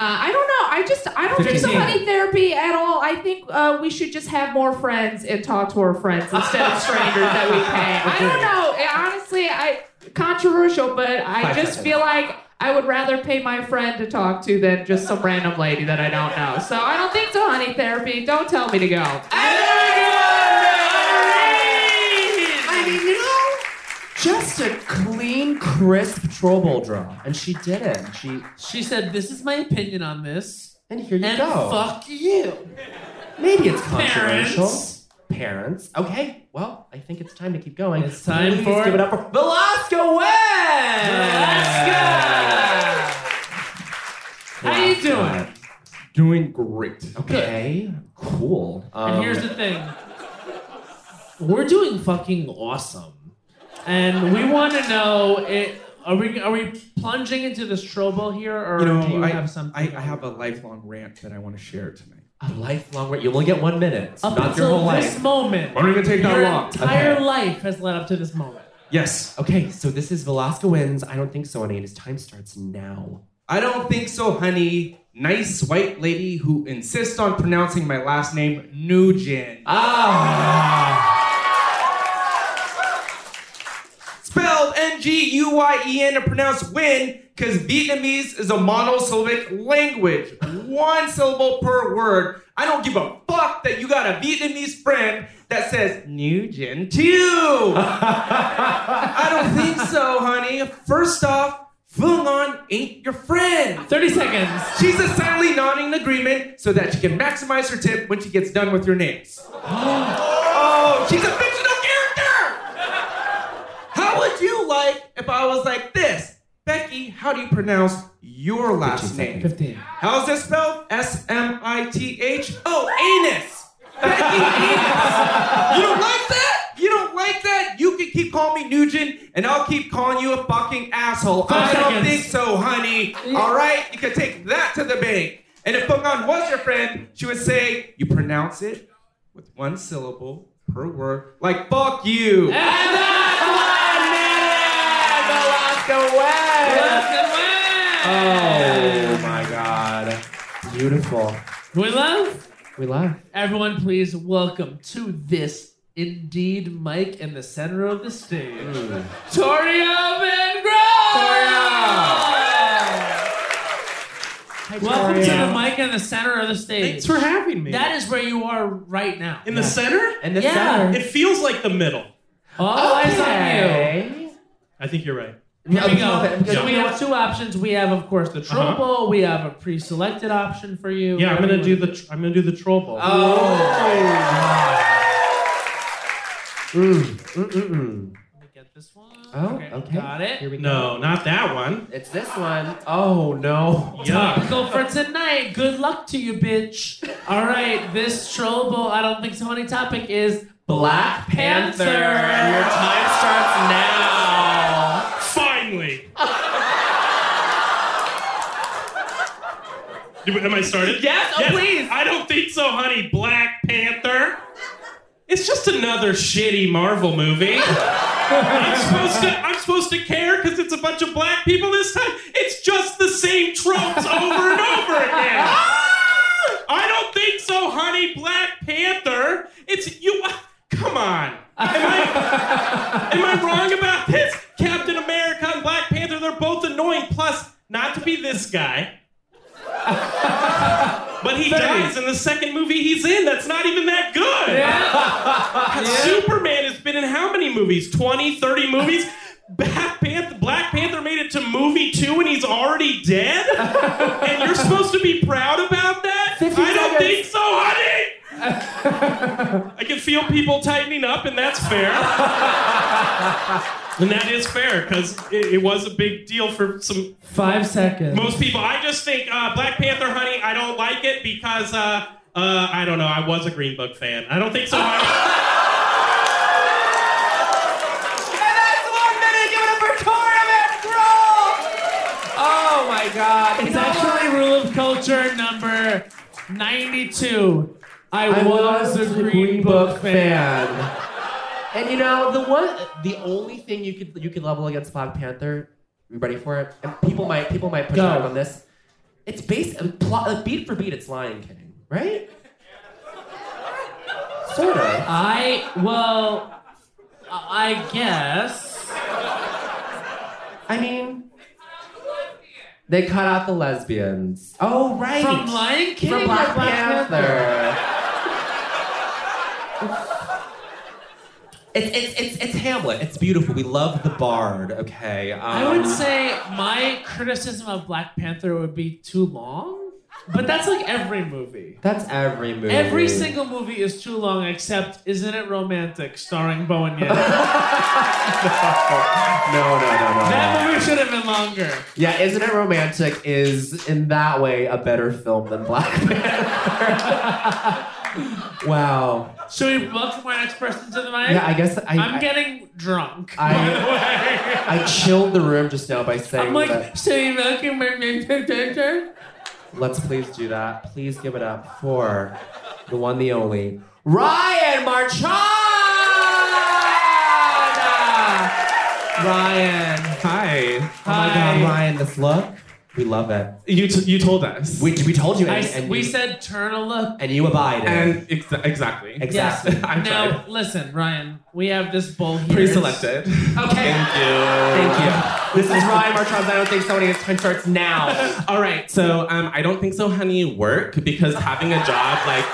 Speaker 20: I don't know. I just I don't think so honey therapy at all. I think uh, we should just have more friends and talk to our friends instead of strangers that we pay. I don't know. It- Honestly, I controversial, but I
Speaker 6: Five
Speaker 20: just
Speaker 6: seconds.
Speaker 20: feel like I would rather pay my friend to talk to than just some random lady that I don't know. So I don't think so, honey therapy. Don't tell me to go.
Speaker 4: I mean, you know, just a clean, crisp troll bowl draw, and she didn't. She
Speaker 1: She said, "This is my opinion on this."
Speaker 4: And here you
Speaker 1: and
Speaker 4: go.
Speaker 1: Fuck you.
Speaker 4: maybe it's
Speaker 1: Parents.
Speaker 4: controversial. Parents. Okay. Well, I think it's time to keep going. It's
Speaker 1: time
Speaker 4: Please
Speaker 1: for-
Speaker 4: give it up for Velasco West.
Speaker 1: How you doing?
Speaker 4: Doing great. Okay. Cool.
Speaker 36: Um,
Speaker 1: and here's the thing. We're doing fucking awesome. And we want to know it, are we are we plunging into this trouble here or
Speaker 36: you know,
Speaker 1: do you
Speaker 36: I,
Speaker 1: have something?
Speaker 36: I, I have a lifelong rant that I want to share tonight.
Speaker 4: A lifelong rant? You only get one minute. It's
Speaker 1: Up until this moment.
Speaker 36: I'm not going to take that
Speaker 1: your
Speaker 36: long.
Speaker 1: entire life has led up to this moment.
Speaker 4: Yes. Okay, so this is Velasco wins. I don't think so, honey, and his time starts now.
Speaker 36: I don't think so, honey. Nice white lady who insists on pronouncing my last name Nugent. Ah. Spelled N G U Y E N and pronounced Win, because Vietnamese is a monosyllabic language. One syllable per word. I don't give a fuck that you got a Vietnamese friend that says Nugent too. I don't think so, honey. First off, Fulon ain't your friend.
Speaker 1: 30 seconds.
Speaker 36: She's a silently nodding in agreement so that she can maximize her tip when she gets done with your names. oh, she's a fictional character! How would you like if I was like this? Becky, how do you pronounce your last name?
Speaker 1: 15.
Speaker 36: How's this spelled? S M I T H. Oh, anus. Becky anus. You don't like that? You don't like that? You can keep calling me Nugent, and I'll keep calling you a fucking asshole. I
Speaker 6: Five
Speaker 36: don't
Speaker 6: seconds.
Speaker 36: think so, honey. All right, you can take that to the bank. And if Fungon was your friend, she would say you pronounce it with one syllable per word, like "fuck you."
Speaker 4: Oh my god. Beautiful.
Speaker 1: We love.
Speaker 4: We love.
Speaker 1: Everyone, please welcome to this indeed Mike in the center of the stage.
Speaker 36: Hmm.
Speaker 1: Toria Van Welcome to the mic in the center of the stage.
Speaker 37: Thanks for having me.
Speaker 1: That is where you are right now.
Speaker 37: In the center?
Speaker 1: In the Yeah. center.
Speaker 37: It feels like the middle.
Speaker 1: All eyes on Oh, you.
Speaker 37: I think you're right.
Speaker 1: Here we go.
Speaker 37: Okay.
Speaker 1: So we have two options. We have, of course, the troll
Speaker 37: Uh-huh.
Speaker 1: bowl. We have a pre-selected option for you.
Speaker 37: Yeah, I'm gonna
Speaker 1: Whatever
Speaker 37: do
Speaker 1: you
Speaker 37: the tr- I'm gonna do the troll bowl.
Speaker 1: Oh.
Speaker 4: Mm, mm, mm, mm. Oh, okay.
Speaker 1: Got it.
Speaker 4: Here we go.
Speaker 37: No, not that one.
Speaker 4: It's this one. Oh no.
Speaker 37: Yuck.
Speaker 1: Go for tonight. Good luck to you, bitch. All right, this troll bowl. I don't think so. Many topic is Black Panther. Your time starts now.
Speaker 37: Finally. Do- Am I started?
Speaker 34: Yes, oh, please.
Speaker 37: I don't think so, honey. Black Panther. It's just another shitty Marvel movie. I'm supposed to I'm supposed to care because it's a bunch of black people this time. It's just the same tropes over and over again.
Speaker 34: Ah!
Speaker 37: I don't think so, honey. Black Panther. It's you. Come on. Am I wrong about this? Captain America and Black Panther, they're both annoying. Plus, not to be this guy. but he dies in the second movie he's in. That's not even that good.
Speaker 34: Yeah. Yeah.
Speaker 37: Superman has been in how many movies? 20, 30 movies? Black Panther, Black Panther made it to movie two and he's already dead? and you're supposed to be proud about that? I
Speaker 34: 50
Speaker 37: don't
Speaker 34: seconds.
Speaker 37: think so, honey! I can feel people tightening up, and that's fair. and that is fair because it, it was a big deal for some
Speaker 1: Five seconds.
Speaker 37: most people. I just think uh, Black Panther, honey, I don't like it because uh, uh, I don't know. I was a Green Book fan. I don't think so. I- One minute, give it up for Tournament
Speaker 1: Oh my God! It's actually rule of culture number ninety-two. I, was, a Green, Book fan.
Speaker 4: And you know the one, the only thing you could you could level against Black Panther. You ready for it? And people might people might push
Speaker 1: Go.
Speaker 4: back on this. It's based uh, plot uh, beat for beat. It's Lion King, right? Sort of.
Speaker 1: I well, I guess.
Speaker 4: I mean, they cut out the lesbians. Oh right.
Speaker 1: From Lion King
Speaker 4: From
Speaker 1: or
Speaker 4: Black,
Speaker 1: Black
Speaker 4: Panther. It's, it's, it's, it's Hamlet. It's beautiful. We love the bard, okay? Um,
Speaker 1: I would say my criticism of Black Panther would be too long, but that's like every movie.
Speaker 4: That's every movie.
Speaker 1: Every single movie is too long, except Isn't It Romantic, starring Bowen Yang.
Speaker 4: No, no, no, no.
Speaker 1: that
Speaker 4: no.
Speaker 1: movie should have been longer.
Speaker 4: Yeah, Isn't It Romantic is, in that way, a better film than Black Panther. wow.
Speaker 1: Should we welcome our next person to the mic?
Speaker 4: Yeah, I guess I-
Speaker 1: am
Speaker 4: I-
Speaker 1: getting drunk.
Speaker 4: I-
Speaker 1: by the way.
Speaker 4: I chilled the room just now by saying
Speaker 1: I'm like,
Speaker 4: that.
Speaker 1: so you welcome my mentor, mentor?
Speaker 4: Let's please do that. Please give it up for the one, the only, Ryan Marchand! Ryan. Hi. Oh my God, Ryan, this look. We love it.
Speaker 3: You, t- you told us.
Speaker 4: We, we told you.
Speaker 1: I
Speaker 4: And,
Speaker 1: s-
Speaker 4: and,
Speaker 1: we
Speaker 4: you,
Speaker 1: said turn a look.
Speaker 4: and you abide.
Speaker 3: And ex- exactly.
Speaker 4: Exactly.
Speaker 1: Yes. now, listen, Ryan, we have this bowl here.
Speaker 3: Pre-selected.
Speaker 1: Okay.
Speaker 3: Thank
Speaker 4: you. This is Ryan Marchand. I don't think so. His time starts now.
Speaker 3: All right, so um, I don't think so, honey. Work because having a job like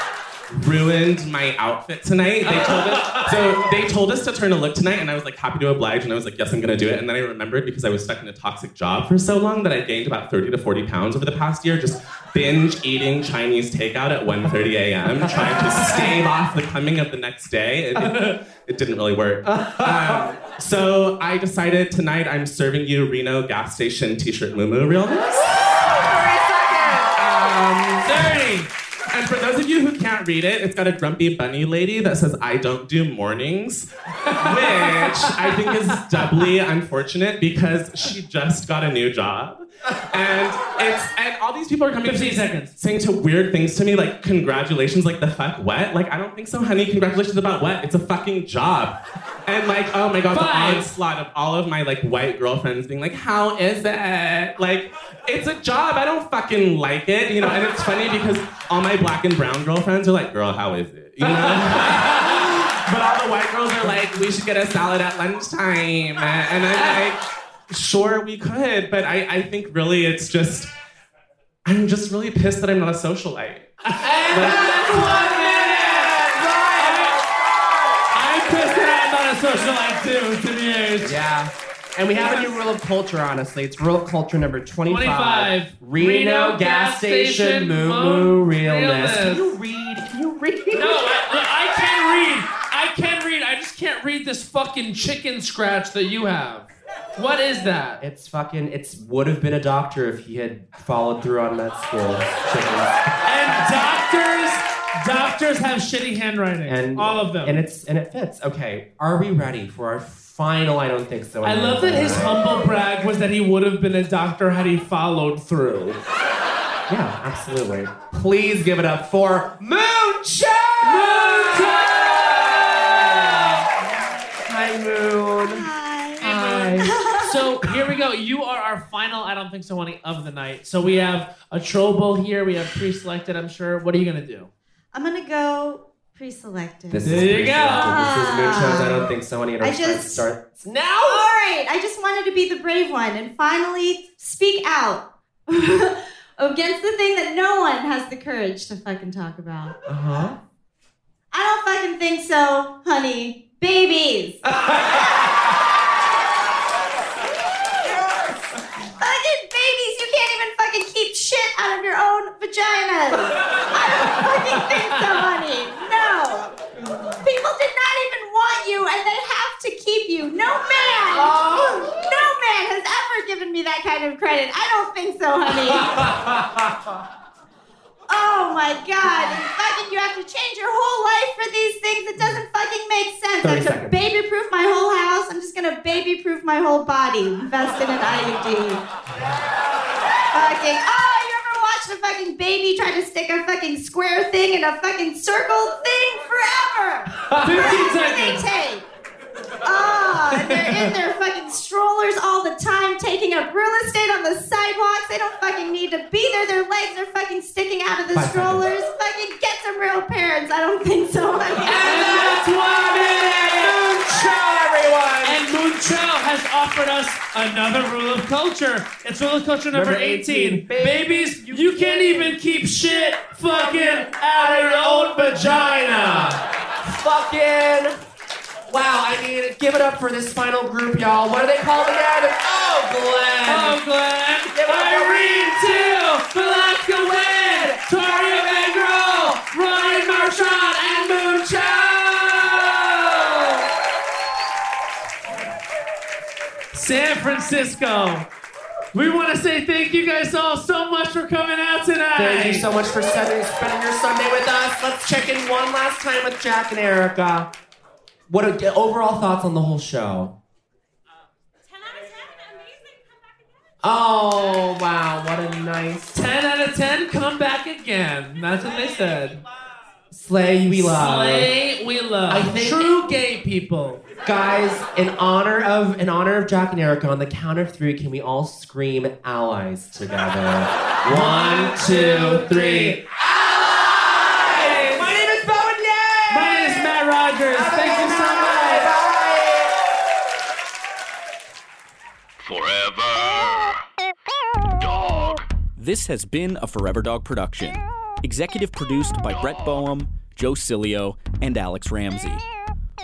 Speaker 3: ruined my outfit tonight. They told us so they told us to turn a look tonight, and I was like happy to oblige, and I was like yes, I'm gonna do it. And then I remembered because I was stuck in a toxic job for so long that I gained about 30 to 40 pounds over the past year, just binge eating Chinese takeout at 1:30 a.m. trying to stave off the coming of the next day. It- it- it didn't really work. Um, So I decided tonight I'm serving you Reno gas station t-shirt moo realness. Um, And for those of you who can't read it, it's got a grumpy bunny lady that says, I don't do mornings, which I think is doubly unfortunate because she just got a new job. And it's and all these people are coming
Speaker 1: 15 seconds.
Speaker 3: saying to weird things to me like congratulations like the fuck what like I don't think so honey congratulations about what it's a fucking job and like oh my god
Speaker 37: Five.
Speaker 3: the onslaught of all of my like white girlfriends being like how is it like it's a job I don't fucking like it you know and it's funny because all my black and brown girlfriends are like girl how is it you know but all the white girls are like we should get a salad at lunchtime and I'm like sure we could but I I think really it's just I'm just really pissed that I'm not a socialite.
Speaker 1: I'm pissed that I'm not a socialite too, to be honest.
Speaker 4: Yeah. And we have a new rule of culture, honestly. It's rule of culture number 25.
Speaker 6: 25.
Speaker 4: Reno,
Speaker 6: Reno
Speaker 4: gas
Speaker 6: gas
Speaker 4: station,
Speaker 6: station,
Speaker 4: moo
Speaker 6: moo
Speaker 4: moo realness.
Speaker 6: realness.
Speaker 4: Can you
Speaker 1: read? Can you read? No, I, I can read. I can read. I just can't read this fucking chicken scratch that you have. What is that?
Speaker 4: It's fucking. It's would have been a doctor if he had followed through on that school.
Speaker 1: Doctors, doctors have shitty handwriting.
Speaker 4: And
Speaker 1: all of them.
Speaker 4: And it's and it fits. Okay, are we ready for our final? I don't think so.
Speaker 1: I love that his humble brag was that he would have been a doctor had he followed through.
Speaker 4: Yeah, absolutely. Please give it up for Moonshine.
Speaker 1: Hi, Moon. Hi. so here we go. You are our final I don't think so honey of the night. So we have a troll here. We have pre-selected, I'm sure. What are you gonna do?
Speaker 14: I'm gonna go pre-selected.
Speaker 4: This is
Speaker 1: There you go.
Speaker 4: Moonshine's- This is Moonshine's. I
Speaker 14: Ah.
Speaker 4: don't think so. Any
Speaker 14: I
Speaker 4: I
Speaker 14: just-
Speaker 4: start.
Speaker 14: Now? All right. I just wanted to be the brave one and finally speak out against the thing that no one has the courage to fucking talk about.
Speaker 4: Uh huh.
Speaker 14: I don't fucking think so, honey. Babies. fucking babies. You can't even fucking keep shit out of your own vaginas. I don't fucking think so, honey. No. People did not even want you and they have to keep you. No man. No man has ever given me that kind of credit. I don't think so, honey. Oh my god! And fucking, you have to change your whole life for these things. It doesn't fucking make sense. I
Speaker 6: 30
Speaker 14: have to baby-proof my whole house. I'm just gonna baby-proof my whole body. Invest in an IUD. fucking. Oh, you ever watched a fucking baby try to stick a fucking square thing in a fucking circle thing forever?
Speaker 6: 15
Speaker 14: Forever they
Speaker 6: seconds.
Speaker 14: take. Oh, and they're in their fucking strollers all the time, taking up real estate on the sidewalks. They don't fucking need to be there. Their legs are fucking sticking out of the
Speaker 6: Five
Speaker 14: strollers. Fucking get some real parents. I don't think so. And that's
Speaker 1: one
Speaker 14: everyone.
Speaker 1: And Moonchow has offered us another rule of culture. It's rule of culture number,
Speaker 6: Number
Speaker 1: 18.
Speaker 6: 18.
Speaker 1: Babies, you, can't even keep shit fucking out of your own vagina.
Speaker 4: Fucking. Wow, I mean, give it up for this final group, y'all. What are they called again? Oh, Glenn.
Speaker 6: Oh,
Speaker 1: Glenn.
Speaker 6: Irene Till, Velasca Wynn, Tario Engel, Ryan Marchand, and Moon Chow.
Speaker 1: San Francisco. We want to say thank you guys all so much for coming out tonight.
Speaker 4: Thank you so much for spending, spending your Sunday with us. Let's check in one last time with Jack and Erica. What are, overall thoughts on the whole show?
Speaker 1: Oh, wow. What a nice 10 out of 10. Come back again. That's what they said.
Speaker 4: Slay, we love.
Speaker 1: Slay, we love.
Speaker 4: I think-
Speaker 1: True gay people.
Speaker 4: Guys, in honor of in honor of Jack and Erica, on the count of three, can we all scream allies together? One, two, three.
Speaker 6: My name is Bowen Yang. My name is Matt Rogers. Thank you so much.
Speaker 5: Forever Dog. This has been a Forever Dog production. Executive produced by Brett Boehm, Joe Cilio, and Alex Ramsey.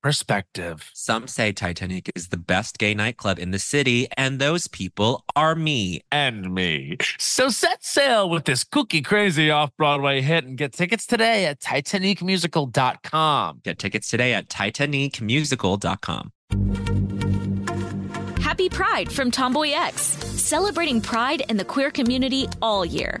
Speaker 1: perspective.
Speaker 4: Some say Titanic is the best gay nightclub in the city, and those people are me.
Speaker 1: And me. So set sail with this cookie crazy off Broadway hit and get tickets today at TitanicMusical.com.
Speaker 4: Get tickets today at TitanicMusical.com.
Speaker 38: Happy Pride from Tomboy X, celebrating pride and the queer community all year.